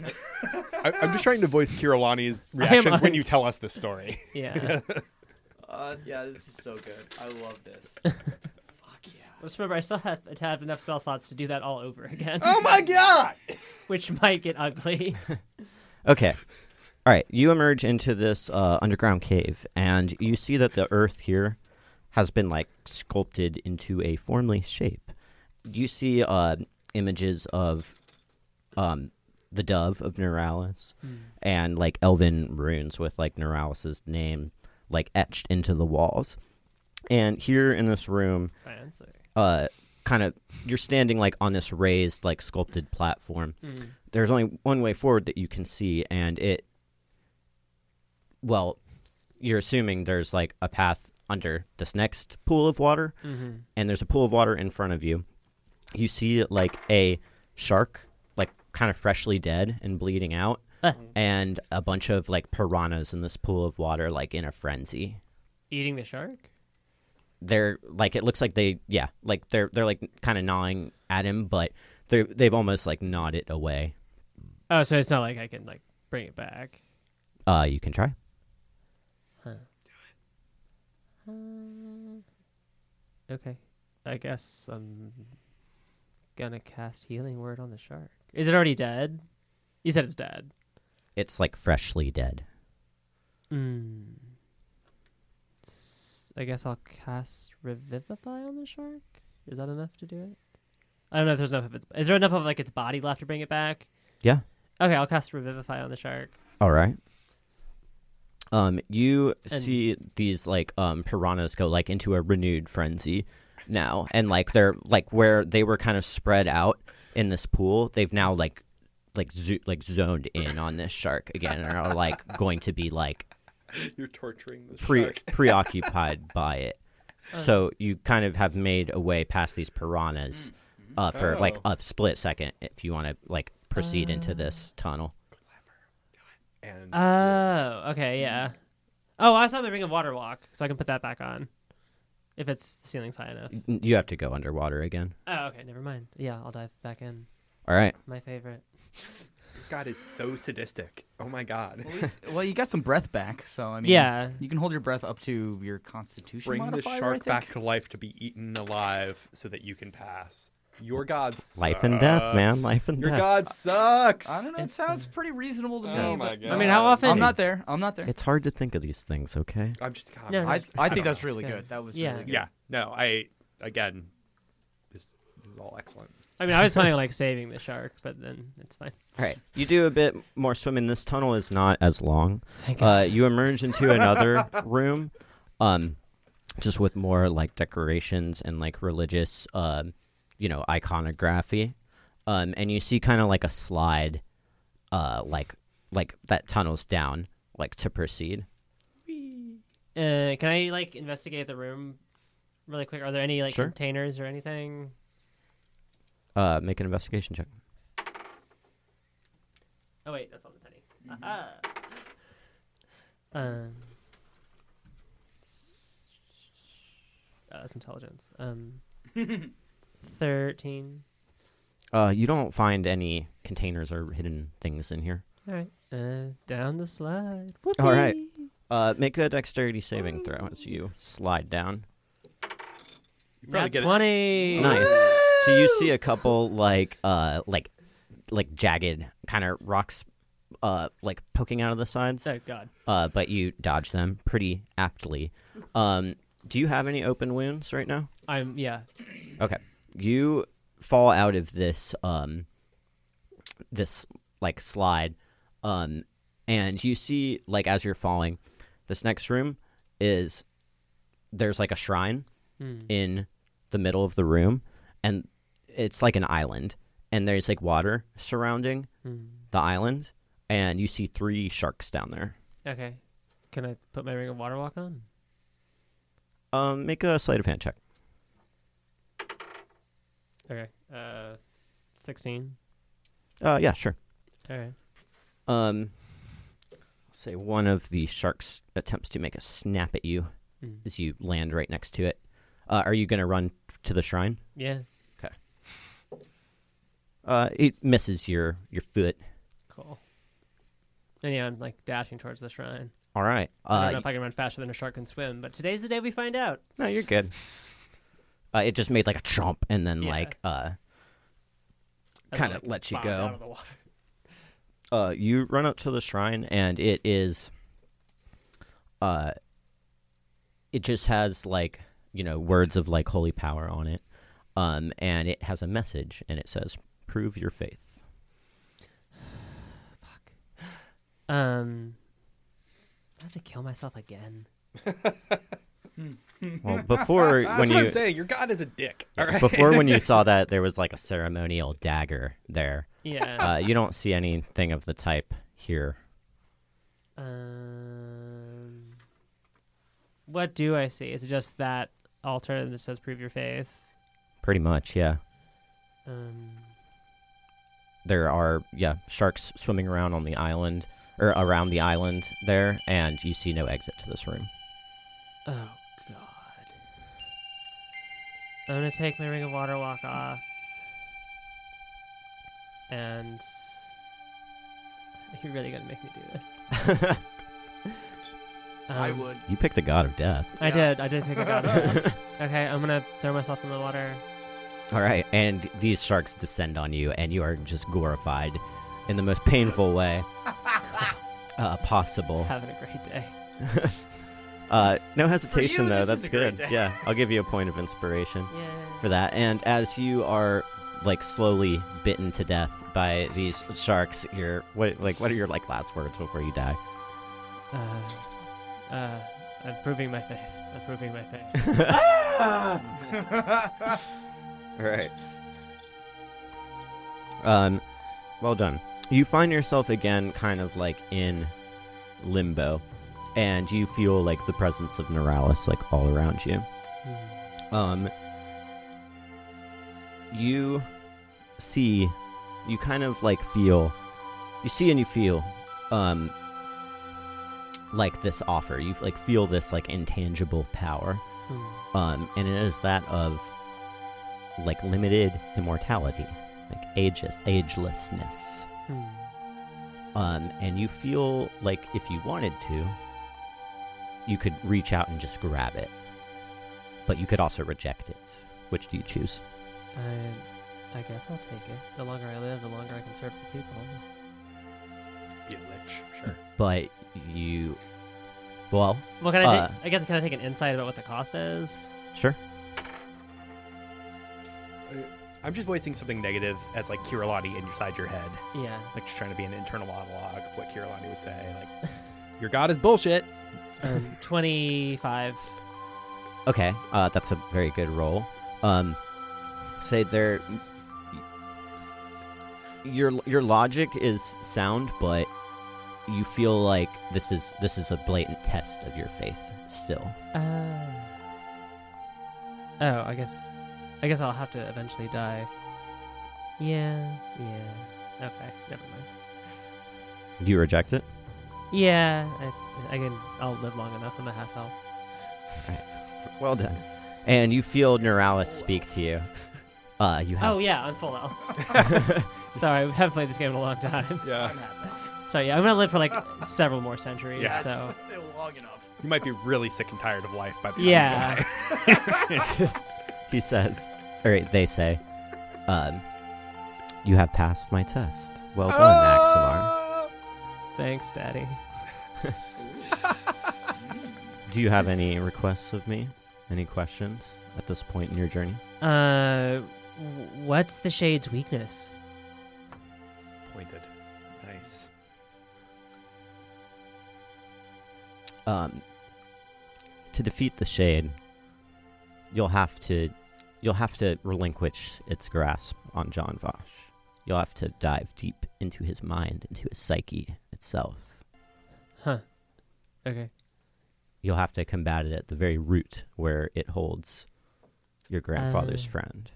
Speaker 4: I, I'm just trying to voice Kirillani's reactions when
Speaker 3: un-
Speaker 4: you tell us this story.
Speaker 3: Yeah.
Speaker 2: Uh, yeah, this is so good. I love this. Fuck yeah.
Speaker 3: Just remember, I still have, I have enough spell slots to do that all over again,
Speaker 4: oh my God!
Speaker 3: which might get ugly.
Speaker 1: Okay. All right, you emerge into this uh, underground cave, and you see that the earth here has been like sculpted into a formless shape. You see uh, images of um, the dove of Neuralis,
Speaker 3: Mm.
Speaker 1: and like elven runes with like Neuralis's name like etched into the walls. And here in this room,
Speaker 3: Fancy.
Speaker 1: uh, kind of you're standing like on this raised like sculpted platform. There's only one way forward that you can see, and it. Well, you're assuming there's like a path under this next pool of water, and there's a pool of water in front of you. You see like a shark, like kind of freshly dead and bleeding out,
Speaker 3: Ah.
Speaker 1: and a bunch of like piranhas in this pool of water, like in a frenzy.
Speaker 3: Eating the shark?
Speaker 1: They're like it looks like they yeah like they're they're like kind of gnawing at him, but they they've almost like gnawed it away.
Speaker 3: Oh, so it's not like I can like bring it back.
Speaker 1: Uh, you can try.
Speaker 3: Uh. Okay. I guess I'm gonna cast healing word on the shark. Is it already dead? You said it's dead.
Speaker 1: It's like freshly dead.
Speaker 3: Mm. S- I guess I'll cast revivify on the shark. Is that enough to do it? I don't know if there's enough of its. Is there enough of like its body left to bring it back?
Speaker 1: Yeah.
Speaker 3: Okay, I'll cast revivify on the shark.
Speaker 1: All right. Um, you
Speaker 3: And-
Speaker 1: see these like um piranhas go like into a renewed frenzy now, and like they're like where they were kind of spread out in this pool, they've now like like zo- like zoned in on this shark again, and are like going to be like
Speaker 4: You're torturing the
Speaker 1: pre-
Speaker 4: shark.
Speaker 1: preoccupied by it. So you kind of have made a way past these piranhas uh, for like
Speaker 4: Oh.
Speaker 1: a split second if you want to like proceed into this tunnel.
Speaker 4: And
Speaker 3: Oh, okay, yeah. Oh, I saw my ring of water walk, so I can put that back on if it's the ceiling's high enough.
Speaker 1: N- You have to go underwater again.
Speaker 3: Oh, okay, never mind. Yeah, I'll dive back in.
Speaker 1: All right.
Speaker 3: My favorite.
Speaker 4: God is so sadistic. Oh my God.
Speaker 2: Well, at least- well, you got some breath back, so I mean,
Speaker 3: Yeah.
Speaker 2: you can hold your breath up to your Constitution
Speaker 4: Bring the
Speaker 2: modifier. I
Speaker 4: shark
Speaker 2: think.
Speaker 4: back to life to be eaten alive so that you can pass. Your God sucks.
Speaker 1: Life and death, man. Life and
Speaker 4: Your
Speaker 1: death.
Speaker 4: God sucks.
Speaker 2: I don't know. It
Speaker 3: It's
Speaker 2: sounds
Speaker 3: fine.
Speaker 2: pretty reasonable to me.
Speaker 4: Oh my
Speaker 2: but-
Speaker 4: God.
Speaker 3: I mean, how often-
Speaker 2: I'm not there. I'm not there.
Speaker 1: It's hard to think of these things, okay?
Speaker 4: I'm just. God,
Speaker 3: No, no,
Speaker 4: I-
Speaker 2: I,
Speaker 3: it's-
Speaker 2: I think that's really
Speaker 3: It's
Speaker 2: good.
Speaker 3: good.
Speaker 2: That was
Speaker 3: Yeah.
Speaker 2: really good.
Speaker 4: yeah. No. I again. This, this is all excellent.
Speaker 3: I mean, I was planning on like saving the shark, but then it's fine.
Speaker 1: All right. You do a bit more swimming. This tunnel is not as long.
Speaker 3: Thank
Speaker 1: Uh, you emerge into another room, um, just with more like decorations and like religious, um, you know, iconography, um, and you see kind of like a slide, uh, like like that tunnels down, like to proceed.
Speaker 3: Uh, can I like investigate the room really quick? Are there any like
Speaker 1: Sure.
Speaker 3: containers or anything?
Speaker 1: Uh, make an investigation check.
Speaker 3: Oh wait, that's on the penny.
Speaker 4: Mm-hmm.
Speaker 3: Aha. Um, oh, that's intelligence. Um, thirteen.
Speaker 1: Uh, you don't find any containers or hidden things in here.
Speaker 3: All right. Uh, down the slide.
Speaker 1: All right.
Speaker 3: Whoopee.
Speaker 1: Uh, make a dexterity saving throw as you slide down.
Speaker 4: You probably
Speaker 3: Nat
Speaker 4: get it.
Speaker 3: twenty.
Speaker 1: Nice. So you see a couple like uh like like jagged kind of rocks uh like poking out of the sides.
Speaker 3: Oh God.
Speaker 1: Uh but you dodge them pretty aptly. Um do you have any open wounds right now?
Speaker 3: I'm yeah.
Speaker 1: Okay. You fall out of this um this like slide um and you see like as you're falling this next room is there's like a shrine in the middle of the room and it's like an island and there's like water surrounding
Speaker 3: Hmm.
Speaker 1: the island and you see three sharks down there.
Speaker 3: Okay. Can I put my ring of water walk on?
Speaker 1: Um make a sleight of hand check.
Speaker 3: Okay. Uh, sixteen.
Speaker 1: Uh yeah, sure.
Speaker 3: All right.
Speaker 1: Um, say one of the sharks attempts to make a snap at you
Speaker 3: Mm.
Speaker 1: as you land right next to it. Uh, are you going to run to the shrine?
Speaker 3: Yeah.
Speaker 1: Uh, it misses your your foot.
Speaker 3: Cool. And yeah, I'm like dashing towards the shrine.
Speaker 1: All right.
Speaker 3: I don't
Speaker 1: Uh,
Speaker 3: know if I can run faster than a shark can swim, but today's the day we find out.
Speaker 1: no, you're good. Uh, it just made like a chomp and then
Speaker 3: Yeah.
Speaker 1: like uh,
Speaker 3: As I,
Speaker 1: kind of
Speaker 3: like,
Speaker 1: lets you
Speaker 3: bob
Speaker 1: go.
Speaker 3: Out of the water.
Speaker 1: uh, you run up to the shrine and it is uh it just has like you know words of like holy power on it um and it has a message and it says prove your faith
Speaker 3: Um, I have to kill myself again.
Speaker 1: Well, before
Speaker 4: That's
Speaker 1: when
Speaker 4: what
Speaker 1: you
Speaker 4: I'm saying. Your god is a dick. All right.
Speaker 1: before when you saw that, there was like a ceremonial dagger there.
Speaker 3: Yeah.
Speaker 7: Oh.
Speaker 1: Uh, you don't see anything of the type here.
Speaker 3: um, what do I see? Is it just that altar that says "Prove your faith"?
Speaker 1: Pretty much, yeah.
Speaker 3: Um,
Speaker 1: There are yeah sharks swimming around on the island or around the island there, and you see no exit to this room.
Speaker 3: oh God. I'm gonna take my ring of water walk off, and you're really gonna make me do this.
Speaker 7: I
Speaker 3: Um,
Speaker 7: would.
Speaker 1: You picked the god of death.
Speaker 3: I
Speaker 7: Yeah.
Speaker 3: did. I did think I got it. okay, I'm gonna throw myself in the water.
Speaker 1: All right, and these sharks descend on you, and you are just glorified in the most painful way uh, possible.
Speaker 3: Having a great day.
Speaker 1: Uh, no hesitation
Speaker 7: you,
Speaker 1: though.
Speaker 7: this
Speaker 1: That's
Speaker 7: is a
Speaker 1: good.
Speaker 7: great day.
Speaker 1: Yeah, I'll give you a point of inspiration
Speaker 3: Yeah.
Speaker 1: for that. And as you are like slowly bitten to death by these sharks, your what like what are your like last words before you die?
Speaker 3: Uh, uh, I'm proving my faith. I'm proving my faith.
Speaker 1: All right. Um, well done. You find yourself again, kind of like in limbo, and you feel like the presence of Neuralis like all around you.
Speaker 3: Hmm.
Speaker 1: Um, you see, you kind of like feel, you see and you feel, um, like this offer. You like feel this like intangible power,
Speaker 3: Hmm.
Speaker 1: um, and it is that of like limited immortality, like ages, agelessness.
Speaker 3: Hmm.
Speaker 1: Um, and you feel like if you wanted to, you could reach out and just grab it, but you could also reject it. Which do you choose?
Speaker 3: I, I guess I'll take it. The longer I live, the longer I can serve the people.
Speaker 4: You lich. Sure.
Speaker 1: But you, well,
Speaker 3: Well, can I?
Speaker 1: Uh,
Speaker 3: take, I guess can I take an insight about what the cost is?
Speaker 1: sure.
Speaker 4: I'm just voicing something negative as like Kirillati inside your head,
Speaker 3: Yeah.
Speaker 4: like just trying to be an internal monologue of what Kirillati would say. Like, your god is bullshit.
Speaker 3: Um, Twenty-five.
Speaker 1: Okay, uh, that's a very good roll. Um, say there, your your logic is sound, but you feel like this is this is a blatant test of your faith still.
Speaker 3: Uh, oh, I guess, I guess I'll have to eventually die. Yeah. Yeah. Okay. Never mind.
Speaker 1: Do you reject it?
Speaker 3: Yeah, I, I can. I'll live long enough. I'm a half elf.
Speaker 1: Well done. And you feel Neuralis speak to you. Uh, you have
Speaker 3: Oh yeah, I'm full elf. Sorry, we haven't played this game in a long time.
Speaker 4: Yeah.
Speaker 3: So yeah, I'm gonna live for like several more centuries.
Speaker 4: Yeah.
Speaker 3: So
Speaker 7: long enough.
Speaker 4: You might be really sick and tired of life by the time you die.
Speaker 3: yeah,
Speaker 1: he says, or they say, um, you have passed my test. Well done, Axelar.
Speaker 4: Ah!
Speaker 3: thanks, Daddy.
Speaker 1: Do you have any requests of me? Any questions at this point in your journey?
Speaker 3: Uh, w- what's the shade's weakness?
Speaker 4: Pointed. Nice.
Speaker 1: Um, to defeat the shade, you'll have to you'll have to relinquish its grasp on John Vosh. You'll have to dive deep into his mind, into his psyche itself.
Speaker 3: Huh? Okay.
Speaker 1: you'll have to combat it at the very root where it holds your grandfather's
Speaker 3: Oh.
Speaker 1: friend.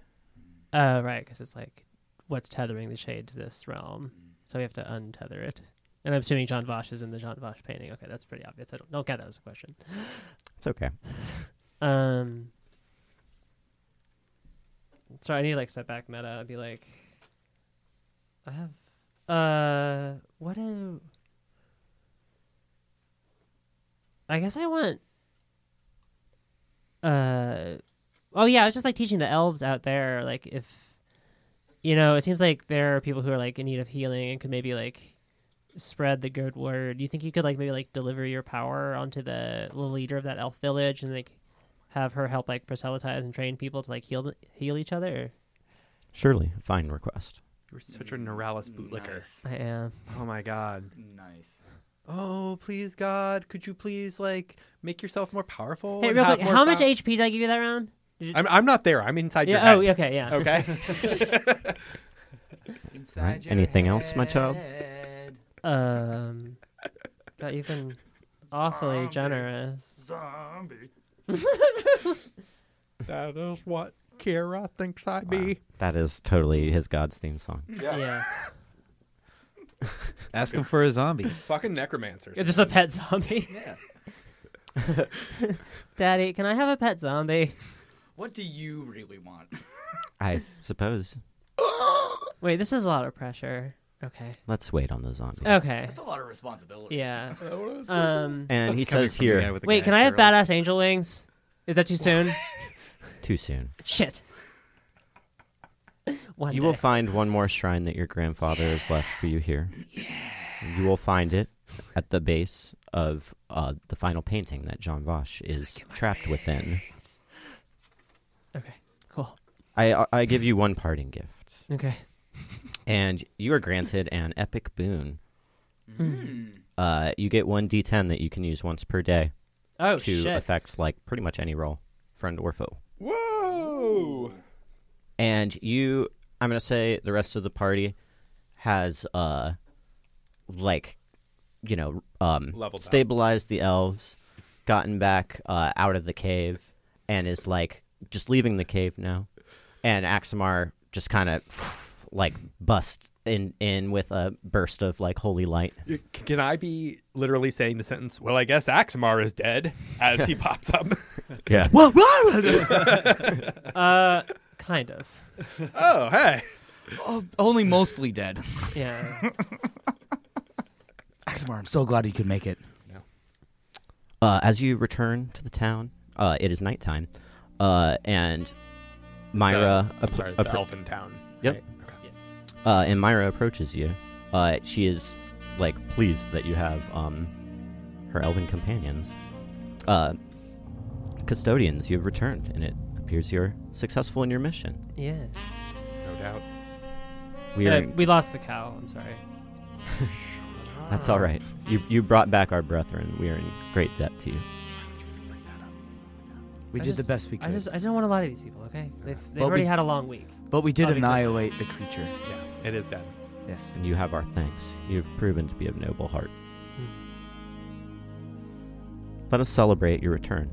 Speaker 3: Uh, right, because it's like, what's tethering the shade to this realm? So we have to untether it. And I'm assuming John Vosh is in the John Vosh painting. Okay, that's pretty obvious. I don't, don't get that as a question.
Speaker 1: It's okay.
Speaker 3: Um. Sorry, I need to like step back meta and be like, I have, uh, what do? I guess I want. Uh, oh yeah, I was just like teaching the elves out there, like if, you know, it seems like there are people who are like in need of healing and could maybe like spread the good word. Do you think you could like maybe like deliver your power onto the leader of that elf village and like have her help like proselytize and train people to like heal heal each other?
Speaker 1: Surely, a fine request.
Speaker 4: You're such a Neuralis bootlicker.
Speaker 7: Nice.
Speaker 3: I am.
Speaker 4: Oh my god.
Speaker 2: Nice.
Speaker 4: "Oh, please God, could you please like make yourself more powerful?"
Speaker 3: Hey,
Speaker 4: and
Speaker 3: real
Speaker 4: have
Speaker 3: quick,
Speaker 4: more
Speaker 3: how much
Speaker 4: pow-"
Speaker 3: HP did I give you that round? Did you-
Speaker 4: I'm I'm not there. I'm inside your
Speaker 3: yeah.
Speaker 4: head.
Speaker 3: Oh, okay. Yeah.
Speaker 4: Okay.
Speaker 1: Right. Anything else, my child?
Speaker 3: Um, but you've been awfully generous.
Speaker 4: that is what Kira thinks I be.
Speaker 1: Wow. That is totally his God's theme song.
Speaker 3: Yeah.
Speaker 5: Ask him for a zombie.
Speaker 4: Fucking necromancers.
Speaker 3: It's just a pet zombie. Yeah. Daddy, can I have a pet zombie?
Speaker 2: What do you really want?
Speaker 1: I suppose.
Speaker 3: Wait, this is a lot of pressure. Okay.
Speaker 1: Let's wait on the zombie.
Speaker 3: Okay.
Speaker 2: That's a lot of responsibility.
Speaker 3: Yeah. Um.
Speaker 1: And he
Speaker 5: Coming
Speaker 1: says
Speaker 5: from the guy
Speaker 1: here,
Speaker 5: with the
Speaker 3: Wait,
Speaker 5: guy
Speaker 3: can I have
Speaker 5: curl.
Speaker 3: badass angel wings? Is that too soon?
Speaker 1: too soon.
Speaker 3: Shit. One
Speaker 1: You
Speaker 3: day.
Speaker 1: will find one more shrine that your grandfather has left for you here. You will find it at the base of uh, the final painting that John Vosh is trapped within.
Speaker 3: okay. Cool.
Speaker 1: I, I give you one parting gift,
Speaker 3: Okay.
Speaker 1: and you are granted an epic boon.
Speaker 3: Hmm.
Speaker 1: Uh, you get one d10 that you can use once per day
Speaker 3: Oh
Speaker 1: to
Speaker 3: shit.
Speaker 1: affect like pretty much any roll, friend or foe.
Speaker 4: Whoa.
Speaker 1: and you i'm gonna say the rest of the party has uh like you know um
Speaker 4: Leveled up.
Speaker 1: stabilized the elves gotten back uh out of the cave and is like just leaving the cave now and axamar just kind of like bust in in with a burst of like holy light
Speaker 4: C- Can I be literally saying the sentence? Well, I guess Axamar is dead as he pops up.
Speaker 1: yeah
Speaker 3: Uh, kind of.
Speaker 4: oh, hey.
Speaker 2: Oh, only mostly dead.
Speaker 3: Yeah.
Speaker 2: Axamar, I'm so glad you could make it.
Speaker 1: Uh, as you return to the town, uh, it is nighttime, uh, and Myra,
Speaker 4: The, I'm
Speaker 1: appro-
Speaker 4: sorry, the
Speaker 1: appro-
Speaker 4: elfin town.
Speaker 1: Yep.
Speaker 4: right? Okay.
Speaker 1: uh, and Myra approaches you. Uh, she is like pleased that you have um, her elven companions, uh, custodians. You have returned, and it appears you're successful in your mission.
Speaker 3: Yeah.
Speaker 4: No doubt.
Speaker 1: We are.
Speaker 3: Uh, we lost the cow. I'm sorry.
Speaker 1: that's all right. You you brought back our brethren. We are in great debt to you.
Speaker 2: We
Speaker 3: I
Speaker 2: did the
Speaker 3: just-
Speaker 2: best we
Speaker 3: I
Speaker 2: could.
Speaker 3: just I don't want to lie to these people. Okay. They've they've
Speaker 2: But
Speaker 3: already
Speaker 2: we-
Speaker 3: had a long week.
Speaker 2: but we did
Speaker 3: Of existence.
Speaker 2: annihilate the creature.
Speaker 4: Yeah, it is dead.
Speaker 2: Yes.
Speaker 1: And you have our thanks. You've proven to be of noble heart. Let us celebrate your return.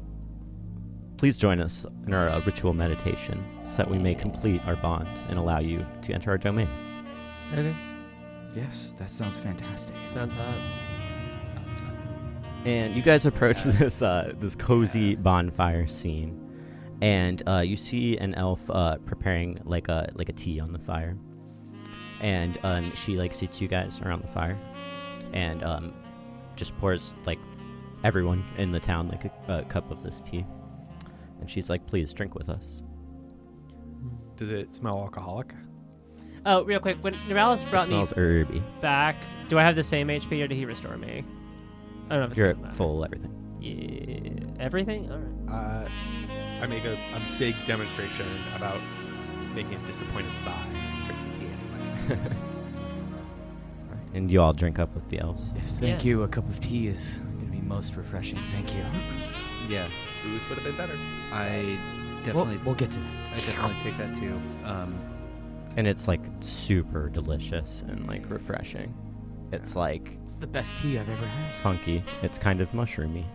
Speaker 1: Please join us in our uh, ritual meditation so that we may complete our bond and allow you to enter our domain.
Speaker 3: Okay.
Speaker 2: Yes, that sounds fantastic.
Speaker 3: Sounds hot.
Speaker 1: And you guys approach this uh, this cozy bonfire scene, and uh, you see an elf uh, preparing like a like a tea on the fire, and um, she like seats you guys around the fire, and um, just pours like everyone in the town like a, a cup of this tea, and she's like, "Please drink with us."
Speaker 4: Does it smell alcoholic?
Speaker 3: Oh, real quick. When Neuralis
Speaker 1: It
Speaker 3: brought me
Speaker 1: smells herby.
Speaker 3: back, do I have the same HP or did he restore me? I don't know if it's
Speaker 1: You're
Speaker 3: supposed to
Speaker 1: at
Speaker 3: matter.
Speaker 1: full everything.
Speaker 3: Yeah. Everything. All right.
Speaker 4: Uh, I make a, a big demonstration about making a disappointed sigh. Drink the tea anyway.
Speaker 1: And you all drink up with the elves.
Speaker 2: Yes, thank
Speaker 3: Yeah.
Speaker 2: you. A cup of tea is going to be most refreshing. Thank you.
Speaker 5: Yeah,
Speaker 4: Booze would have been better.
Speaker 5: I
Speaker 2: We'll,
Speaker 5: definitely,
Speaker 2: we'll get to that.
Speaker 5: I definitely take that too. Um,
Speaker 1: And it's like super delicious and like refreshing. It's like
Speaker 2: It's the best tea I've ever had.
Speaker 1: It's funky. It's kind of mushroomy.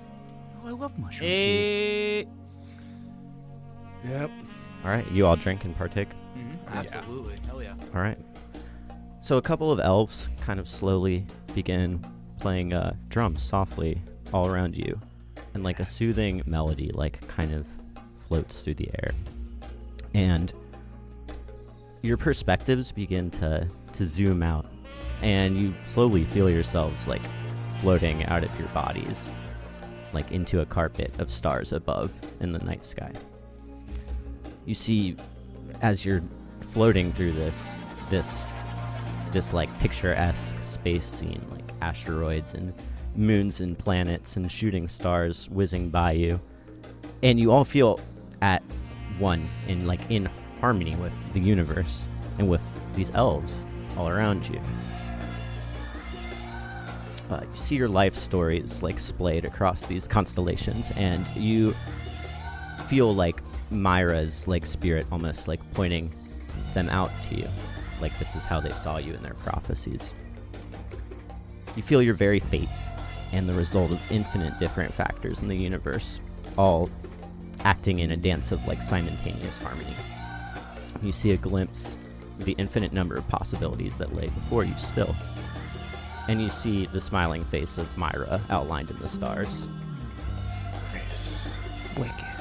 Speaker 2: Oh, I love mushroom tea.
Speaker 3: Hey.
Speaker 4: Yep.
Speaker 1: All right, you all drink and partake.
Speaker 2: Mm-hmm. Absolutely. Hell yeah.
Speaker 1: All right. So a couple of elves kind of slowly begin playing uh, drums softly all around you, and like a soothing melody, like kind of floats through the air, and your perspectives begin to to zoom out, and you slowly feel yourselves like floating out of your bodies, like into a carpet of stars above in the night sky. You see as you're floating through this this this like picturesque space scene like asteroids and moons and planets and shooting stars whizzing by you and you all feel at one and like in harmony with the universe and with these elves all around you uh, you see your life stories like splayed across these constellations, and you feel like Myra's like spirit almost like pointing them out to you, like this is how they saw you in their prophecies. You feel your very fate and the result of infinite different factors in the universe, all acting in a dance of like simultaneous harmony. You see a glimpse of the infinite number of possibilities that lay before you still. And you see the smiling face of Myra outlined in the stars.
Speaker 4: Nice. Wicked.